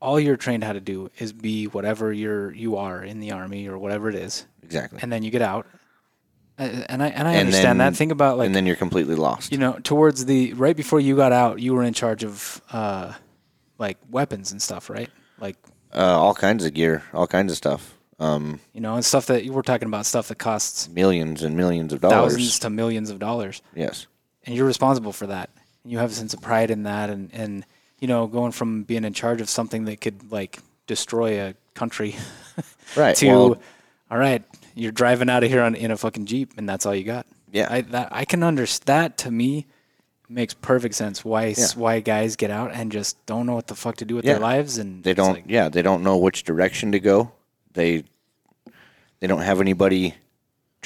Speaker 2: all you're trained how to do is be whatever you're you are in the army or whatever it is
Speaker 8: Exactly.
Speaker 2: and then you get out Uh, and i and i
Speaker 8: And
Speaker 2: understand
Speaker 8: then-
Speaker 2: that think about like
Speaker 8: and then you're completely lost.
Speaker 2: you know, towards the right before you got out, you were in charge of uh, like weapons and stuff, right? Like
Speaker 8: uh, all kinds of gear, all kinds of stuff. Um,
Speaker 2: you know, and stuff that you were talking about stuff that costs
Speaker 8: millions and millions of dollars.
Speaker 2: thousands to millions of dollars,
Speaker 8: Yes.
Speaker 2: and you're responsible for that. And you have a sense of pride in that, and and you know, going from being in charge of something that could like destroy a country
Speaker 8: Right.
Speaker 2: to
Speaker 8: well,
Speaker 2: all right, you're driving out of here on in a fucking jeep, and that's all you got.
Speaker 8: Yeah.
Speaker 2: I that I can understand. That to me makes perfect sense. Why s
Speaker 8: Yeah.
Speaker 2: why guys get out and just don't know what the fuck to do with
Speaker 8: Yeah.
Speaker 2: their lives, and
Speaker 8: they
Speaker 2: it's
Speaker 8: don't.
Speaker 2: like-
Speaker 8: yeah, they don't know which direction to go. They they don't have anybody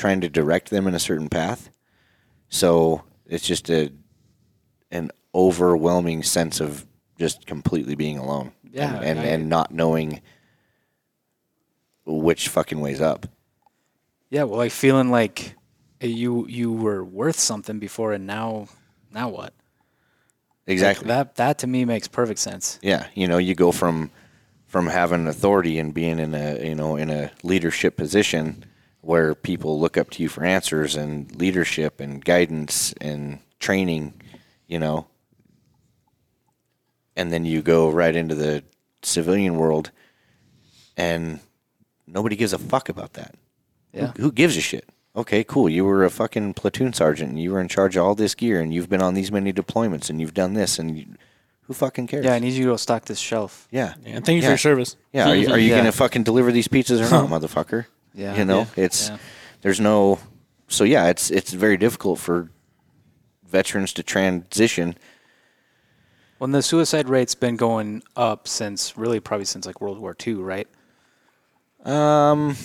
Speaker 8: trying to direct them in a certain path. So it's just a an overwhelming sense of just completely being alone.
Speaker 2: Yeah,
Speaker 8: And and,
Speaker 2: I-
Speaker 8: and not knowing which fucking ways up.
Speaker 2: yeah, well, like feeling like eh, you you were worth something before, and now now what? Like,
Speaker 8: Exactly.
Speaker 2: that that to me makes perfect sense.
Speaker 8: Yeah, you know, you go from from having authority and being in a you know in a leadership position where people look up to you for answers and leadership and guidance and training, you know. And then you go right into the civilian world and nobody gives a fuck about that.
Speaker 2: Yeah.
Speaker 8: Who, who gives a shit? Okay, cool. You were a fucking platoon sergeant and you were in charge of all this gear and you've been on these many deployments and you've done this and you, who fucking cares?
Speaker 2: Yeah, I need you to go stock this shelf.
Speaker 8: yeah.
Speaker 3: And thank you for
Speaker 8: Yeah.
Speaker 3: your service.
Speaker 8: Yeah, are you, are you
Speaker 2: Yeah.
Speaker 8: gonna fucking deliver these pizzas or not, motherfucker?
Speaker 2: Yeah.
Speaker 8: you know it's there's no. So yeah, it's it's very difficult for veterans to transition.
Speaker 2: Well, and the suicide rate's been going up since really probably since like World War II, right?
Speaker 8: Um,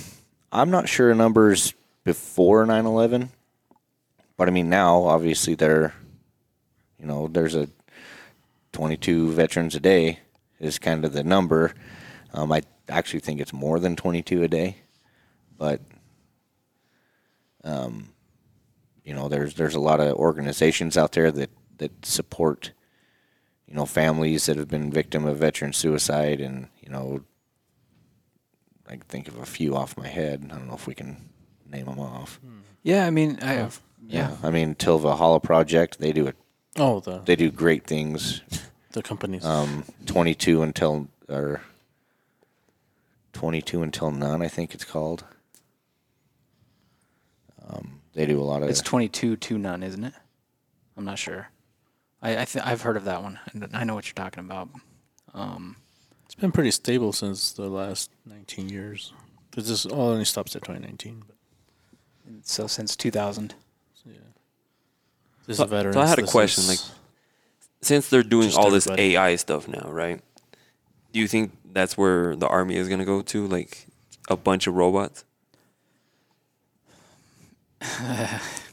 Speaker 8: I'm not sure numbers before 9/11, but I mean now obviously they're, you know, there's a 22 veterans a day is kind of the number. Um, I actually think it's more than 22 a day, but um, you know, there's there's a lot of organizations out there that that support, you know, families that have been victim of veteran suicide, and you know, I can think of a few off my head. I don't know if we can name them off.
Speaker 2: Yeah, I mean, I have.
Speaker 8: Yeah, I mean, Tilva Hollow Project, they do it.
Speaker 3: Oh, the
Speaker 8: They do great things.
Speaker 3: the companies.
Speaker 8: Um, 22 until or 22 until none, I think it's called. Um, they do a lot of
Speaker 2: It's 22 to none, isn't it? I'm not sure. I, I th- I've heard of that one. I kn- I know what you're talking about. Um,
Speaker 3: it's been pretty stable since the last 19 years. 'Cause this all only stops at 2019. But
Speaker 2: so since 2000.
Speaker 3: this
Speaker 7: So-
Speaker 3: is veterans.
Speaker 7: so I had a
Speaker 3: this
Speaker 7: question,
Speaker 3: is-
Speaker 7: like, since they're doing
Speaker 3: Just
Speaker 7: all this
Speaker 3: everybody.
Speaker 7: AI stuff now, right? Do you think that's where the army is gonna go to? Like a bunch of robots?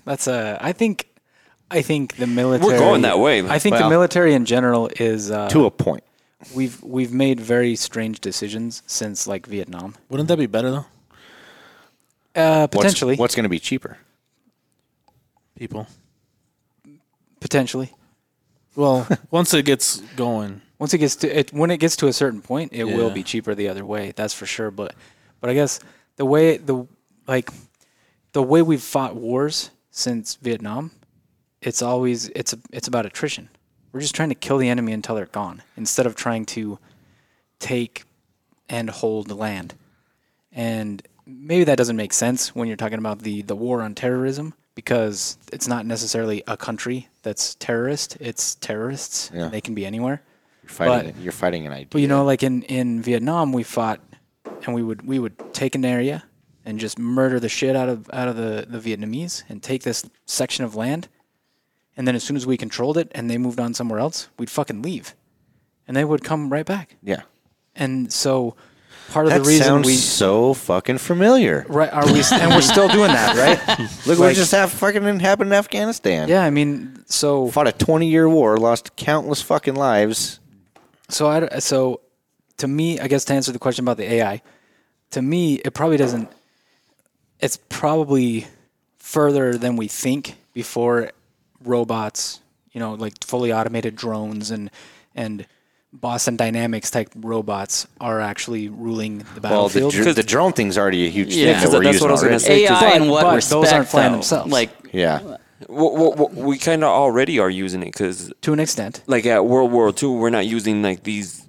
Speaker 2: That's a. I think. I think the military.
Speaker 7: going that way, but-
Speaker 2: I think the
Speaker 8: Well-
Speaker 2: military in general is. Uh,
Speaker 8: to a point.
Speaker 2: we've we've made very strange decisions since like Vietnam.
Speaker 3: wouldn't that be better though?
Speaker 2: Uh,
Speaker 8: What's-
Speaker 2: potentially.
Speaker 8: What's, going to be cheaper?
Speaker 3: People.
Speaker 2: Potentially.
Speaker 3: Well, once it gets going,
Speaker 2: Once it gets to it, when it gets to a certain point, it will
Speaker 3: Yeah.
Speaker 2: be cheaper the other way. That's for sure. But but I guess the way the like the way we've fought wars since Vietnam, it's always it's a, it's about attrition. We're just trying to kill the enemy until they're gone, instead of trying to take and hold land. And maybe that doesn't make sense when you're talking about the, the war on terrorism because it's not necessarily a country that's terrorist. It's terrorists.
Speaker 8: Yeah.
Speaker 2: They can be anywhere.
Speaker 8: You're fighting. you're fighting an
Speaker 2: But
Speaker 8: idea.
Speaker 2: you know, like in, in Vietnam, we fought, and we would we would take an area and just murder the shit out of out of the, the Vietnamese and take this section of land, and then as soon as we controlled it and they moved on somewhere else, we'd fucking leave, and they would come right back.
Speaker 8: yeah,
Speaker 2: And so, part of
Speaker 8: that
Speaker 2: the reason
Speaker 8: sounds
Speaker 2: we
Speaker 8: so fucking familiar.
Speaker 2: right are we and we're still doing that, right? Like-
Speaker 8: Look, what just have fucking happened in Afghanistan.
Speaker 2: Yeah, I mean, so
Speaker 8: fought a 20 year war, lost countless fucking lives.
Speaker 2: So I d- so to me, I guess to answer the question about the AI, to me it probably doesn't. It's probably further than we think before robots, you know, like fully automated drones and and Boston Dynamics type robots are actually ruling the
Speaker 8: Well, the,
Speaker 2: battlefield.
Speaker 8: dr- the drone thing's already a huge
Speaker 10: Yeah.
Speaker 8: thing that
Speaker 10: Because
Speaker 8: we're
Speaker 7: that's
Speaker 8: using
Speaker 7: what I was gonna
Speaker 8: already.
Speaker 7: say.
Speaker 10: AI
Speaker 2: But-
Speaker 10: in what
Speaker 2: but those
Speaker 10: respect?
Speaker 2: aren't flying
Speaker 10: though?
Speaker 2: themselves.
Speaker 10: Like
Speaker 8: Yeah,
Speaker 7: Well, well, well, we kind of already are using it because,
Speaker 2: to an extent,
Speaker 7: like, at World War II, we're not using like these,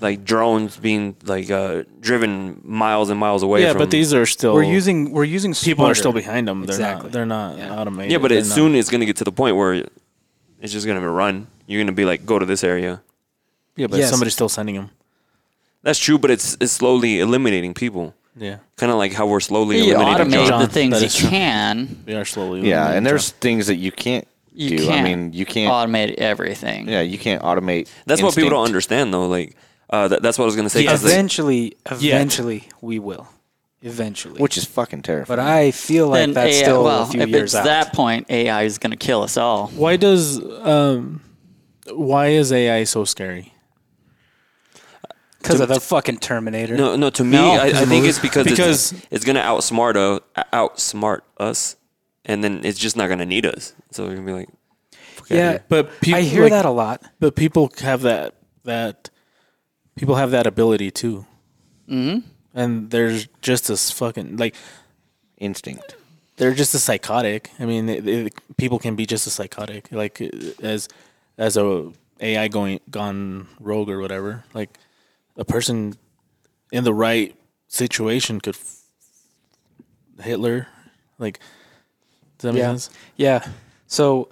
Speaker 7: like drones being like uh, driven miles and miles away.
Speaker 3: yeah,
Speaker 7: from,
Speaker 3: but these are still
Speaker 2: we're using we're using
Speaker 3: people are
Speaker 2: smarter-
Speaker 3: still behind them. They're
Speaker 2: Exactly.
Speaker 3: not. They're not automated.
Speaker 7: Yeah, but
Speaker 3: They're
Speaker 7: as
Speaker 3: not-
Speaker 7: soon it's gonna get to the point where it's just gonna run. You're gonna be like, go to this area.
Speaker 3: yeah, but
Speaker 2: Yes.
Speaker 3: somebody's still sending them.
Speaker 7: That's true, but it's it's slowly eliminating people.
Speaker 3: Yeah,
Speaker 7: Kind of like how we're slowly
Speaker 10: you
Speaker 7: eliminating
Speaker 10: automate
Speaker 7: jobs.
Speaker 3: John.
Speaker 10: the things
Speaker 3: That
Speaker 10: you
Speaker 3: is true.
Speaker 10: can.
Speaker 3: we are slowly.
Speaker 8: yeah,
Speaker 3: eliminating
Speaker 8: and there's
Speaker 3: jobs.
Speaker 8: things that you can't
Speaker 10: You
Speaker 8: do. I
Speaker 10: can't
Speaker 8: mean, you can't.
Speaker 10: automate everything.
Speaker 8: yeah, you can't automate.
Speaker 7: That's what people don't
Speaker 8: instinct.
Speaker 7: understand though. Like uh, that, that's what I was gonna say. 'cause, like,
Speaker 2: Eventually, eventually we will. Eventually,
Speaker 8: which is fucking terrifying.
Speaker 2: but I feel like
Speaker 10: Then
Speaker 2: that's
Speaker 10: AI,
Speaker 2: still
Speaker 10: well,
Speaker 2: a few
Speaker 10: if
Speaker 2: years
Speaker 10: it's
Speaker 2: out.
Speaker 10: that point, AI is going to kill us all.
Speaker 3: Why does um, why is AI so scary?
Speaker 2: Because of the fucking Terminator.
Speaker 7: no, no. To me,
Speaker 10: No,
Speaker 7: I, I think it's because,
Speaker 3: Because-
Speaker 7: it's, it's gonna outsmart uh, outsmart us, and then it's just not gonna need us. So you're gonna be like, fuck outta
Speaker 2: Yeah,
Speaker 7: here.
Speaker 3: But people,
Speaker 2: I hear
Speaker 3: like,
Speaker 2: that a lot.
Speaker 3: But people have that that people have that ability too, mm-hmm. and there's just this fucking like
Speaker 2: Oh,
Speaker 8: instinct.
Speaker 3: they're just as psychotic. I mean, they, they, people can be just as psychotic, like uh, as as a AI going gone rogue or whatever. Like a person in the right situation could f- Hitler. Like, does that make
Speaker 2: Yeah.
Speaker 3: sense?
Speaker 2: Yeah. So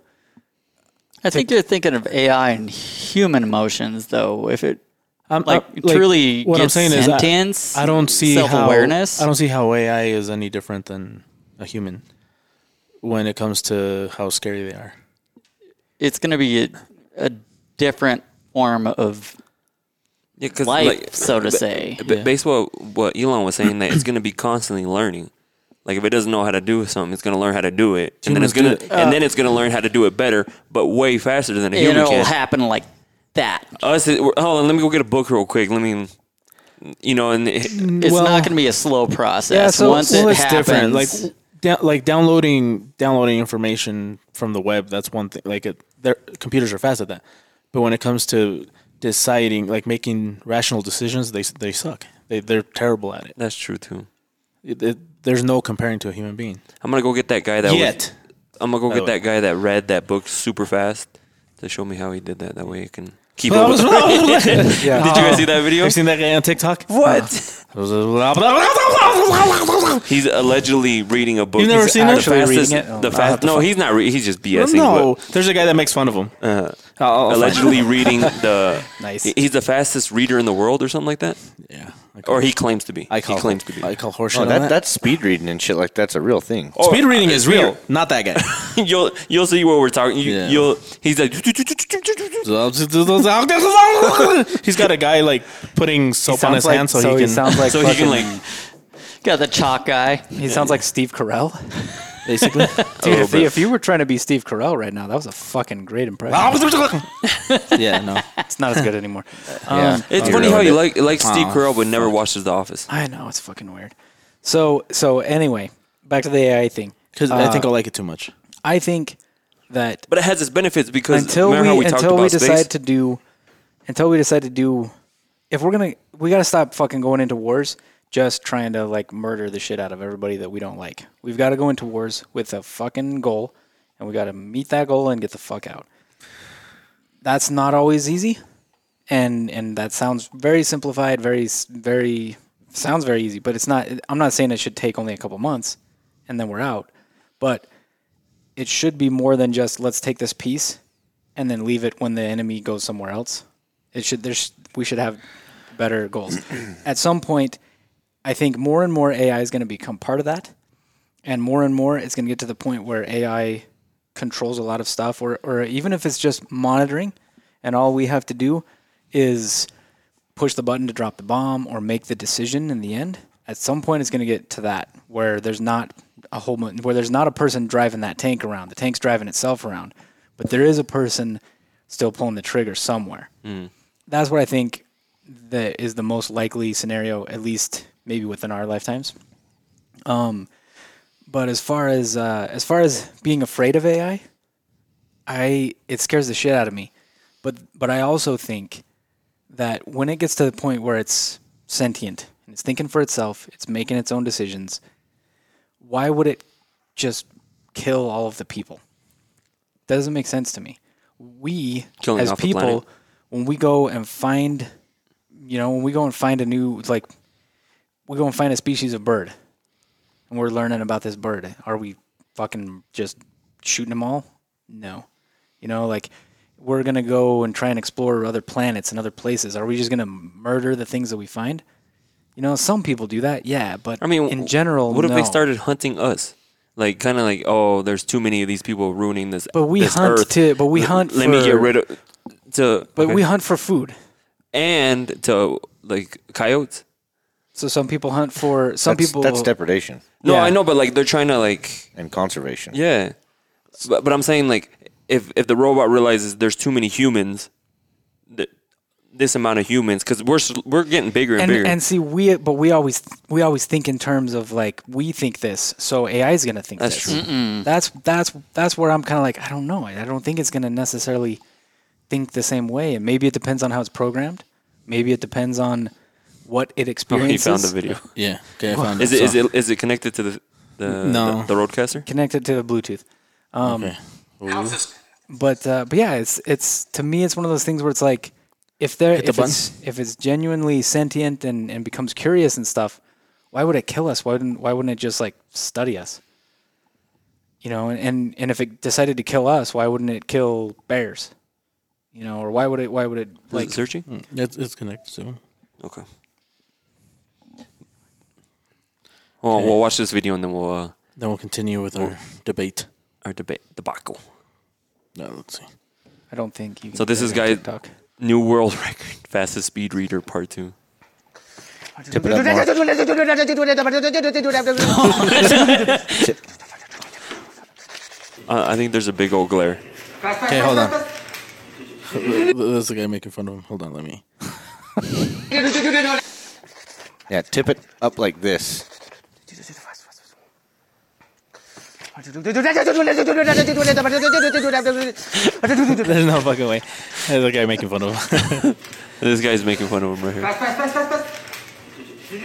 Speaker 10: I think you're thinking of AI and human emotions, though. If it
Speaker 3: I'm,
Speaker 10: like
Speaker 3: I'm-
Speaker 10: truly
Speaker 3: Uh, what I'm
Speaker 10: gets
Speaker 3: saying
Speaker 10: sentience,
Speaker 3: is I, I don't see how-
Speaker 10: self-awareness.
Speaker 3: I don't see how AI is any different than a human when it comes to how scary they are.
Speaker 10: it's going to be a, a different form of
Speaker 7: Yeah, 'cause,
Speaker 10: life,
Speaker 7: like,
Speaker 10: so to
Speaker 7: ba-
Speaker 10: say.
Speaker 7: ba- based what what Elon was saying, that it's going to be constantly learning. Like if it doesn't know how to do something, it's going to learn how to do it, and then
Speaker 3: Humans
Speaker 7: it's going
Speaker 3: do
Speaker 7: to
Speaker 10: Uh,
Speaker 7: and then it's going to learn how to do it better, but way faster than a
Speaker 10: And
Speaker 7: human
Speaker 10: it'll
Speaker 7: can.
Speaker 10: happen like that.
Speaker 7: Us, it- we're- hold on, let me go get a book real quick. Let me, you know, and it-
Speaker 10: It's
Speaker 3: Well-
Speaker 10: not going to be a slow process.
Speaker 3: Yeah, so
Speaker 10: Once
Speaker 3: well,
Speaker 10: it
Speaker 3: it's
Speaker 10: happens,
Speaker 3: different. Like down, like downloading downloading information from the web. That's one thing. Like it, their computers are fast at that. But when it comes to deciding, like making rational decisions, they they suck. They they're terrible at it.
Speaker 7: that's true too.
Speaker 3: It- it- there's no comparing to a human being
Speaker 7: I'm gonna go get that guy that was-
Speaker 3: yet.
Speaker 7: I'm gonna go
Speaker 3: By the
Speaker 7: get
Speaker 3: way.
Speaker 7: that guy that read that book super fast to show me how he did that. That way I can keep
Speaker 3: Well,
Speaker 7: up. with-
Speaker 3: I was-
Speaker 2: yeah.
Speaker 7: Did you guys see that video?
Speaker 3: Have you seen that guy on TikTok?
Speaker 7: What? He's allegedly reading a book.
Speaker 3: You've never
Speaker 7: He's
Speaker 3: seen
Speaker 7: the
Speaker 3: that?
Speaker 2: Actually
Speaker 7: fastest-
Speaker 2: reading it? Oh,
Speaker 7: the
Speaker 2: I'll
Speaker 7: fast,
Speaker 2: have to
Speaker 7: no,
Speaker 2: find-
Speaker 7: he's not. Re- he's just BSing.
Speaker 3: no,
Speaker 7: but,
Speaker 3: there's a guy that makes fun of him.
Speaker 7: uh,
Speaker 3: I'll- I'll find
Speaker 7: allegedly
Speaker 3: it.
Speaker 7: reading the.
Speaker 2: Nice.
Speaker 7: he- He's the fastest reader in the world, or something like that,
Speaker 3: yeah.
Speaker 7: or he claims to be.
Speaker 3: I call
Speaker 7: he claims to be.
Speaker 3: I call horseshit.
Speaker 8: Oh,
Speaker 3: on
Speaker 8: that,
Speaker 3: that.
Speaker 8: that's speed reading and shit like that's a real thing.
Speaker 2: Oh,
Speaker 3: Speed reading is real, not that guy.
Speaker 7: you'll you'll see what we're talking. You,
Speaker 3: Yeah.
Speaker 7: You'll he's like.
Speaker 3: He's got a guy like putting soap on his
Speaker 2: like,
Speaker 3: hand so,
Speaker 2: so
Speaker 3: he can.
Speaker 2: sounds like
Speaker 7: so he can
Speaker 2: fucking-
Speaker 7: like
Speaker 10: got the chalk guy.
Speaker 2: he sounds like Steve Carell.
Speaker 3: basically.
Speaker 2: Dude,
Speaker 7: little
Speaker 2: if, you-
Speaker 7: bit.
Speaker 2: if you were trying to be Steve Carell right now, that was a fucking great impression.
Speaker 3: yeah, no.
Speaker 2: it's not as good anymore.
Speaker 8: Yeah.
Speaker 2: Um,
Speaker 7: It's
Speaker 8: You
Speaker 7: funny how he
Speaker 8: ruined it.
Speaker 7: like likes Steve
Speaker 3: Aw,
Speaker 7: Carell but never watches The Office.
Speaker 2: I know it's fucking weird. So so anyway, back to the AI thing.
Speaker 3: Because I think I like it too much.
Speaker 2: I think that
Speaker 7: But it has its benefits because
Speaker 2: until
Speaker 7: remember how
Speaker 2: we,
Speaker 7: we talked
Speaker 2: until
Speaker 7: about
Speaker 2: we decide
Speaker 7: space?
Speaker 2: to do until we decide to do if we're gonna we gotta stop fucking going into wars just trying to like murder the shit out of everybody that we don't like. We've got to go into wars with a fucking goal, and we got to meet that goal and get the fuck out. That's not always easy, and and that sounds very simplified, very s- very sounds very easy, but it's not. I'm not saying it should take only a couple months, and then we're out, but it should be more than just let's take this piece and then leave it when the enemy goes somewhere else. It should there's we should have better goals. At some point, I think more and more AI is going to become part of that, and more and more it's going to get to the point where AI controls a lot of stuff, or or even if it's just monitoring, and all we have to do is push the button to drop the bomb or make the decision in the end. At some point, it's going to get to that where there's not a whole mon- where there's not a person driving that tank around. The tank's driving itself around, but there is a person still pulling the trigger somewhere. That's what I think that is the most likely scenario, at least maybe within our lifetimes. Um, but as far as uh, as far as being afraid of AI, I it scares the shit out of me. But but I also think that when it gets to the point where it's sentient and it's thinking for itself, it's making its own decisions, why would it just kill all of the people? Doesn't make sense to me. We
Speaker 7: Killing
Speaker 2: as
Speaker 7: off the planet.
Speaker 2: people, when we go and find, you know, when we go and find a new like, we go and find a species of bird, and we're learning about this bird. Are we fucking just shooting them all? No. You know, like we're gonna go and try and explore other planets and other places. Are we just gonna murder the things that we find? You know, some people do that, yeah, but
Speaker 7: I mean,
Speaker 2: in general,
Speaker 7: what if
Speaker 2: no.
Speaker 7: they started hunting us? Like kind of like, oh, there's too many of these people ruining this.
Speaker 2: But we
Speaker 7: this
Speaker 2: hunt
Speaker 7: earth.
Speaker 2: to- but we hunt
Speaker 7: Let me get
Speaker 2: for-
Speaker 7: rid of. To
Speaker 2: But
Speaker 7: okay.
Speaker 2: we hunt for food,
Speaker 7: and to like coyotes.
Speaker 2: so some people hunt for some
Speaker 8: that's,
Speaker 2: people.
Speaker 8: that's depredation
Speaker 7: No,
Speaker 2: Yeah.
Speaker 7: I know, but like they're trying to like
Speaker 8: and conservation.
Speaker 7: yeah. But, but I'm saying like if if the robot realizes there's too many humans, th- this amount of humans because we're s- we're getting bigger and,
Speaker 2: and,
Speaker 7: bigger.
Speaker 2: and see we but we always we always think in terms of like we think this so ai is going to think
Speaker 7: That's
Speaker 2: this that's that's that's where i'm kind of like i don't know i don't think it's going to necessarily think the same way and maybe it depends on how it's programmed maybe it depends on what it
Speaker 7: oh, he
Speaker 2: experiences
Speaker 7: found the video.
Speaker 3: Yeah. Okay, I found
Speaker 7: Is it is it is it connected to the The
Speaker 3: No.
Speaker 7: the, the roadcaster.
Speaker 2: connected to the Bluetooth. Um,
Speaker 3: Okay.
Speaker 2: But uh, but yeah, it's it's to me it's one of those things where it's like if they're
Speaker 3: the
Speaker 2: if it's, if it's genuinely sentient and, and becomes curious and stuff, why would it kill us? Why wouldn't why wouldn't it just like study us? You know, and, and, and if it decided to kill us, why wouldn't it kill bears? You know, or why would it why would it
Speaker 7: Like
Speaker 2: like mm.
Speaker 7: searching.
Speaker 3: It's, it's connected to him.
Speaker 7: Okay. Well, we'll watch this video and then we'll uh,
Speaker 3: Then we'll continue with our debate.
Speaker 7: our debate debacle.
Speaker 3: No, let's see.
Speaker 2: I don't think you can
Speaker 7: So this
Speaker 2: do
Speaker 7: is
Speaker 2: that on
Speaker 7: guy-
Speaker 2: TikTok.
Speaker 7: New world record fastest speed reader part two.
Speaker 8: Tip it up more.
Speaker 7: Uh, I think there's a big old glare.
Speaker 3: Okay, hold on. That's the guy making fun of him. Hold on, let me.
Speaker 8: Yeah, tip it up like this.
Speaker 3: There's no fucking way. There's the guy making fun of him.
Speaker 7: This guy's making fun of him right here.
Speaker 2: you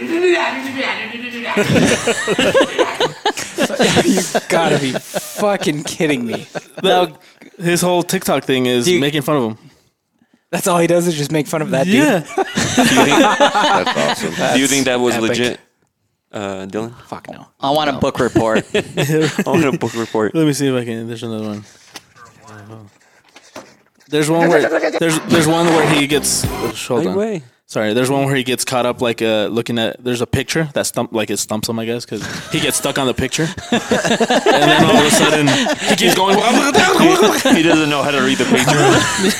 Speaker 2: gotta be fucking kidding me.
Speaker 3: The- his whole TikTok thing is
Speaker 2: Dude.
Speaker 3: making fun of him.
Speaker 2: That's all he does is just make fun of that dude.
Speaker 8: That's awesome.
Speaker 7: Do you think that was
Speaker 2: epic.
Speaker 7: legit, uh, Dylan?
Speaker 2: Fuck no.
Speaker 10: I want a book report.
Speaker 7: I want a book report.
Speaker 3: Let me see if I can. There's another one. There's one where there's there's one where he gets. Hold
Speaker 7: No
Speaker 3: on.
Speaker 7: way.
Speaker 3: Sorry, there's one where he gets caught up like uh, looking at. There's a picture that stump like it stumps him, I guess, because he gets stuck on the picture, and then all of a sudden he keeps going.
Speaker 7: he doesn't know how to read the picture.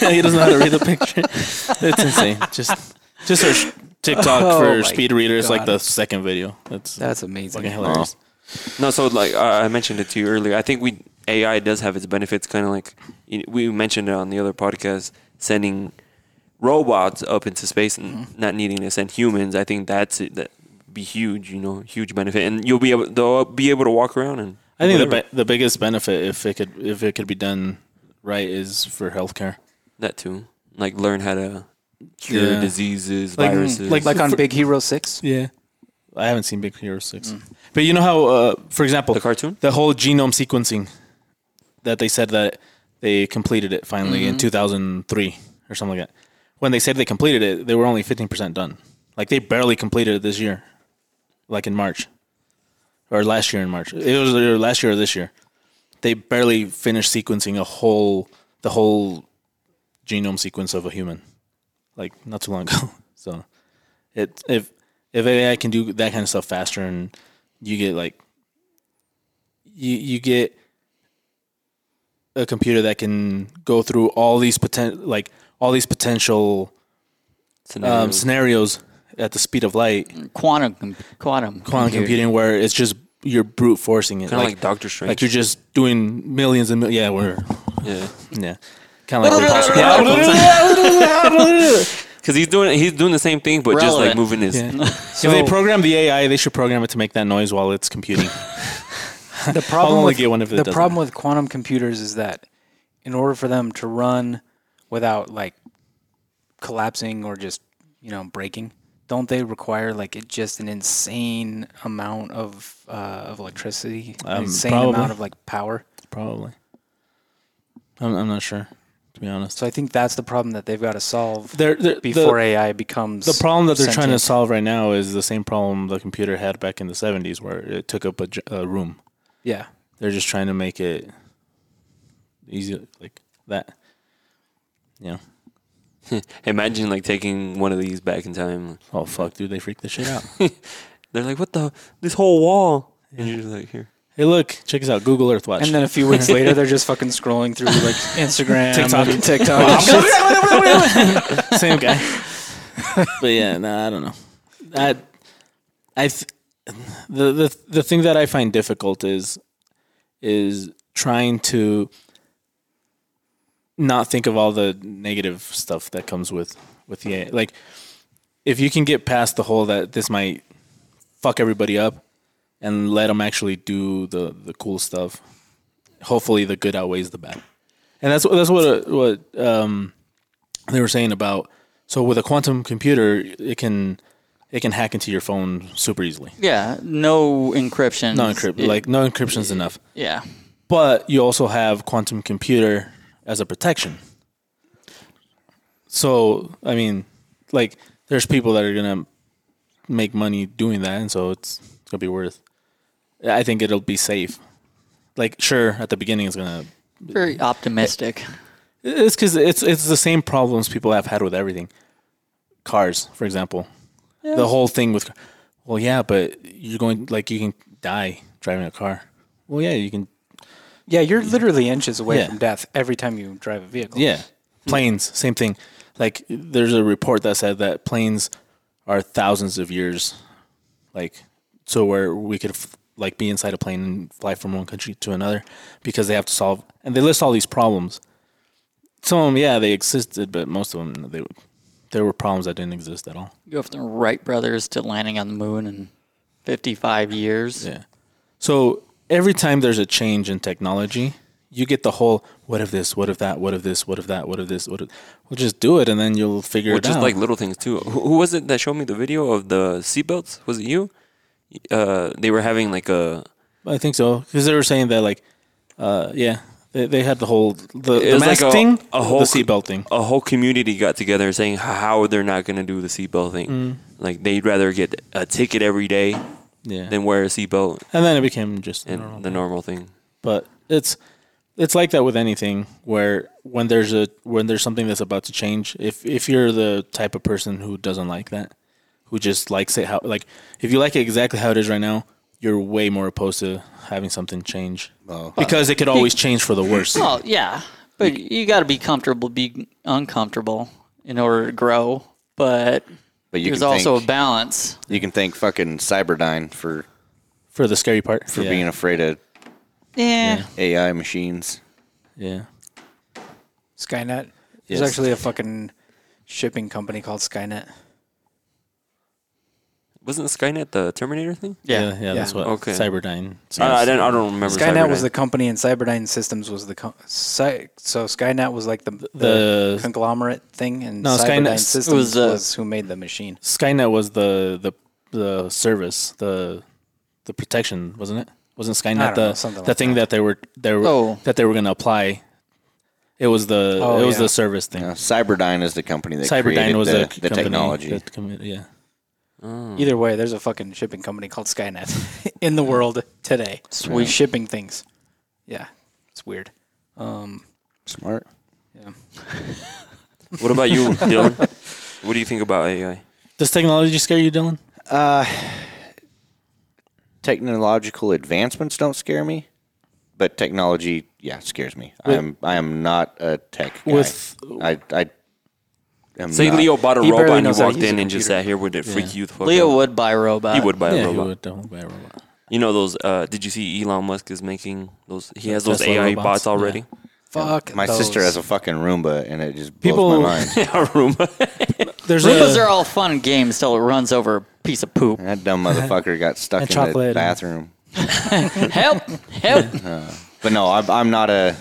Speaker 3: he doesn't know how to read the picture. It's insane. Just just search TikTok
Speaker 2: Oh my
Speaker 3: for speed reader. It's like
Speaker 2: God.
Speaker 3: the second video. That's
Speaker 2: That's amazing.
Speaker 3: fucking hilarious.
Speaker 7: no, so like I I mentioned it to you earlier. I think we AI does have its benefits, kind of like you- we mentioned it on the other podcast, sending robots up into space and
Speaker 3: Mm-hmm.
Speaker 7: not needing to send humans. I think that's it, that be huge, you know, huge benefit, and you'll be able they'll be able to walk around and.
Speaker 3: I think the
Speaker 7: whatever.
Speaker 3: be- the biggest benefit if it could if it could be done right is for healthcare.
Speaker 7: that too, like learn how to cure
Speaker 3: Yeah.
Speaker 7: diseases,
Speaker 3: Like- mm,
Speaker 7: viruses.
Speaker 3: like-
Speaker 2: Like on Big Hero Six.
Speaker 3: Yeah. I haven't seen Big Hero 6. But you know how, uh, for example,
Speaker 7: The cartoon?
Speaker 3: the whole genome sequencing that they said that they completed it finally in 2003 or something like that. When they said they completed it, they were only 15% done. Like they barely completed it this year, like in March or last year in March. It was either last year or this year. They barely finished sequencing a whole, the whole genome sequence of a human, like not too long ago. So it if if AI can do that kind of stuff faster and you get like you you get a computer that can go through all these poten- like all these potential um,
Speaker 7: scenarios.
Speaker 3: scenarios at the speed of light
Speaker 10: quantum, com- quantum,
Speaker 3: quantum computing where it's just you're brute forcing it
Speaker 7: Kinda like Doctor Strange.
Speaker 3: like you're just doing millions and mil- yeah we're
Speaker 7: yeah.
Speaker 3: yeah kind of like yeah,
Speaker 7: Because he's doing he's doing the same thing, but just like
Speaker 10: Relevant.
Speaker 7: moving his.
Speaker 3: yeah. if they program the AI they should program it to make that noise while it's computing
Speaker 2: The problem
Speaker 3: only
Speaker 2: with,
Speaker 3: get one if it
Speaker 2: the
Speaker 3: doesn't.
Speaker 2: problem with quantum computers is that in order for them to run without like collapsing or just you know breaking, don't they require like it just an insane amount of uh, of electricity, an
Speaker 3: Um,
Speaker 2: insane
Speaker 3: probably.
Speaker 2: amount of like power?
Speaker 3: Probably. I'm, I'm not sure, to be honest.
Speaker 2: So I think that's the problem that they've got to solve
Speaker 3: They're, they're,
Speaker 2: before
Speaker 3: the,
Speaker 2: AI becomes
Speaker 3: the problem that they're trying to
Speaker 2: sentient.
Speaker 3: solve right now is the same problem the computer had back in the 70s, where it took up a, j- a room.
Speaker 2: Yeah,
Speaker 3: They're just trying to make it easy, like that. Yeah.
Speaker 7: Imagine like taking one of these back in time.
Speaker 3: Oh fuck, dude! They freaked the shit out.
Speaker 7: They're like, what the this whole wall, and you're just like here.
Speaker 3: hey, look, check this out. Google Earth Watch.
Speaker 2: And then a few weeks later, they're just fucking scrolling through like Instagram,
Speaker 3: TikTok.
Speaker 2: and TikTok.
Speaker 3: same guy. but yeah, no, I don't know. I, I, th- the the the thing that I find difficult is is trying to not think of all the negative stuff that comes with with the like. If you can get past the whole that this might fuck everybody up, and let them actually do the the cool stuff, hopefully the good outweighs the bad. And that's that's what uh, what um, they were saying about so with a quantum computer it can it can hack into your phone super easily.
Speaker 10: Yeah, no encryption.
Speaker 3: No encryption, like no encryption's enough.
Speaker 10: yeah,
Speaker 3: But you also have quantum computer as a protection. So I mean, like there's people that are gonna make money doing that, and so it's, it's gonna be worth. I think it'll be safe. Like sure, at the beginning it's gonna
Speaker 10: very optimistic.
Speaker 3: It's because it's it's the same problems people have had with everything. Cars, for example, the whole thing with. Well, yeah, but you're going like you can die driving a car. Well, yeah, you can.
Speaker 2: Yeah, you're literally inches away
Speaker 3: Yeah.
Speaker 2: from death every time you drive a vehicle.
Speaker 3: Yeah, planes, same thing. Like there's a report that said that planes are thousands of years, like so where we could f- like be inside a plane and fly from one country to another because they have to solve and they list all these problems. Some of them, yeah, they existed, but most of them they there were problems that didn't exist at all.
Speaker 10: Go from the Wright brothers to landing on the moon in 55 years.
Speaker 3: Yeah. So every time there's a change in technology, you get the whole what if this, what if that, what if this, what if that, what if this, what if we'll just do it and then you'll figure
Speaker 7: Which
Speaker 3: it
Speaker 7: is
Speaker 3: out.
Speaker 7: like little things too. Who, who was it that showed me the video of the seatbelts? Was it you? Uh, they were having like a.
Speaker 3: I think so because they were saying that like, uh, yeah, they, they had the whole the,
Speaker 7: It
Speaker 3: the
Speaker 7: was like
Speaker 3: mask
Speaker 7: a-
Speaker 3: thing,
Speaker 7: a whole
Speaker 3: the
Speaker 7: c-
Speaker 3: seatbelt thing.
Speaker 7: A whole community got together saying how they're not going to do the seatbelt thing. Like they'd rather get a ticket every day
Speaker 3: Yeah,
Speaker 7: than wear a seatbelt
Speaker 3: and then it became just
Speaker 7: and
Speaker 3: normal.
Speaker 7: the normal thing.
Speaker 3: But it's it's like that with anything where when there's a when there's something that's about to change, if if you're the type of person who doesn't like that, who just likes it how like if you like it exactly how it is right now, you're way more opposed to having something change because it could always change for the worse.
Speaker 10: Oh, yeah. But you got to be comfortable, be uncomfortable in order to grow. But,
Speaker 8: But you
Speaker 10: there's
Speaker 8: can
Speaker 10: also
Speaker 8: thank-
Speaker 10: a balance.
Speaker 8: You can thank fucking Cyberdyne for
Speaker 3: For the scary part,
Speaker 8: for being afraid of
Speaker 10: Yeah.
Speaker 8: AI machines.
Speaker 3: yeah.
Speaker 2: Skynet.
Speaker 3: Yes.
Speaker 2: There's actually a fucking shipping company called Skynet.
Speaker 7: Wasn't Skynet the Terminator thing?
Speaker 3: Yeah,
Speaker 10: Yeah.
Speaker 3: yeah, that's what
Speaker 7: Okay.
Speaker 3: Cyberdyne.
Speaker 7: Uh, I don't. I don't remember.
Speaker 2: Skynet was
Speaker 7: Cyberdyne.
Speaker 2: the company, and Cyberdyne Systems was the com- Cy- so Skynet was like the, the,
Speaker 3: The-
Speaker 2: conglomerate thing, and
Speaker 3: No,
Speaker 2: Cyberdyne
Speaker 3: Skynet s-
Speaker 2: Systems
Speaker 10: was,
Speaker 2: was,
Speaker 10: uh,
Speaker 2: who made the machine.
Speaker 3: Skynet was the the the service, the the protection, wasn't it? Wasn't Skynet
Speaker 2: don't
Speaker 3: the
Speaker 2: know, something
Speaker 3: the
Speaker 2: like
Speaker 3: thing that. they were they were
Speaker 10: Oh.
Speaker 3: that they were going to apply? It was the
Speaker 2: Oh,
Speaker 3: it was
Speaker 2: yeah.
Speaker 3: the service thing.
Speaker 8: Uh, Cyberdyne is the company that
Speaker 3: Cyberdyne
Speaker 8: created
Speaker 3: was
Speaker 8: the,
Speaker 3: c-
Speaker 8: the
Speaker 3: company
Speaker 8: technology.
Speaker 3: that commi- yeah, Hmm.
Speaker 2: Either way, there's a fucking shipping company called Skynet in the world today. Sweet shipping things. Yeah, it's weird. Um,
Speaker 8: Smart.
Speaker 7: What about you, Dylan? What do you think about AI?
Speaker 3: does technology scare you, Dylan?
Speaker 8: Technological advancements don't scare me, but technology, yeah, scares me. I'm I am not a tech guy.
Speaker 3: With-
Speaker 8: I I am
Speaker 7: Say
Speaker 8: not-
Speaker 7: Leo bought a
Speaker 2: He barely
Speaker 7: robot and
Speaker 2: knows
Speaker 7: he
Speaker 2: how to
Speaker 7: walked
Speaker 2: use
Speaker 7: in
Speaker 2: a
Speaker 7: and just
Speaker 2: computer.
Speaker 7: sat here. Would it freak you the fuck
Speaker 10: Leo
Speaker 7: out?
Speaker 10: would buy a robot.
Speaker 7: He would
Speaker 3: yeah,
Speaker 7: buy a
Speaker 3: he
Speaker 7: robot.
Speaker 3: would don't buy a robot.
Speaker 7: You know those? Uh, did you see Elon Musk is making those? He has those
Speaker 3: Tesla
Speaker 7: AI
Speaker 3: robots,
Speaker 7: bots
Speaker 3: yeah.
Speaker 7: already.
Speaker 2: fuck.
Speaker 8: My sister
Speaker 2: those.
Speaker 8: has a fucking Roomba, and it just blows
Speaker 3: People-
Speaker 8: my mind.
Speaker 7: Yeah, Roomba.
Speaker 3: There's
Speaker 10: Roombas
Speaker 3: a,
Speaker 10: are all fun games till it runs over a piece of poop.
Speaker 8: That dumb motherfucker got stuck in
Speaker 3: And chocolate
Speaker 8: the
Speaker 3: and-
Speaker 8: bathroom.
Speaker 10: help! Help!
Speaker 8: But no, I'm, I'm not a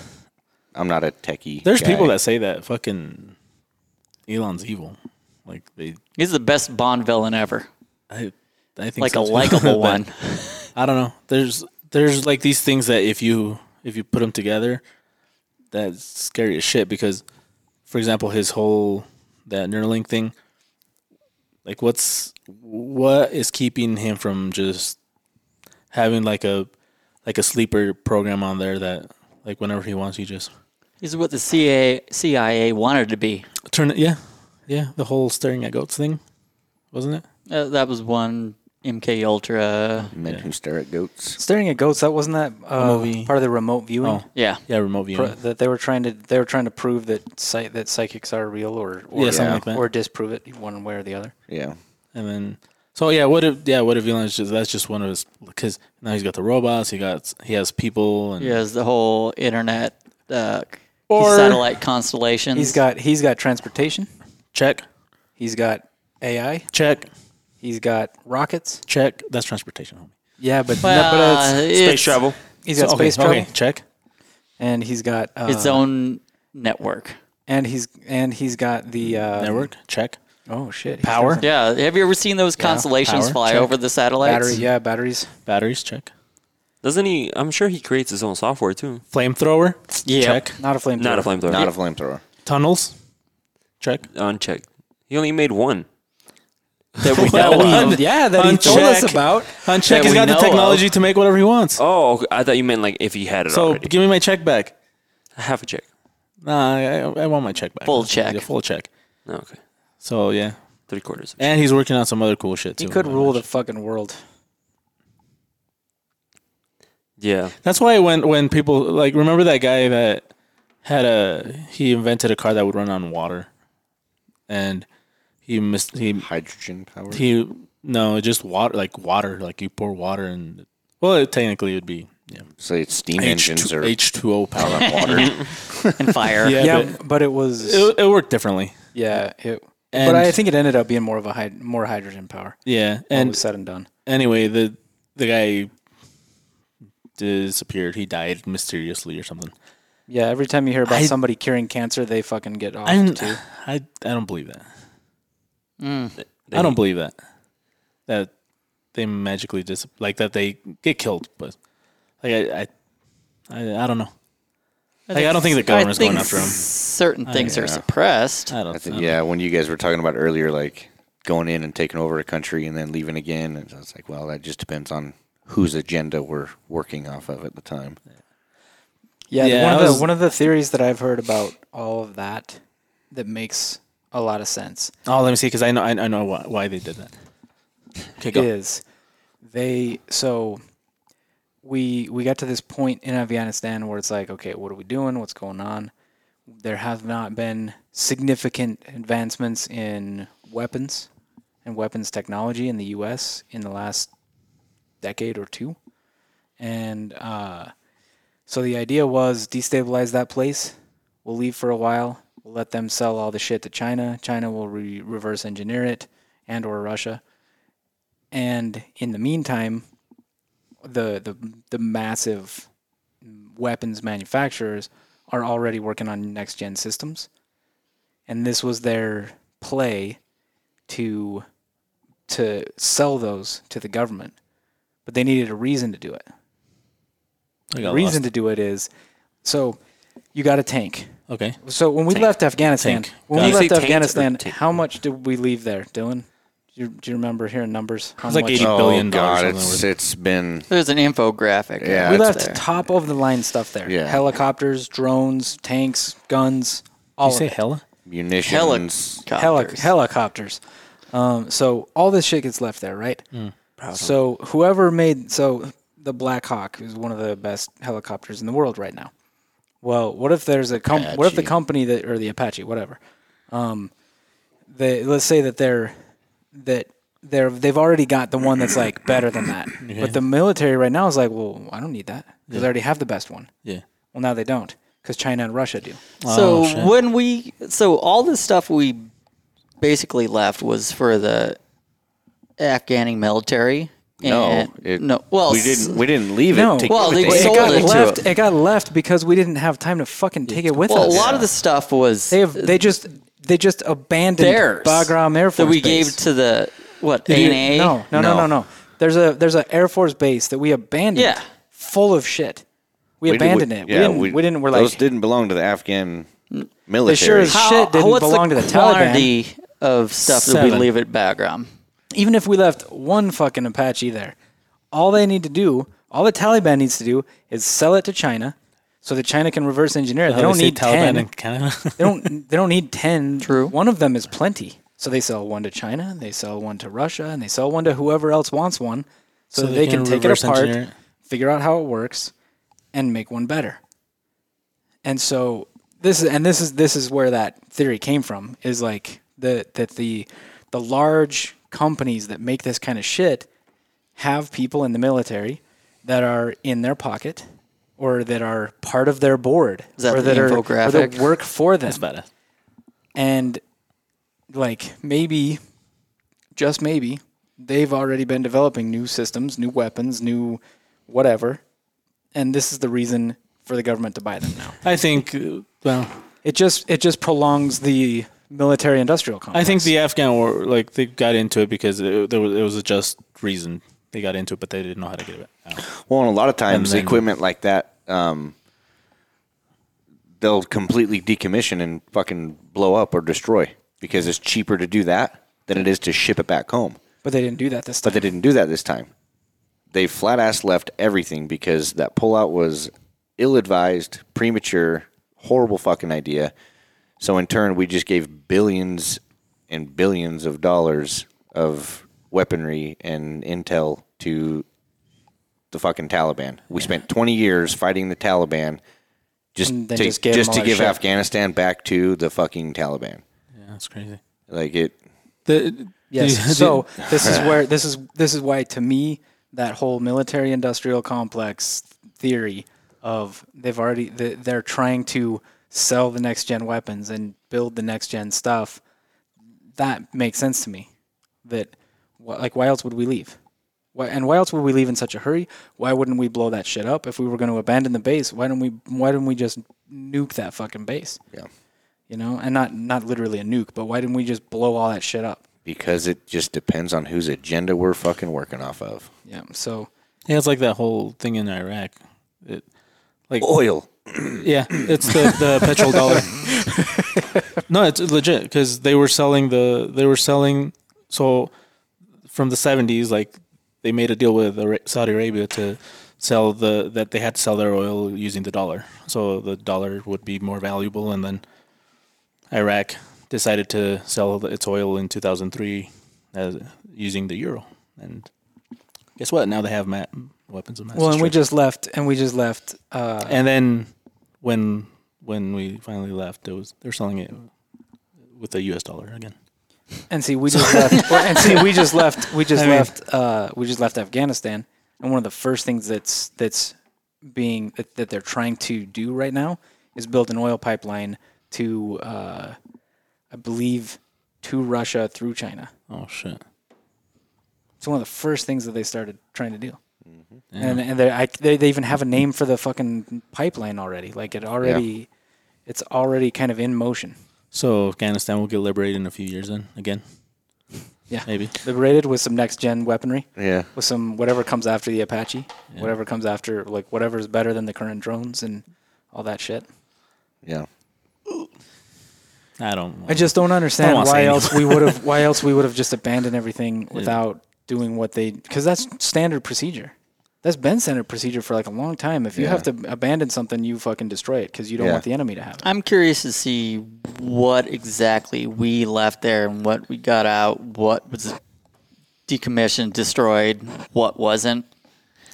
Speaker 8: I'm not a techie.
Speaker 3: there's
Speaker 8: guy.
Speaker 3: people that say that fucking Elon's evil. Like they,
Speaker 10: He's the best Bond villain ever.
Speaker 3: I, I think
Speaker 10: Like
Speaker 3: so
Speaker 10: a
Speaker 3: too.
Speaker 10: likable
Speaker 3: But-
Speaker 10: one.
Speaker 3: I don't know. There's there's like these things that if you if you put them together, that's scary as shit. Because, for example, his whole that Neuralink thing, like what's what is keeping him from just having like a like a sleeper program on there that like whenever he wants, he just
Speaker 10: He's what the CIA, CIA wanted to be.
Speaker 3: turn it. Yeah, yeah. The whole staring at goats thing, wasn't it?
Speaker 10: Uh, that was one MK Ultra.
Speaker 8: men who stare at goats.
Speaker 2: staring at goats. That wasn't that uh,
Speaker 3: movie.
Speaker 2: part of the remote viewing.
Speaker 3: Oh.
Speaker 10: Yeah.
Speaker 3: Yeah, remote
Speaker 2: Pro-
Speaker 3: viewing.
Speaker 2: that they were trying to they were trying to prove that psy- that psychics are real or or, uh,
Speaker 3: Yeah, something like that.
Speaker 2: or disprove it one way or the other.
Speaker 8: Yeah,
Speaker 3: And then, so yeah, what if yeah, what if Elon's just that's just one of his because now he's got the robots, he got he has people, and
Speaker 10: He has the whole internet, uh,
Speaker 2: Or-
Speaker 10: satellite constellations.
Speaker 2: He's got he's got transportation.
Speaker 3: check,
Speaker 2: He's got AI.
Speaker 3: check,
Speaker 2: He's got rockets.
Speaker 3: check. That's transportation, homie.
Speaker 2: Yeah, but,
Speaker 10: well,
Speaker 2: no, but it's,
Speaker 10: it's
Speaker 7: Space travel.
Speaker 2: he's got
Speaker 3: So,
Speaker 2: space travel,
Speaker 3: check.
Speaker 2: and he's got uh,
Speaker 10: Its own network.
Speaker 2: and he's and he's got the uh,
Speaker 3: Network, check.
Speaker 2: Oh shit!
Speaker 3: Power?
Speaker 10: Yeah. Have you ever seen those constellations
Speaker 3: power,
Speaker 10: fly
Speaker 3: check.
Speaker 10: over the satellites?
Speaker 2: Battery? Yeah, batteries.
Speaker 3: Batteries check.
Speaker 7: Doesn't he? I'm sure he creates his own software too.
Speaker 3: Flamethrower?
Speaker 10: Yeah.
Speaker 3: Check.
Speaker 2: Not a flamethrower.
Speaker 7: Not a flamethrower.
Speaker 8: Not a flamethrower.
Speaker 3: Tunnels? Check.
Speaker 7: Unchecked. He only made one. That we
Speaker 3: That
Speaker 7: know of.
Speaker 3: one.
Speaker 2: Yeah, that he told us
Speaker 3: Uncheck.
Speaker 2: about.
Speaker 3: Uncheck.
Speaker 10: That
Speaker 3: He's
Speaker 10: we
Speaker 3: got the
Speaker 10: know
Speaker 3: technology to make whatever he wants.
Speaker 7: Oh, okay. I thought you meant like if he had it
Speaker 3: so
Speaker 7: already.
Speaker 3: give me my check back.
Speaker 7: I have a check.
Speaker 3: Nah, I, I- I want my check back.
Speaker 10: Full
Speaker 3: That's what I
Speaker 10: check.
Speaker 3: do, full check.
Speaker 7: Oh, okay,
Speaker 3: So yeah,
Speaker 7: three quarters.
Speaker 3: and he's working on some other cool shit too.
Speaker 2: He could rule the fucking world.
Speaker 7: Yeah,
Speaker 3: That's why when when people like remember that guy that had a he invented a car that would run on water, and he missed he
Speaker 8: Hydrogen powered.
Speaker 3: he no just water like water like you pour water and well it technically it would be yeah
Speaker 8: so it's steam engines or
Speaker 3: H two O power.
Speaker 8: on water.
Speaker 10: And fire.
Speaker 3: yeah,
Speaker 2: Yeah,
Speaker 3: but
Speaker 2: but, it was.
Speaker 3: it, it worked differently.
Speaker 2: yeah, it,
Speaker 3: And-
Speaker 2: but I think it ended up being more of a hyd- more hydrogen power.
Speaker 3: Yeah,
Speaker 2: And
Speaker 3: and
Speaker 2: was said and done.
Speaker 3: anyway, the the guy disappeared. He died mysteriously or something.
Speaker 2: Yeah, every time you hear about
Speaker 3: I-
Speaker 2: somebody curing cancer, they fucking get off
Speaker 3: I'm-
Speaker 2: too. Mm.
Speaker 3: I I don't believe that.
Speaker 7: They-
Speaker 3: I don't believe that. That they magically dis like that they get killed, but like I I I, I don't know. Like, I don't think the government's
Speaker 10: I think
Speaker 3: going after him.
Speaker 10: Certain things
Speaker 8: yeah.
Speaker 10: are suppressed.
Speaker 3: I don't.
Speaker 8: I think
Speaker 3: know.
Speaker 8: yeah, when you guys were talking about earlier, like going in and taking over a country and then leaving again, and it's like, well, that just depends on whose agenda we're working off of at the time.
Speaker 2: Yeah,
Speaker 3: Yeah,
Speaker 2: one,
Speaker 3: I
Speaker 2: of the,
Speaker 3: was-
Speaker 2: one of the theories that I've heard about all of that that makes a lot of sense
Speaker 3: Oh, let me see because I know I, I know why, why they did that. Okay, go.
Speaker 2: is they so we we got to this point in Afghanistan where it's like, okay, what are we doing? What's going on? There have not been significant advancements in weapons and weapons technology in the U.S. in the last decade or two, and uh, so the idea was destabilize that place. We'll leave for a while. We'll let them sell all the shit to China. China will re- reverse engineer it, and or Russia. And in the meantime, the the the massive weapons manufacturers are already working on next gen systems, and this was their play to to sell those to the government. But they needed a reason to do it.
Speaker 3: I
Speaker 2: The
Speaker 3: got
Speaker 2: reason to do it is so you got a tank.
Speaker 3: lost. Okay,
Speaker 2: So when we
Speaker 7: Tank.
Speaker 2: left Afghanistan,
Speaker 3: Tank.
Speaker 2: when
Speaker 7: Did
Speaker 2: we
Speaker 7: you say
Speaker 2: left
Speaker 7: tanks or
Speaker 2: Afghanistan,
Speaker 7: tank?
Speaker 2: how much did we leave there, Dylan? Do you, do you remember hearing numbers? How
Speaker 3: It's like
Speaker 2: much?
Speaker 3: 80 billion dollars on
Speaker 8: Oh, it's
Speaker 3: the
Speaker 8: it's been
Speaker 10: There's an infographic.
Speaker 8: Yeah,
Speaker 2: we
Speaker 8: it's
Speaker 2: left
Speaker 10: there.
Speaker 2: top of the line stuff there.
Speaker 8: Yeah.
Speaker 2: Helicopters, drones, tanks, guns, all
Speaker 3: you say
Speaker 2: of it.
Speaker 3: hella?
Speaker 8: munitions.
Speaker 2: Heli-
Speaker 10: Helicopters.
Speaker 2: helicopters. Um, so all this shit gets left there, right? so whoever made so the Black Hawk is one of the best helicopters in the world right now. Well, what if there's a com- what if the
Speaker 8: Apache.
Speaker 2: company that or the Apache, whatever. Um, they let's say that they're that they're they've already got the one that's like better than that, but the military right now is like, well, I don't need that because I already have the best one.
Speaker 3: Yeah.
Speaker 2: Well, now they don't because China and Russia do.
Speaker 10: So
Speaker 3: Oh, shit.
Speaker 10: when we so all the stuff we basically left was for the Afghani military.
Speaker 8: No,
Speaker 10: and-
Speaker 8: it-
Speaker 10: no. Well,
Speaker 8: we didn't we didn't leave
Speaker 2: No.
Speaker 8: it. To
Speaker 10: Well,
Speaker 8: give it
Speaker 10: they
Speaker 8: to
Speaker 10: sold
Speaker 8: you.
Speaker 2: got
Speaker 10: it to
Speaker 2: left.
Speaker 10: him.
Speaker 2: It got left because we didn't have time to fucking take it with
Speaker 10: Well,
Speaker 2: us.
Speaker 10: a lot of the stuff was
Speaker 2: they have, they just they just abandoned
Speaker 10: theirs
Speaker 2: Bagram Air Force
Speaker 10: that we
Speaker 2: Base.
Speaker 10: gave to the what
Speaker 2: Did you-
Speaker 10: ANA.
Speaker 2: No, no, no, no,
Speaker 8: No.
Speaker 2: no. There's a there's an Air Force base that we abandoned.
Speaker 10: Yeah.
Speaker 2: full of shit. We,
Speaker 8: did-
Speaker 2: abandoned it. we, didn't, we, didn't. We're
Speaker 8: those
Speaker 2: like
Speaker 8: didn't belong to the Afghan
Speaker 2: they
Speaker 8: military.
Speaker 2: sure as
Speaker 10: How-
Speaker 2: shit didn't
Speaker 10: what's
Speaker 2: belong
Speaker 10: the
Speaker 2: to the Taliban.
Speaker 10: quantity of stuff that
Speaker 3: Seven.
Speaker 10: we leave at Bagram?
Speaker 2: Even if we left one fucking Apache there, all they need to do, all the Taliban needs to do, is sell it to China, so that China can reverse engineer. it. They
Speaker 3: How
Speaker 2: don't
Speaker 3: Oh, say
Speaker 2: need
Speaker 3: Taliban
Speaker 2: ten.
Speaker 3: in Canada.
Speaker 2: they don't they don't need 10
Speaker 10: True.
Speaker 2: one of them is plenty so they sell one to china and they sell one to russia and they sell one to whoever else wants one so, that they, can, take it
Speaker 3: reverse
Speaker 2: apart
Speaker 3: engineer it.
Speaker 2: figure out how it works and make one better and so this is and this is this is where that theory came from is like the that the the large companies that make this kind of shit have people in the military that are in their pocket or that are part of their board
Speaker 10: Is that
Speaker 2: or
Speaker 10: the
Speaker 2: that are or that
Speaker 10: infographic?
Speaker 2: work for them
Speaker 3: That's badass.
Speaker 2: and like maybe just maybe they've already been developing new systems new weapons new whatever and this is the reason for the government to buy them now
Speaker 3: I think. uh, Well,
Speaker 2: it just it just prolongs the military industrial complex.
Speaker 3: I think the Afghan war, like they got into it because it, there was, it was a just reason they got into it, but they didn't know how to get it out.
Speaker 4: Well, and a lot of times,
Speaker 3: then-
Speaker 4: equipment like that, um, they'll completely decommission and fucking blow up or destroy because it's cheaper to do that than it is to ship it back home.
Speaker 2: but they didn't do that this time.
Speaker 4: But they didn't do that this time. They flat ass left everything because that pullout was ill advised, premature, horrible fucking idea. So in turn, we just gave billions and billions of dollars of weaponry and intel to the fucking Taliban. We spent 20 years fighting the Taliban just
Speaker 2: And
Speaker 4: to,
Speaker 2: then
Speaker 4: just,
Speaker 2: just gave them all
Speaker 4: to
Speaker 2: that
Speaker 4: give
Speaker 2: shit.
Speaker 4: Afghanistan back to the fucking Taliban.
Speaker 3: Yeah, that's crazy.
Speaker 4: Like it,
Speaker 3: The,
Speaker 2: Yes.
Speaker 3: the-
Speaker 2: so this is where this is this is why to me that whole military industrial complex theory of they've already they- they're trying to sell the next gen weapons and build the next gen stuff that makes sense to me that wh- like why else would we leave why, and why else would we leave in such a hurry why wouldn't we blow that shit up if we were going to abandon the base why don't we why don't we just nuke that fucking base
Speaker 4: Yeah.
Speaker 2: you know and not not literally a nuke but why didn't we just blow all that shit up
Speaker 4: because it just depends on whose agenda we're fucking working off of.
Speaker 2: Yeah. So
Speaker 3: yeah, it's like that whole thing in Iraq. It, like
Speaker 4: Oil.
Speaker 3: Yeah, it's the, the petrol dollar. no, it's legit because they were selling the they were selling so from the seventies, like they made a deal with Ara- Saudi Arabia to sell the that they had to sell their oil using the dollar, so the dollar would be more valuable. And then Iraq decided to sell its oil in two thousand three as using the euro. And guess what? Now they have ma- weapons of mass
Speaker 2: well, and we
Speaker 3: destruction
Speaker 2: just left, and we just left. Uh,
Speaker 3: and then when when we finally left, it was they're selling it with the U.S. dollar again.
Speaker 2: and see, we just left. Well, and see, we just left. We just
Speaker 3: I mean-
Speaker 2: left. Uh, we just left Afghanistan, and one of the first things that's that's being that, that they're trying to do right now is build an oil pipeline to, uh, I believe, to Russia through China.
Speaker 3: Oh shit!
Speaker 2: It's one of the first things that they started trying to do.
Speaker 3: Mm-hmm.
Speaker 2: And and they, I, they they even have a name for the fucking pipeline already. Like it already, it's already kind of in motion.
Speaker 3: So Afghanistan will get liberated in a few years, then again.
Speaker 2: Yeah.
Speaker 3: maybe.
Speaker 2: Liberated with some next gen weaponry.
Speaker 4: Yeah.
Speaker 2: with some whatever comes after the Apache, whatever comes after, like whatever's better than the current drones and all that shit.
Speaker 4: Yeah.
Speaker 3: I don't.
Speaker 2: I just don't understand
Speaker 3: Don't wanna
Speaker 2: why
Speaker 3: say
Speaker 2: else we would have why else we would have just abandoned everything without doing what they because that's standard procedure. That's been standard procedure for like a long time. If you have to abandon something, you fucking destroy it because you don't
Speaker 4: Yeah.
Speaker 2: want the enemy to have it.
Speaker 10: I'm curious to see what exactly we left there and what we got out, what was decommissioned, destroyed, what wasn't.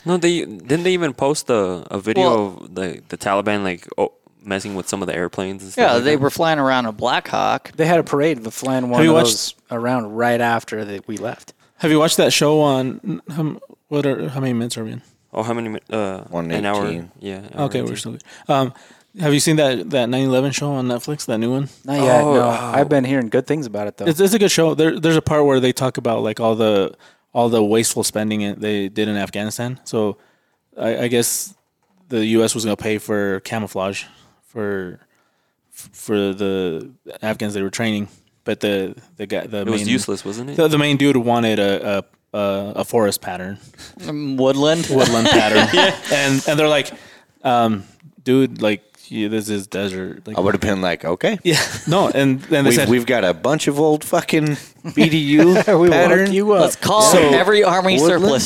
Speaker 7: No, they didn't they even post a, a video
Speaker 10: Well-
Speaker 7: of the the Taliban like oh, messing with some of the airplanes. And stuff
Speaker 10: Yeah,
Speaker 7: like
Speaker 10: they
Speaker 7: that?
Speaker 10: were flying around a Black Hawk.
Speaker 2: They had a parade, the flying one
Speaker 3: you
Speaker 2: of
Speaker 3: watched-
Speaker 2: those around right after that we left.
Speaker 3: Have you watched that show on how, m- what are how many minutes are we in?
Speaker 7: Oh, how many? mi- Uh, an hour.
Speaker 4: 118.
Speaker 7: Yeah. hour
Speaker 3: Okay, we're
Speaker 7: 18.
Speaker 3: still good. Um, have you seen that that 9/11 show on Netflix? That new one.
Speaker 2: Not yet.
Speaker 7: Oh,
Speaker 2: no,
Speaker 7: oh.
Speaker 2: I've been hearing good things about it though.
Speaker 3: It's, it's a good show. There, there's a part where they talk about like all the all the wasteful spending it- they did in Afghanistan. So I, I guess the U.S. was going to pay for camouflage for for the Afghans they were training, but the the guy the
Speaker 7: It was
Speaker 3: main,
Speaker 7: useless, wasn't it?
Speaker 3: The, the main dude wanted a. a a a forest pattern,
Speaker 10: Um, Woodland.
Speaker 3: woodland pattern, and and they're like, um, dude, like yeah, this is desert. Like,
Speaker 4: I would have been like, okay.
Speaker 3: yeah, no, and then they
Speaker 4: We've,
Speaker 3: said
Speaker 4: we've got a bunch of old fucking BDU
Speaker 2: we
Speaker 4: pattern.
Speaker 2: woke you up.
Speaker 10: Let's call
Speaker 3: So-
Speaker 10: every army
Speaker 4: Woodland?
Speaker 10: surplus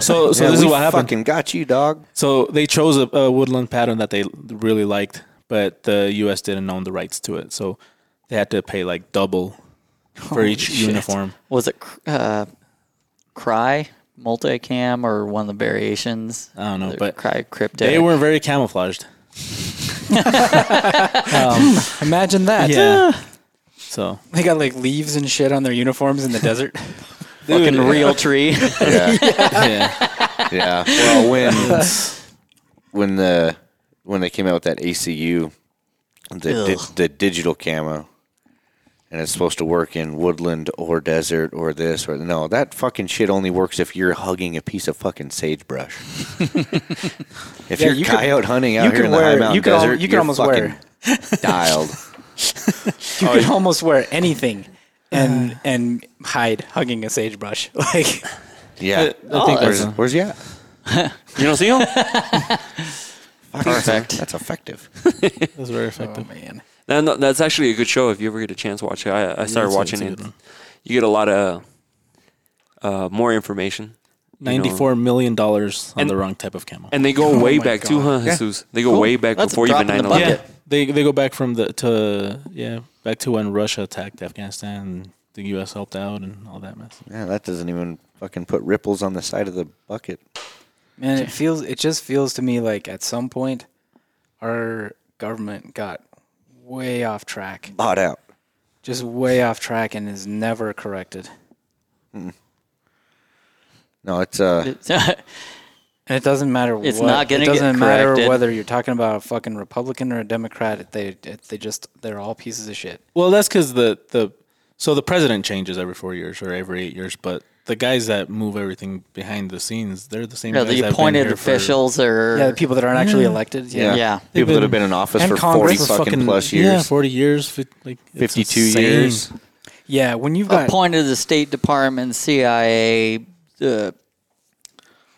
Speaker 3: so so
Speaker 4: Yeah,
Speaker 3: this is
Speaker 4: we
Speaker 3: what happened.
Speaker 4: Fucking got you, dog.
Speaker 3: So they chose a, a woodland pattern that they really liked, but the U.S. didn't own the rights to it, so they had to pay like double for each uniform.
Speaker 10: Was it cr- uh, Cry multicam or one of the variations?
Speaker 3: I don't know,
Speaker 10: The
Speaker 3: but
Speaker 10: Cry cryptic.
Speaker 3: they weren't very camouflaged.
Speaker 2: Imagine that.
Speaker 3: Yeah. So
Speaker 2: They got like leaves and shit on their uniforms in the desert.
Speaker 10: fucking real tree.
Speaker 3: yeah,
Speaker 4: Yeah. Well, when when the when they came out with that ACU, the di- the digital camo, and it's supposed to work in woodland or desert or this or no, that fucking shit only works if you're hugging a piece of fucking sagebrush. if
Speaker 2: Yeah,
Speaker 4: you're
Speaker 2: you could-
Speaker 4: coyote hunting out
Speaker 2: you
Speaker 4: here
Speaker 2: could
Speaker 4: in the high
Speaker 2: wear-
Speaker 4: mountain
Speaker 2: you could al-
Speaker 4: desert,
Speaker 2: you could
Speaker 4: you're
Speaker 2: almost
Speaker 4: fucking
Speaker 2: wear-
Speaker 4: dialed.
Speaker 2: you could almost wear anything and and hide hugging a sagebrush. Like
Speaker 8: Yeah.
Speaker 3: I think
Speaker 8: Where's,
Speaker 3: that's
Speaker 8: where's he at?
Speaker 7: You don't see him?
Speaker 10: Perfect.
Speaker 8: That's effective.
Speaker 3: that's very effective.
Speaker 2: man.
Speaker 7: No, no, that's actually a good show if you ever get a chance to watch it. I, I started
Speaker 3: it's a-
Speaker 7: watching
Speaker 3: it's a
Speaker 7: it.
Speaker 3: good one.
Speaker 7: You get a lot of uh, more information.
Speaker 3: Ninety-four million dollars on
Speaker 7: And-
Speaker 3: the wrong type of camel.
Speaker 7: And they go
Speaker 10: Oh
Speaker 7: way back too, huh, Jesus? They go way back
Speaker 10: That's a
Speaker 7: before
Speaker 10: drop
Speaker 7: even 9
Speaker 10: in the
Speaker 7: 11.
Speaker 10: bucket.
Speaker 3: yeah, they they go back from the to yeah back to when Russia attacked Afghanistan. and The U.S. helped out and all that mess.
Speaker 8: Yeah, that doesn't even fucking put ripples on the side of the bucket.
Speaker 2: Man, it feels it just feels to me like at some point our government got way off track.
Speaker 8: Bought out.
Speaker 2: Just way off track and is never corrected.
Speaker 8: No, it's uh,
Speaker 10: It's-
Speaker 2: And it doesn't matter
Speaker 10: It's
Speaker 2: what
Speaker 10: not gonna
Speaker 2: it
Speaker 10: get
Speaker 2: doesn't matter
Speaker 10: corrected.
Speaker 2: whether you're talking about a fucking Republican or a Democrat, if they if they just they're all pieces of shit.
Speaker 3: Well, that's because the the so the president changes every four years or every eight years, but the guys that move everything behind the scenes, they're the same.
Speaker 10: yeah,
Speaker 3: guys that
Speaker 10: the
Speaker 3: have been
Speaker 10: appointed
Speaker 3: here for-
Speaker 10: officials are.
Speaker 2: Yeah, the people that aren't actually elected.
Speaker 8: yeah.
Speaker 10: Yeah.
Speaker 8: People that
Speaker 3: been-
Speaker 8: have been in office
Speaker 2: and
Speaker 8: for
Speaker 2: Congress
Speaker 8: 40
Speaker 2: was
Speaker 8: fucking, plus years.
Speaker 3: Yeah, forty years, fif- like it's
Speaker 8: 52
Speaker 3: insane.
Speaker 8: years.
Speaker 2: Yeah, when you've got
Speaker 10: appointed to the State Department, CIA, uh,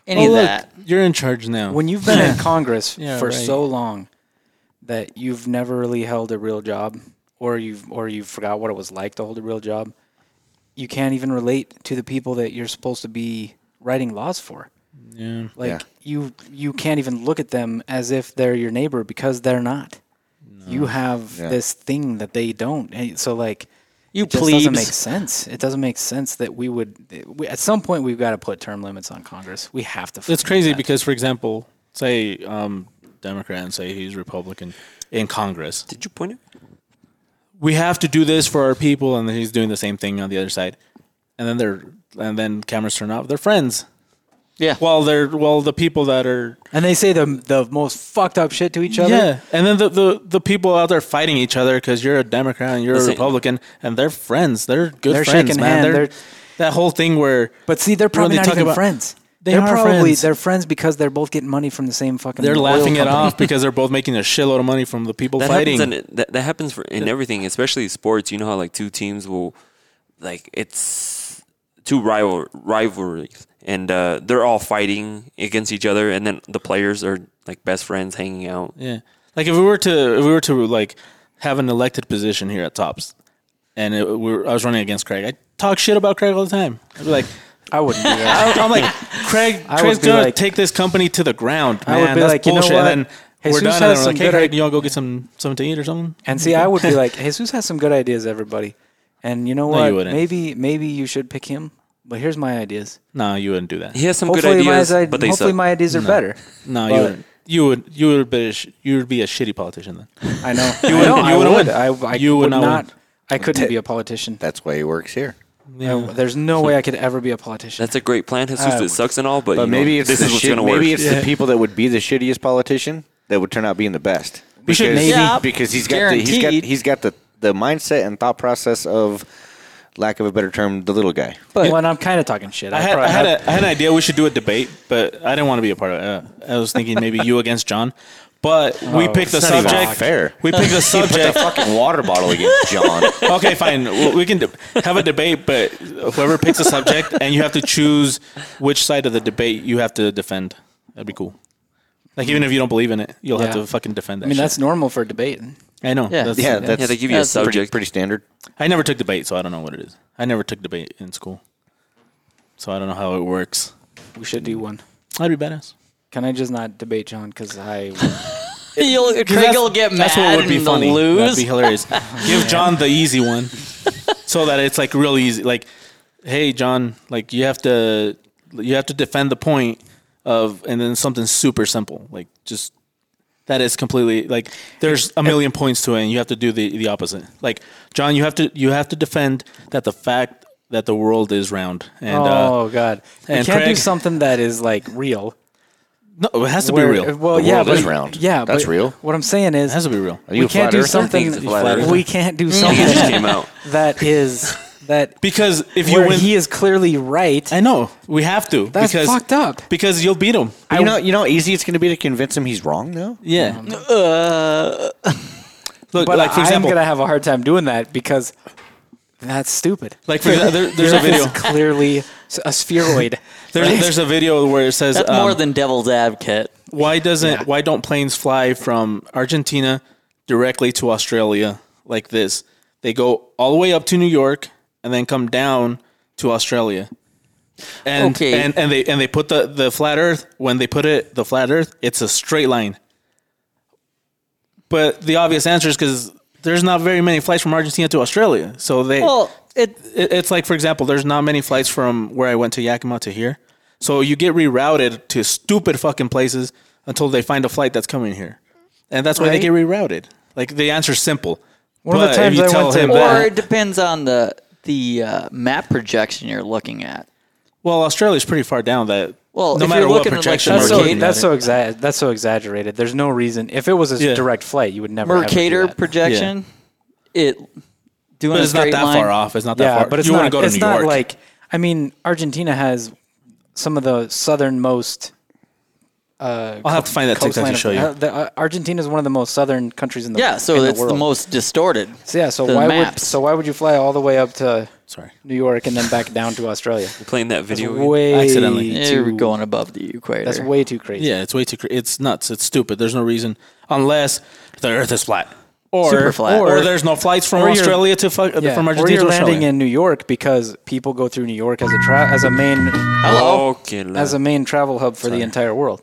Speaker 10: any
Speaker 3: Oh,
Speaker 10: of
Speaker 3: look,
Speaker 10: that.
Speaker 3: you're in charge now.
Speaker 2: when you've been in Congress
Speaker 3: Oh. Yeah,
Speaker 2: for
Speaker 3: right.
Speaker 2: so long that you've never really held a real job, or you've or you forgot what it was like to hold a real job, you can't even relate to the people that you're supposed to be writing laws for.
Speaker 3: yeah,
Speaker 2: Like
Speaker 8: Yeah.
Speaker 2: you you can't even look at them as if they're your neighbor because they're not. You have
Speaker 8: Yeah.
Speaker 2: this thing that they don't. And So like
Speaker 10: You
Speaker 2: it just doesn't make
Speaker 10: plebes.
Speaker 2: sense. It doesn't make sense that we would we, at some point we've got to put term limits on Congress. We have to.
Speaker 3: it's
Speaker 2: fucking do
Speaker 3: crazy
Speaker 2: that.
Speaker 3: because, for example, say um, Democrat and say he's Republican in Congress,
Speaker 7: Did you point it?
Speaker 3: we have to do this for our people, and then he's doing the same thing on the other side, and then they're and then cameras turn off. They're friends.
Speaker 10: Yeah.
Speaker 3: While they're while the people that are
Speaker 2: And they say the the most fucked up shit to each other.
Speaker 3: Yeah, and then the, the, the people out there fighting each other because you're a Democrat and you're
Speaker 7: Listen-
Speaker 3: a Republican, and they're friends. They're good
Speaker 2: They're
Speaker 3: friends,
Speaker 2: shaking
Speaker 3: man.
Speaker 2: hand,
Speaker 3: They're,
Speaker 2: they're-
Speaker 3: that whole thing where
Speaker 2: But see, they're
Speaker 3: Well,
Speaker 2: probably
Speaker 3: they
Speaker 2: not
Speaker 3: talk
Speaker 2: even
Speaker 3: about-
Speaker 2: friends.
Speaker 3: They
Speaker 2: are
Speaker 3: are
Speaker 2: probably
Speaker 3: friends.
Speaker 2: they're friends because they're both getting money from the same fucking.
Speaker 3: they're
Speaker 2: oil
Speaker 3: laughing it
Speaker 2: company.
Speaker 3: off because they're both making a shitload of money from the people
Speaker 7: That
Speaker 3: fighting.
Speaker 7: happens, in, that, that happens for, in everything, especially sports. You know how like two teams will, like it's two rival rivalries, and uh, they're all fighting against each other, and then the players are like best friends hanging out.
Speaker 3: yeah, like if we were to if we were to like have an elected position here at Tops, and it, we're, I was running against Craig, I talk shit about Craig all the time. I'd be like.
Speaker 2: I wouldn't do that.
Speaker 3: I, I'm like, Craig,
Speaker 2: I
Speaker 3: Craig's
Speaker 2: would be
Speaker 3: gonna
Speaker 2: like-
Speaker 3: take this company to the ground, man.
Speaker 2: I would be
Speaker 3: That's
Speaker 2: like, you know
Speaker 3: bullshit.
Speaker 2: what?
Speaker 3: And then we're
Speaker 2: Jesus
Speaker 3: done, and
Speaker 2: has
Speaker 3: we're
Speaker 2: some
Speaker 3: like, hey,
Speaker 2: good
Speaker 3: Craig,
Speaker 2: i-
Speaker 3: you all go get some something to eat or something?
Speaker 2: And see, I would be like, Jesus has some good ideas, everybody. And you know
Speaker 3: No,
Speaker 2: what?
Speaker 3: you wouldn't.
Speaker 2: maybe maybe you should pick him. But here's my ideas.
Speaker 3: No, you wouldn't do that.
Speaker 7: He has some
Speaker 2: hopefully
Speaker 7: good ideas,
Speaker 2: my ideas,
Speaker 7: but they
Speaker 2: hopefully
Speaker 7: suck.
Speaker 2: my ideas are better.
Speaker 3: No,
Speaker 2: But-
Speaker 3: you wouldn't. You would you would be a sh- you would be a shitty politician then.
Speaker 2: I know. I
Speaker 3: You
Speaker 2: know,
Speaker 3: wouldn't- you
Speaker 2: I
Speaker 3: wouldn't
Speaker 2: would.
Speaker 3: win.
Speaker 2: I, I
Speaker 3: You would
Speaker 2: would
Speaker 3: not
Speaker 2: not.
Speaker 3: win.
Speaker 2: I couldn't be a politician.
Speaker 8: That's why he works here.
Speaker 2: I- there's no way I could ever be a politician.
Speaker 7: That's a great plan, Jesus.
Speaker 2: I
Speaker 7: it
Speaker 2: would.
Speaker 7: sucks and all, but,
Speaker 8: But
Speaker 7: you know,
Speaker 8: maybe it's,
Speaker 7: this
Speaker 8: the,
Speaker 7: is what's
Speaker 8: shit-
Speaker 7: gonna work.
Speaker 8: maybe it's the people that would be the shittiest politician that would turn out being the best.
Speaker 3: We should
Speaker 8: Because-
Speaker 3: maybe-
Speaker 10: Yeah,
Speaker 8: because he's got the, he's got
Speaker 10: guaranteed.
Speaker 8: he's got the the mindset and thought process of lack of a better term the little guy.
Speaker 2: but when I'm kind of talking shit,
Speaker 3: I
Speaker 2: I
Speaker 3: had, I
Speaker 2: probably-
Speaker 3: had, a, I had an idea we should do a debate, but I didn't want to be a part of it. Uh, I was thinking maybe you against John, but we picked the
Speaker 8: it's not even
Speaker 3: subject.
Speaker 8: fair.
Speaker 3: We picked the
Speaker 8: The
Speaker 3: subject.
Speaker 8: fucking water bottle against John.
Speaker 3: okay, fine. Well, We can de- have a debate, but whoever picks a subject and you have to choose which side of the debate you have to defend. That'd be cool. Like even if you don't believe in it, you'll have
Speaker 2: Yeah.
Speaker 3: to fucking defend
Speaker 2: I
Speaker 3: that.
Speaker 2: mean,
Speaker 3: shit.
Speaker 2: that's normal for debate.
Speaker 3: I know.
Speaker 10: Yeah.
Speaker 3: that's-
Speaker 8: Yeah, that's
Speaker 7: yeah, they give you a
Speaker 10: That's pretty-
Speaker 8: pretty,
Speaker 7: subject.
Speaker 8: pretty standard.
Speaker 3: I never took debate, so I don't know what it is. I never took debate in school, so I don't know how it works.
Speaker 2: We should do one.
Speaker 3: I'd be badass.
Speaker 2: Can I just not debate John? Because I
Speaker 10: You'll, Craig will get mad and they'll
Speaker 3: That'd be
Speaker 10: lose.
Speaker 3: hilarious. Give John the easy one, so that it's like real easy. Like, hey, John, like you have to, you have to defend the point of, and then something super simple, like just that is completely like there's a million points to it, and you have to do the the opposite. Like, John, you have to you have to defend that the fact that the world is round, and uh,
Speaker 2: oh god, we
Speaker 3: and
Speaker 2: can't do
Speaker 3: Craig-
Speaker 2: something that is like real.
Speaker 3: no, it has to
Speaker 2: Where-
Speaker 3: be real.
Speaker 2: Well,
Speaker 8: The
Speaker 2: yeah,
Speaker 8: world
Speaker 2: but,
Speaker 8: is round.
Speaker 2: Yeah,
Speaker 8: That's
Speaker 2: but
Speaker 8: real.
Speaker 2: What I'm saying is,
Speaker 3: It has to be real.
Speaker 8: Are you
Speaker 2: we
Speaker 8: a
Speaker 2: can't
Speaker 8: flat
Speaker 2: do
Speaker 8: earther?
Speaker 2: something.
Speaker 7: He's a flat earther.
Speaker 2: We can't do
Speaker 7: It just
Speaker 2: something
Speaker 7: came out.
Speaker 2: that is that
Speaker 3: Because if you
Speaker 2: where
Speaker 3: win,
Speaker 2: he is clearly right.
Speaker 3: I know we have to.
Speaker 2: That's
Speaker 3: because,
Speaker 2: fucked up.
Speaker 3: Because you'll beat him.
Speaker 8: You know, you know, how easy it's going to be to convince him he's wrong though.
Speaker 3: Yeah. Uh, Look,
Speaker 2: but
Speaker 3: like for example,
Speaker 2: I'm gonna have a hard time doing that because that's stupid.
Speaker 3: like for exa- there, there's a
Speaker 2: Earth
Speaker 3: video.
Speaker 2: is clearly s- a spheroid.
Speaker 3: There's, there's a video where it says
Speaker 10: That's
Speaker 3: um,
Speaker 10: more than devil's advocate.
Speaker 3: why doesn't why don't planes fly from Argentina directly to Australia like this? They go all the way up to New York and then come down to Australia. And
Speaker 10: Okay.
Speaker 3: and, and they and they put the, the flat earth when they put it the flat earth, it's a straight line. But the obvious answer is because there's not very many flights from Argentina to Australia. So they
Speaker 10: Well, it
Speaker 3: it, it's like for example, there's not many flights from where I went to Yakima to here, so you get rerouted to stupid fucking places until they find a flight that's coming here, and that's why they
Speaker 2: Right.
Speaker 3: get rerouted. Like the answer's simple.
Speaker 2: One of the
Speaker 3: But if
Speaker 2: times
Speaker 3: you
Speaker 2: I
Speaker 3: tell
Speaker 2: went to-
Speaker 3: him
Speaker 10: or
Speaker 3: that-
Speaker 10: it depends on the the uh, map projection you're looking at.
Speaker 3: well, Australia's pretty far down that.
Speaker 10: Well,
Speaker 3: no
Speaker 10: if
Speaker 3: matter
Speaker 10: you're
Speaker 3: what
Speaker 10: looking at, like,
Speaker 3: projection
Speaker 2: That's
Speaker 10: That's
Speaker 2: so
Speaker 3: we're
Speaker 10: so-
Speaker 3: looking at
Speaker 2: that's
Speaker 3: it.
Speaker 2: so exa- that's so exaggerated. There's no reason. If it was a
Speaker 3: Yeah.
Speaker 2: direct flight, you would never. ever do
Speaker 10: Mercator
Speaker 2: that.
Speaker 10: projection, it doing
Speaker 3: But
Speaker 10: a
Speaker 3: it's not
Speaker 10: straight
Speaker 3: that
Speaker 10: line.
Speaker 3: far off. It's not that
Speaker 2: Yeah,
Speaker 3: far.
Speaker 2: but it's
Speaker 3: you
Speaker 2: not.
Speaker 3: want to go to
Speaker 2: it's
Speaker 3: New
Speaker 2: not
Speaker 3: York?
Speaker 2: like I mean, Argentina has some of the southernmost. Uh,
Speaker 3: I'll have to find that TikTok
Speaker 2: coastline
Speaker 3: to
Speaker 2: of-
Speaker 3: show you.
Speaker 2: uh, the- uh, Argentina is one of the most southern countries in the
Speaker 10: Yeah, so
Speaker 2: in
Speaker 10: it's
Speaker 2: the,
Speaker 10: the,
Speaker 2: world.
Speaker 10: most distorted.
Speaker 2: So, yeah, so
Speaker 10: the
Speaker 2: why
Speaker 10: maps.
Speaker 2: would so why would you fly all the way up to
Speaker 3: Sorry.
Speaker 2: New York and then back down to Australia?
Speaker 7: Playing that video. again.
Speaker 2: Way
Speaker 3: Accidentally.
Speaker 10: Yeah,
Speaker 2: too-
Speaker 10: you're going above the equator.
Speaker 2: That's way too crazy.
Speaker 3: Yeah, it's way too. Cr- it's nuts. It's stupid. There's no reason unless the Earth is flat. Or,
Speaker 10: Super flat.
Speaker 3: or,
Speaker 10: Or-
Speaker 3: there's no flights
Speaker 2: or
Speaker 3: from
Speaker 2: you're-
Speaker 3: Australia to fu- uh
Speaker 2: Yeah,
Speaker 3: from
Speaker 2: or
Speaker 3: Argentina
Speaker 2: you're
Speaker 3: to
Speaker 2: landing
Speaker 3: Australia.
Speaker 2: in New York because people go through New York as a tra- as a main
Speaker 10: Hello.
Speaker 7: Okay, la-
Speaker 2: as a main travel hub for the entire world.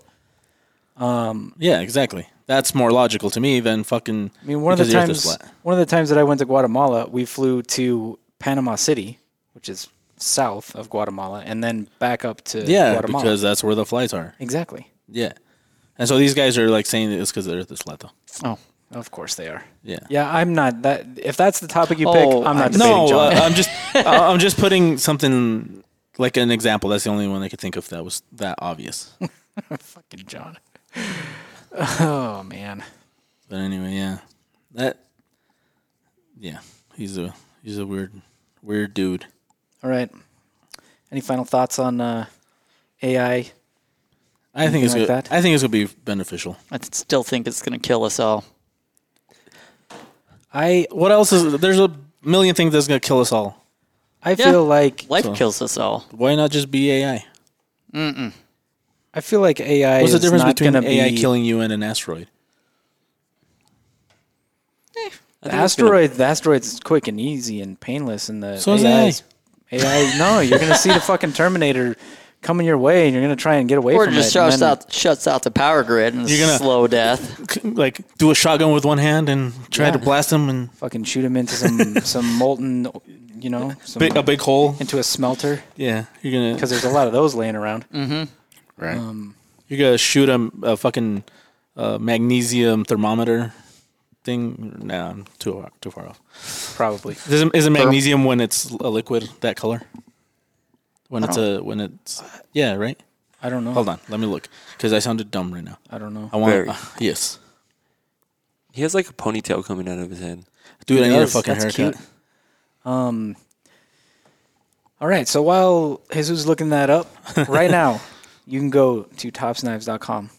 Speaker 3: Yeah, exactly. That's more logical to me than fucking.
Speaker 2: I mean, one of the
Speaker 3: because Earth is
Speaker 2: times one of the times that I went to Guatemala, we flew to Panama City, which is south of Guatemala, and then back up to
Speaker 3: Yeah,
Speaker 2: Guatemala.
Speaker 3: because that's where the flights are.
Speaker 2: exactly,
Speaker 3: Yeah, and so these guys are like saying that it's because the Earth is flat, though.
Speaker 10: Oh,
Speaker 2: of course they are.
Speaker 3: Yeah.
Speaker 2: yeah. I'm not that. If that's the topic you
Speaker 10: Oh,
Speaker 2: pick, I'm not
Speaker 10: I'm-
Speaker 2: debating
Speaker 3: No,
Speaker 2: John.
Speaker 3: uh, I'm just I- I'm just putting something like an example. That's the only one I could think of that was that obvious.
Speaker 2: Fucking John. Oh man,
Speaker 3: But anyway, yeah, that yeah, he's a he's a weird weird dude.
Speaker 2: All right. Any final thoughts on uh, AI?
Speaker 3: I think it's
Speaker 2: Anything like
Speaker 3: gonna,
Speaker 2: that?
Speaker 3: I think it's gonna be beneficial.
Speaker 10: I still think it's going to kill us all.
Speaker 2: I
Speaker 3: What else is there's a million things that's gonna kill us all.
Speaker 2: I feel like
Speaker 10: Life kills us all.
Speaker 3: Why not just be AI?
Speaker 2: I feel like AI.
Speaker 3: What's the
Speaker 2: is
Speaker 3: difference
Speaker 2: not
Speaker 3: between
Speaker 2: gonna
Speaker 3: AI
Speaker 2: be,
Speaker 3: killing you and an asteroid?
Speaker 2: the asteroid? The asteroid's quick and easy and painless, and the
Speaker 3: So is
Speaker 2: AI. 's- AI. No, you're gonna see the fucking Terminator coming your way, and you're gonna try and get away
Speaker 10: Or
Speaker 2: from
Speaker 10: just
Speaker 2: it. and
Speaker 10: shuts
Speaker 2: then-
Speaker 10: out, shuts out the power grid and
Speaker 3: You're gonna-
Speaker 10: slow death.
Speaker 3: like do a shotgun with one hand and try to blast him and
Speaker 2: Fucking shoot him into some some molten, you know, some,
Speaker 3: big, a big hole.
Speaker 2: into a smelter
Speaker 3: Yeah, you're gonna
Speaker 2: because there's a lot of those laying around.
Speaker 8: Right.
Speaker 3: you're gonna shoot him a fucking uh, magnesium thermometer thing. Nah, I'm too far, too far off.
Speaker 2: Probably.
Speaker 3: Is it, is it magnesium when it's a liquid that color? When it's a when it's yeah right.
Speaker 2: I don't know.
Speaker 3: Hold on, let me look because I sounded dumb right now.
Speaker 2: I don't know.
Speaker 3: I want
Speaker 7: Very.
Speaker 3: uh, yes,
Speaker 7: He has like a ponytail coming out of his head.
Speaker 3: dude. I need a
Speaker 2: does.
Speaker 3: fucking
Speaker 2: That's
Speaker 3: haircut.
Speaker 2: cute. Um. All right. So while Jesus looking that up right now, you can go to topsnives.com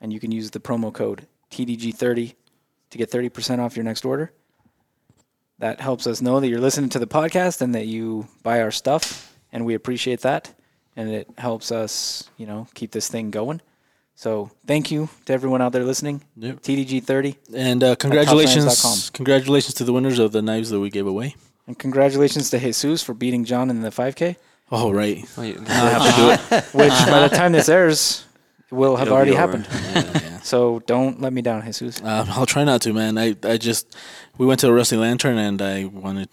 Speaker 2: and you can use the promo code TDG30 to get 30% off your next order. That helps us know that you're listening to the podcast and that you buy our stuff, and we appreciate that. And it helps us, you know, keep this thing going. So thank you to everyone out there listening.
Speaker 3: Yep.
Speaker 2: TDG30.
Speaker 3: And uh,
Speaker 2: topscience.com.
Speaker 3: congratulations, congratulations to the winners of the knives that we gave away.
Speaker 2: And congratulations to Jesus for beating John in the 5K.
Speaker 3: Oh right,
Speaker 7: Oh, yeah.
Speaker 3: I have to do it.
Speaker 2: which by the time this airs will have
Speaker 7: It'll be
Speaker 2: already
Speaker 7: over.
Speaker 2: happened.
Speaker 3: Yeah, yeah.
Speaker 2: So don't let me down, Jesus.
Speaker 3: Um, I'll try not to, man. I, I just we went to a Rusty Lantern and I wanted,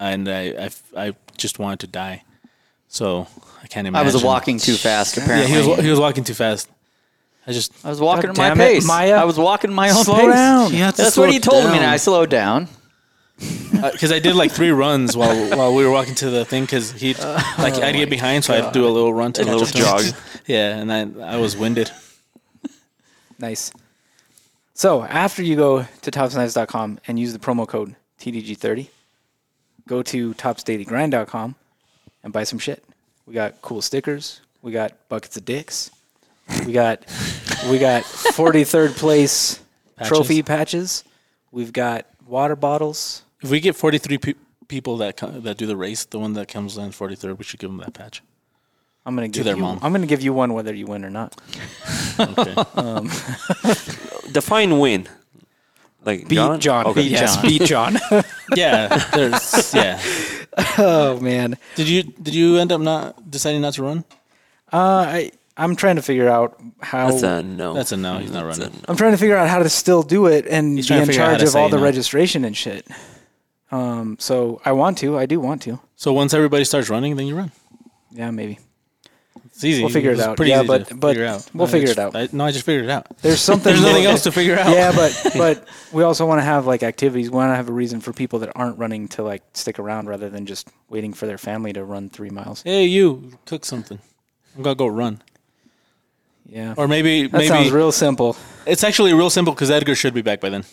Speaker 3: and I, I f- I just wanted to die. So I can't
Speaker 10: I
Speaker 3: imagine.
Speaker 10: was walking too fast,
Speaker 3: Yeah,
Speaker 10: apparently.
Speaker 3: he was he was walking too fast. I just
Speaker 10: I was walking
Speaker 2: God
Speaker 10: my
Speaker 2: damn it,
Speaker 10: pace.
Speaker 2: Maya.
Speaker 10: I was walking my own
Speaker 2: Slow
Speaker 10: pace.
Speaker 2: down.
Speaker 3: You have to
Speaker 10: That's
Speaker 3: slow
Speaker 10: what he told me,
Speaker 3: down.
Speaker 10: and I slowed down.
Speaker 3: because Uh, I did like three runs while while we were walking to the thing because he
Speaker 2: Oh
Speaker 3: like I'd get behind, so I'd do a little run to
Speaker 7: A little
Speaker 3: catch up.
Speaker 7: jog.
Speaker 3: Yeah, and I I was winded.
Speaker 2: Nice. So after you go to topsnives.com and use the promo code TDG30, go to topsdailygrind.com and buy some shit. We got cool stickers. We got buckets of dicks. We got we got 43rd place trophy patches. We've got water bottles.
Speaker 3: If we get 43 pe- people that co- that do the race, the one that comes in 43rd, we should give them that patch.
Speaker 2: I'm gonna give
Speaker 3: their
Speaker 2: you.
Speaker 3: mom.
Speaker 2: I'm gonna give you one whether you win or not.
Speaker 3: Okay.
Speaker 7: Define win. Like
Speaker 2: Beat John.
Speaker 7: Okay.
Speaker 10: Beat
Speaker 2: yes,
Speaker 10: John.
Speaker 2: beat John.
Speaker 3: yeah, there's yeah.
Speaker 2: oh man.
Speaker 3: Did you did you end up not deciding not to run?
Speaker 2: Uh, I I'm trying to figure out how.
Speaker 7: That's a no.
Speaker 3: That's a no. He's not running.
Speaker 2: I'm trying to figure out how to still do it and
Speaker 3: He's
Speaker 2: be
Speaker 3: trying to
Speaker 2: in
Speaker 3: figure out how
Speaker 2: charge
Speaker 3: to
Speaker 2: of all
Speaker 3: say
Speaker 2: the
Speaker 3: no.
Speaker 2: registration and shit. Um, so I want to. I do want to.
Speaker 3: So once everybody starts running, then you run.
Speaker 2: Yeah, maybe.
Speaker 3: It's easy.
Speaker 2: We'll figure it
Speaker 3: It's
Speaker 2: out.
Speaker 3: Pretty
Speaker 2: Yeah,
Speaker 3: easy
Speaker 2: but-
Speaker 3: to
Speaker 2: but
Speaker 3: figure out.
Speaker 2: we'll
Speaker 3: I
Speaker 2: figure
Speaker 3: just-
Speaker 2: it out.
Speaker 3: I, no, I just figured it out.
Speaker 2: There's something.
Speaker 3: There's
Speaker 2: more
Speaker 3: nothing
Speaker 2: that-
Speaker 3: else to figure out.
Speaker 2: Yeah, but but we also want to have like activities. We want to have a reason for people that aren't running to like stick around rather than just waiting for their family to run three miles.
Speaker 3: Hey, you cook something. I'm gonna go run.
Speaker 2: Yeah,
Speaker 3: Or maybe
Speaker 2: that
Speaker 3: maybe
Speaker 2: sounds real simple.
Speaker 3: it's actually real simple because Edgar should be back by then.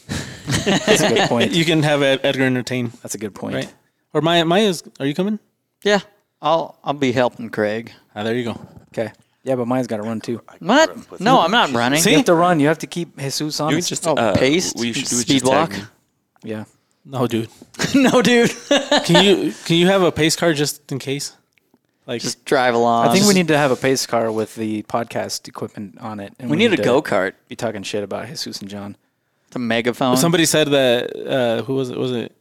Speaker 2: That's a good point.
Speaker 3: You can have Ed- Edgar entertain,
Speaker 2: That's a good point.
Speaker 3: right? Or Maya, Maya's. Are you coming?
Speaker 10: Yeah, I'll I'll be helping Craig.
Speaker 3: Ah, there you go.
Speaker 2: Okay. Yeah, but mine's got to run too.
Speaker 10: What? No, I'm not running.
Speaker 2: You have to run. You have to keep Jesus on.
Speaker 7: You can just
Speaker 10: Oh,
Speaker 7: uh,
Speaker 10: paste,
Speaker 7: We should do is
Speaker 10: speed
Speaker 7: just tag
Speaker 10: walk.
Speaker 7: him.
Speaker 2: yeah.
Speaker 3: No, dude.
Speaker 10: no, dude.
Speaker 3: Can you can you have a pace car just in case? Like
Speaker 10: Just drive along.
Speaker 2: I think we need to have a pace car with the podcast equipment on it. And
Speaker 10: we need a go kart,
Speaker 2: Be talking shit about Jesus and John.
Speaker 10: the megaphone.
Speaker 3: somebody said that. Uh, who was it? Was it?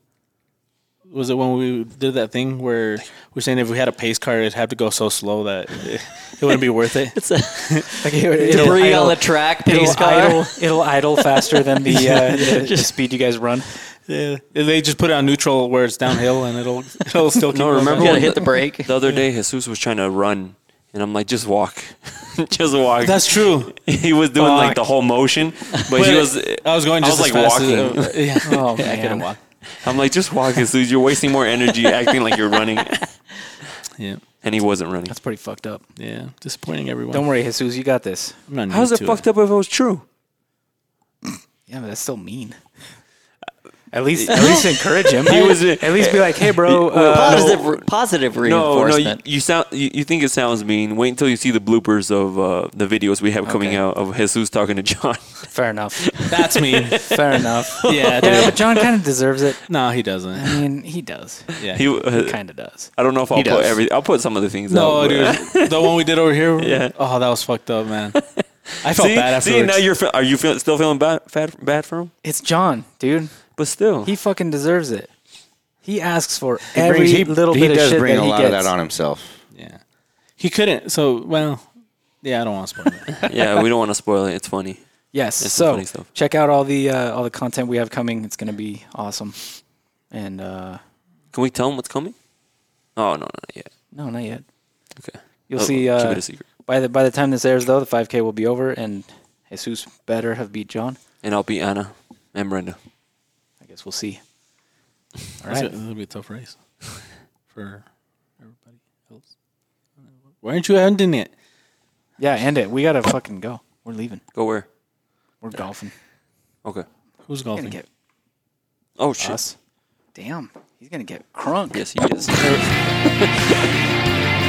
Speaker 3: Was it when we did that thing where we're saying if we had a pace car, it'd have to go so slow that it, it wouldn't be worth it?
Speaker 10: It's a
Speaker 2: Like it,
Speaker 10: debris on the track.
Speaker 2: It'll
Speaker 10: Pace car.
Speaker 2: idle. It'll idle faster than the, uh, the, the speed you guys run.
Speaker 3: Yeah, they just put it on neutral where it's downhill and it'll it'll still keep
Speaker 7: No,
Speaker 3: going.
Speaker 7: remember
Speaker 10: You gotta
Speaker 7: when
Speaker 10: hit the brake.
Speaker 7: The other day, Jesus was trying to run, and I'm like, just walk, just walk.
Speaker 3: That's true.
Speaker 7: he was doing like
Speaker 3: Fuck.
Speaker 7: the whole motion, but, he
Speaker 3: But
Speaker 7: was.
Speaker 3: I was going
Speaker 7: I
Speaker 3: just
Speaker 7: was,
Speaker 3: as
Speaker 7: like,
Speaker 3: fast as- yeah.
Speaker 2: Oh
Speaker 3: I couldn't
Speaker 2: man.
Speaker 3: walk.
Speaker 7: I'm like, just walk, Jesus. You're wasting more energy acting like you're running,
Speaker 3: Yeah,
Speaker 7: and he wasn't running.
Speaker 2: That's pretty fucked up.
Speaker 3: yeah. Disappointing everyone.
Speaker 2: Don't worry, Jesus. You got this.
Speaker 3: I'm not new
Speaker 7: How's it
Speaker 3: to
Speaker 7: fucked up if it was true?
Speaker 2: Yeah, but that's still mean. At least, at least encourage him. He
Speaker 7: was-
Speaker 2: at least be like, "Hey, bro, uh,
Speaker 10: Positive, positive
Speaker 7: No, no, you,
Speaker 10: reinforcement.
Speaker 7: you sound. You, you think it sounds mean. Wait until you see the bloopers of uh, the videos we have coming
Speaker 2: Okay.
Speaker 7: out of Jesus talking to John.
Speaker 2: fair enough,
Speaker 3: That's me.
Speaker 2: fair enough."
Speaker 3: yeah,
Speaker 2: Yeah,
Speaker 3: dude.
Speaker 2: but John kind of deserves it.
Speaker 3: No, he doesn't.
Speaker 2: I mean, he does.
Speaker 3: Yeah.
Speaker 7: He, uh,
Speaker 2: Kind of does.
Speaker 7: I don't know if I'll put
Speaker 2: does.
Speaker 7: every. I'll put some of the things.
Speaker 3: no,
Speaker 7: out, but-
Speaker 3: dude. the one we did over here.
Speaker 7: Yeah.
Speaker 3: Oh, that was fucked up, man. I felt
Speaker 7: See,
Speaker 3: bad
Speaker 7: see,
Speaker 3: afterwards.
Speaker 7: now you're. fe- Are you feel, still feeling bad, fat, bad for him?
Speaker 2: It's John, dude.
Speaker 7: But still,
Speaker 2: He fucking deserves it. He asks for
Speaker 8: He
Speaker 2: every
Speaker 8: brings- he,
Speaker 2: little
Speaker 8: he
Speaker 2: bit of
Speaker 8: does
Speaker 2: shit
Speaker 8: bring
Speaker 2: that
Speaker 8: a
Speaker 2: he
Speaker 8: lot
Speaker 2: gets.
Speaker 8: of that on himself.
Speaker 3: yeah. He couldn't. So well. Yeah, I don't want to spoil it.
Speaker 7: yeah, we don't want to spoil it. It's funny.
Speaker 2: Yes.
Speaker 7: It's some
Speaker 2: so
Speaker 7: funny stuff.
Speaker 2: check out all the uh, all the content we have coming. It's gonna be awesome. And uh,
Speaker 7: Can we tell him what's coming? Oh no, not yet.
Speaker 2: no, not yet.
Speaker 7: Okay.
Speaker 2: You'll
Speaker 7: Oh,
Speaker 2: see.
Speaker 7: keep
Speaker 2: Uh,
Speaker 7: it a secret.
Speaker 2: by the by the time this airs, though, the 5K will be over, and Jesus better have beat John.
Speaker 7: And I'll be Anna and Brenda.
Speaker 2: I guess we'll see. All
Speaker 3: That's
Speaker 2: right.
Speaker 3: a- That'll be a tough race for everybody else. Why aren't you ending it?
Speaker 2: Yeah, end it. We gotta fucking go. We're leaving.
Speaker 7: Go where?
Speaker 2: We're golfing.
Speaker 7: Okay.
Speaker 3: Who's
Speaker 2: He's gonna
Speaker 3: golfing?
Speaker 2: get
Speaker 7: Oh shit.
Speaker 2: us. Damn. He's gonna get crunk.
Speaker 7: Yes, he is.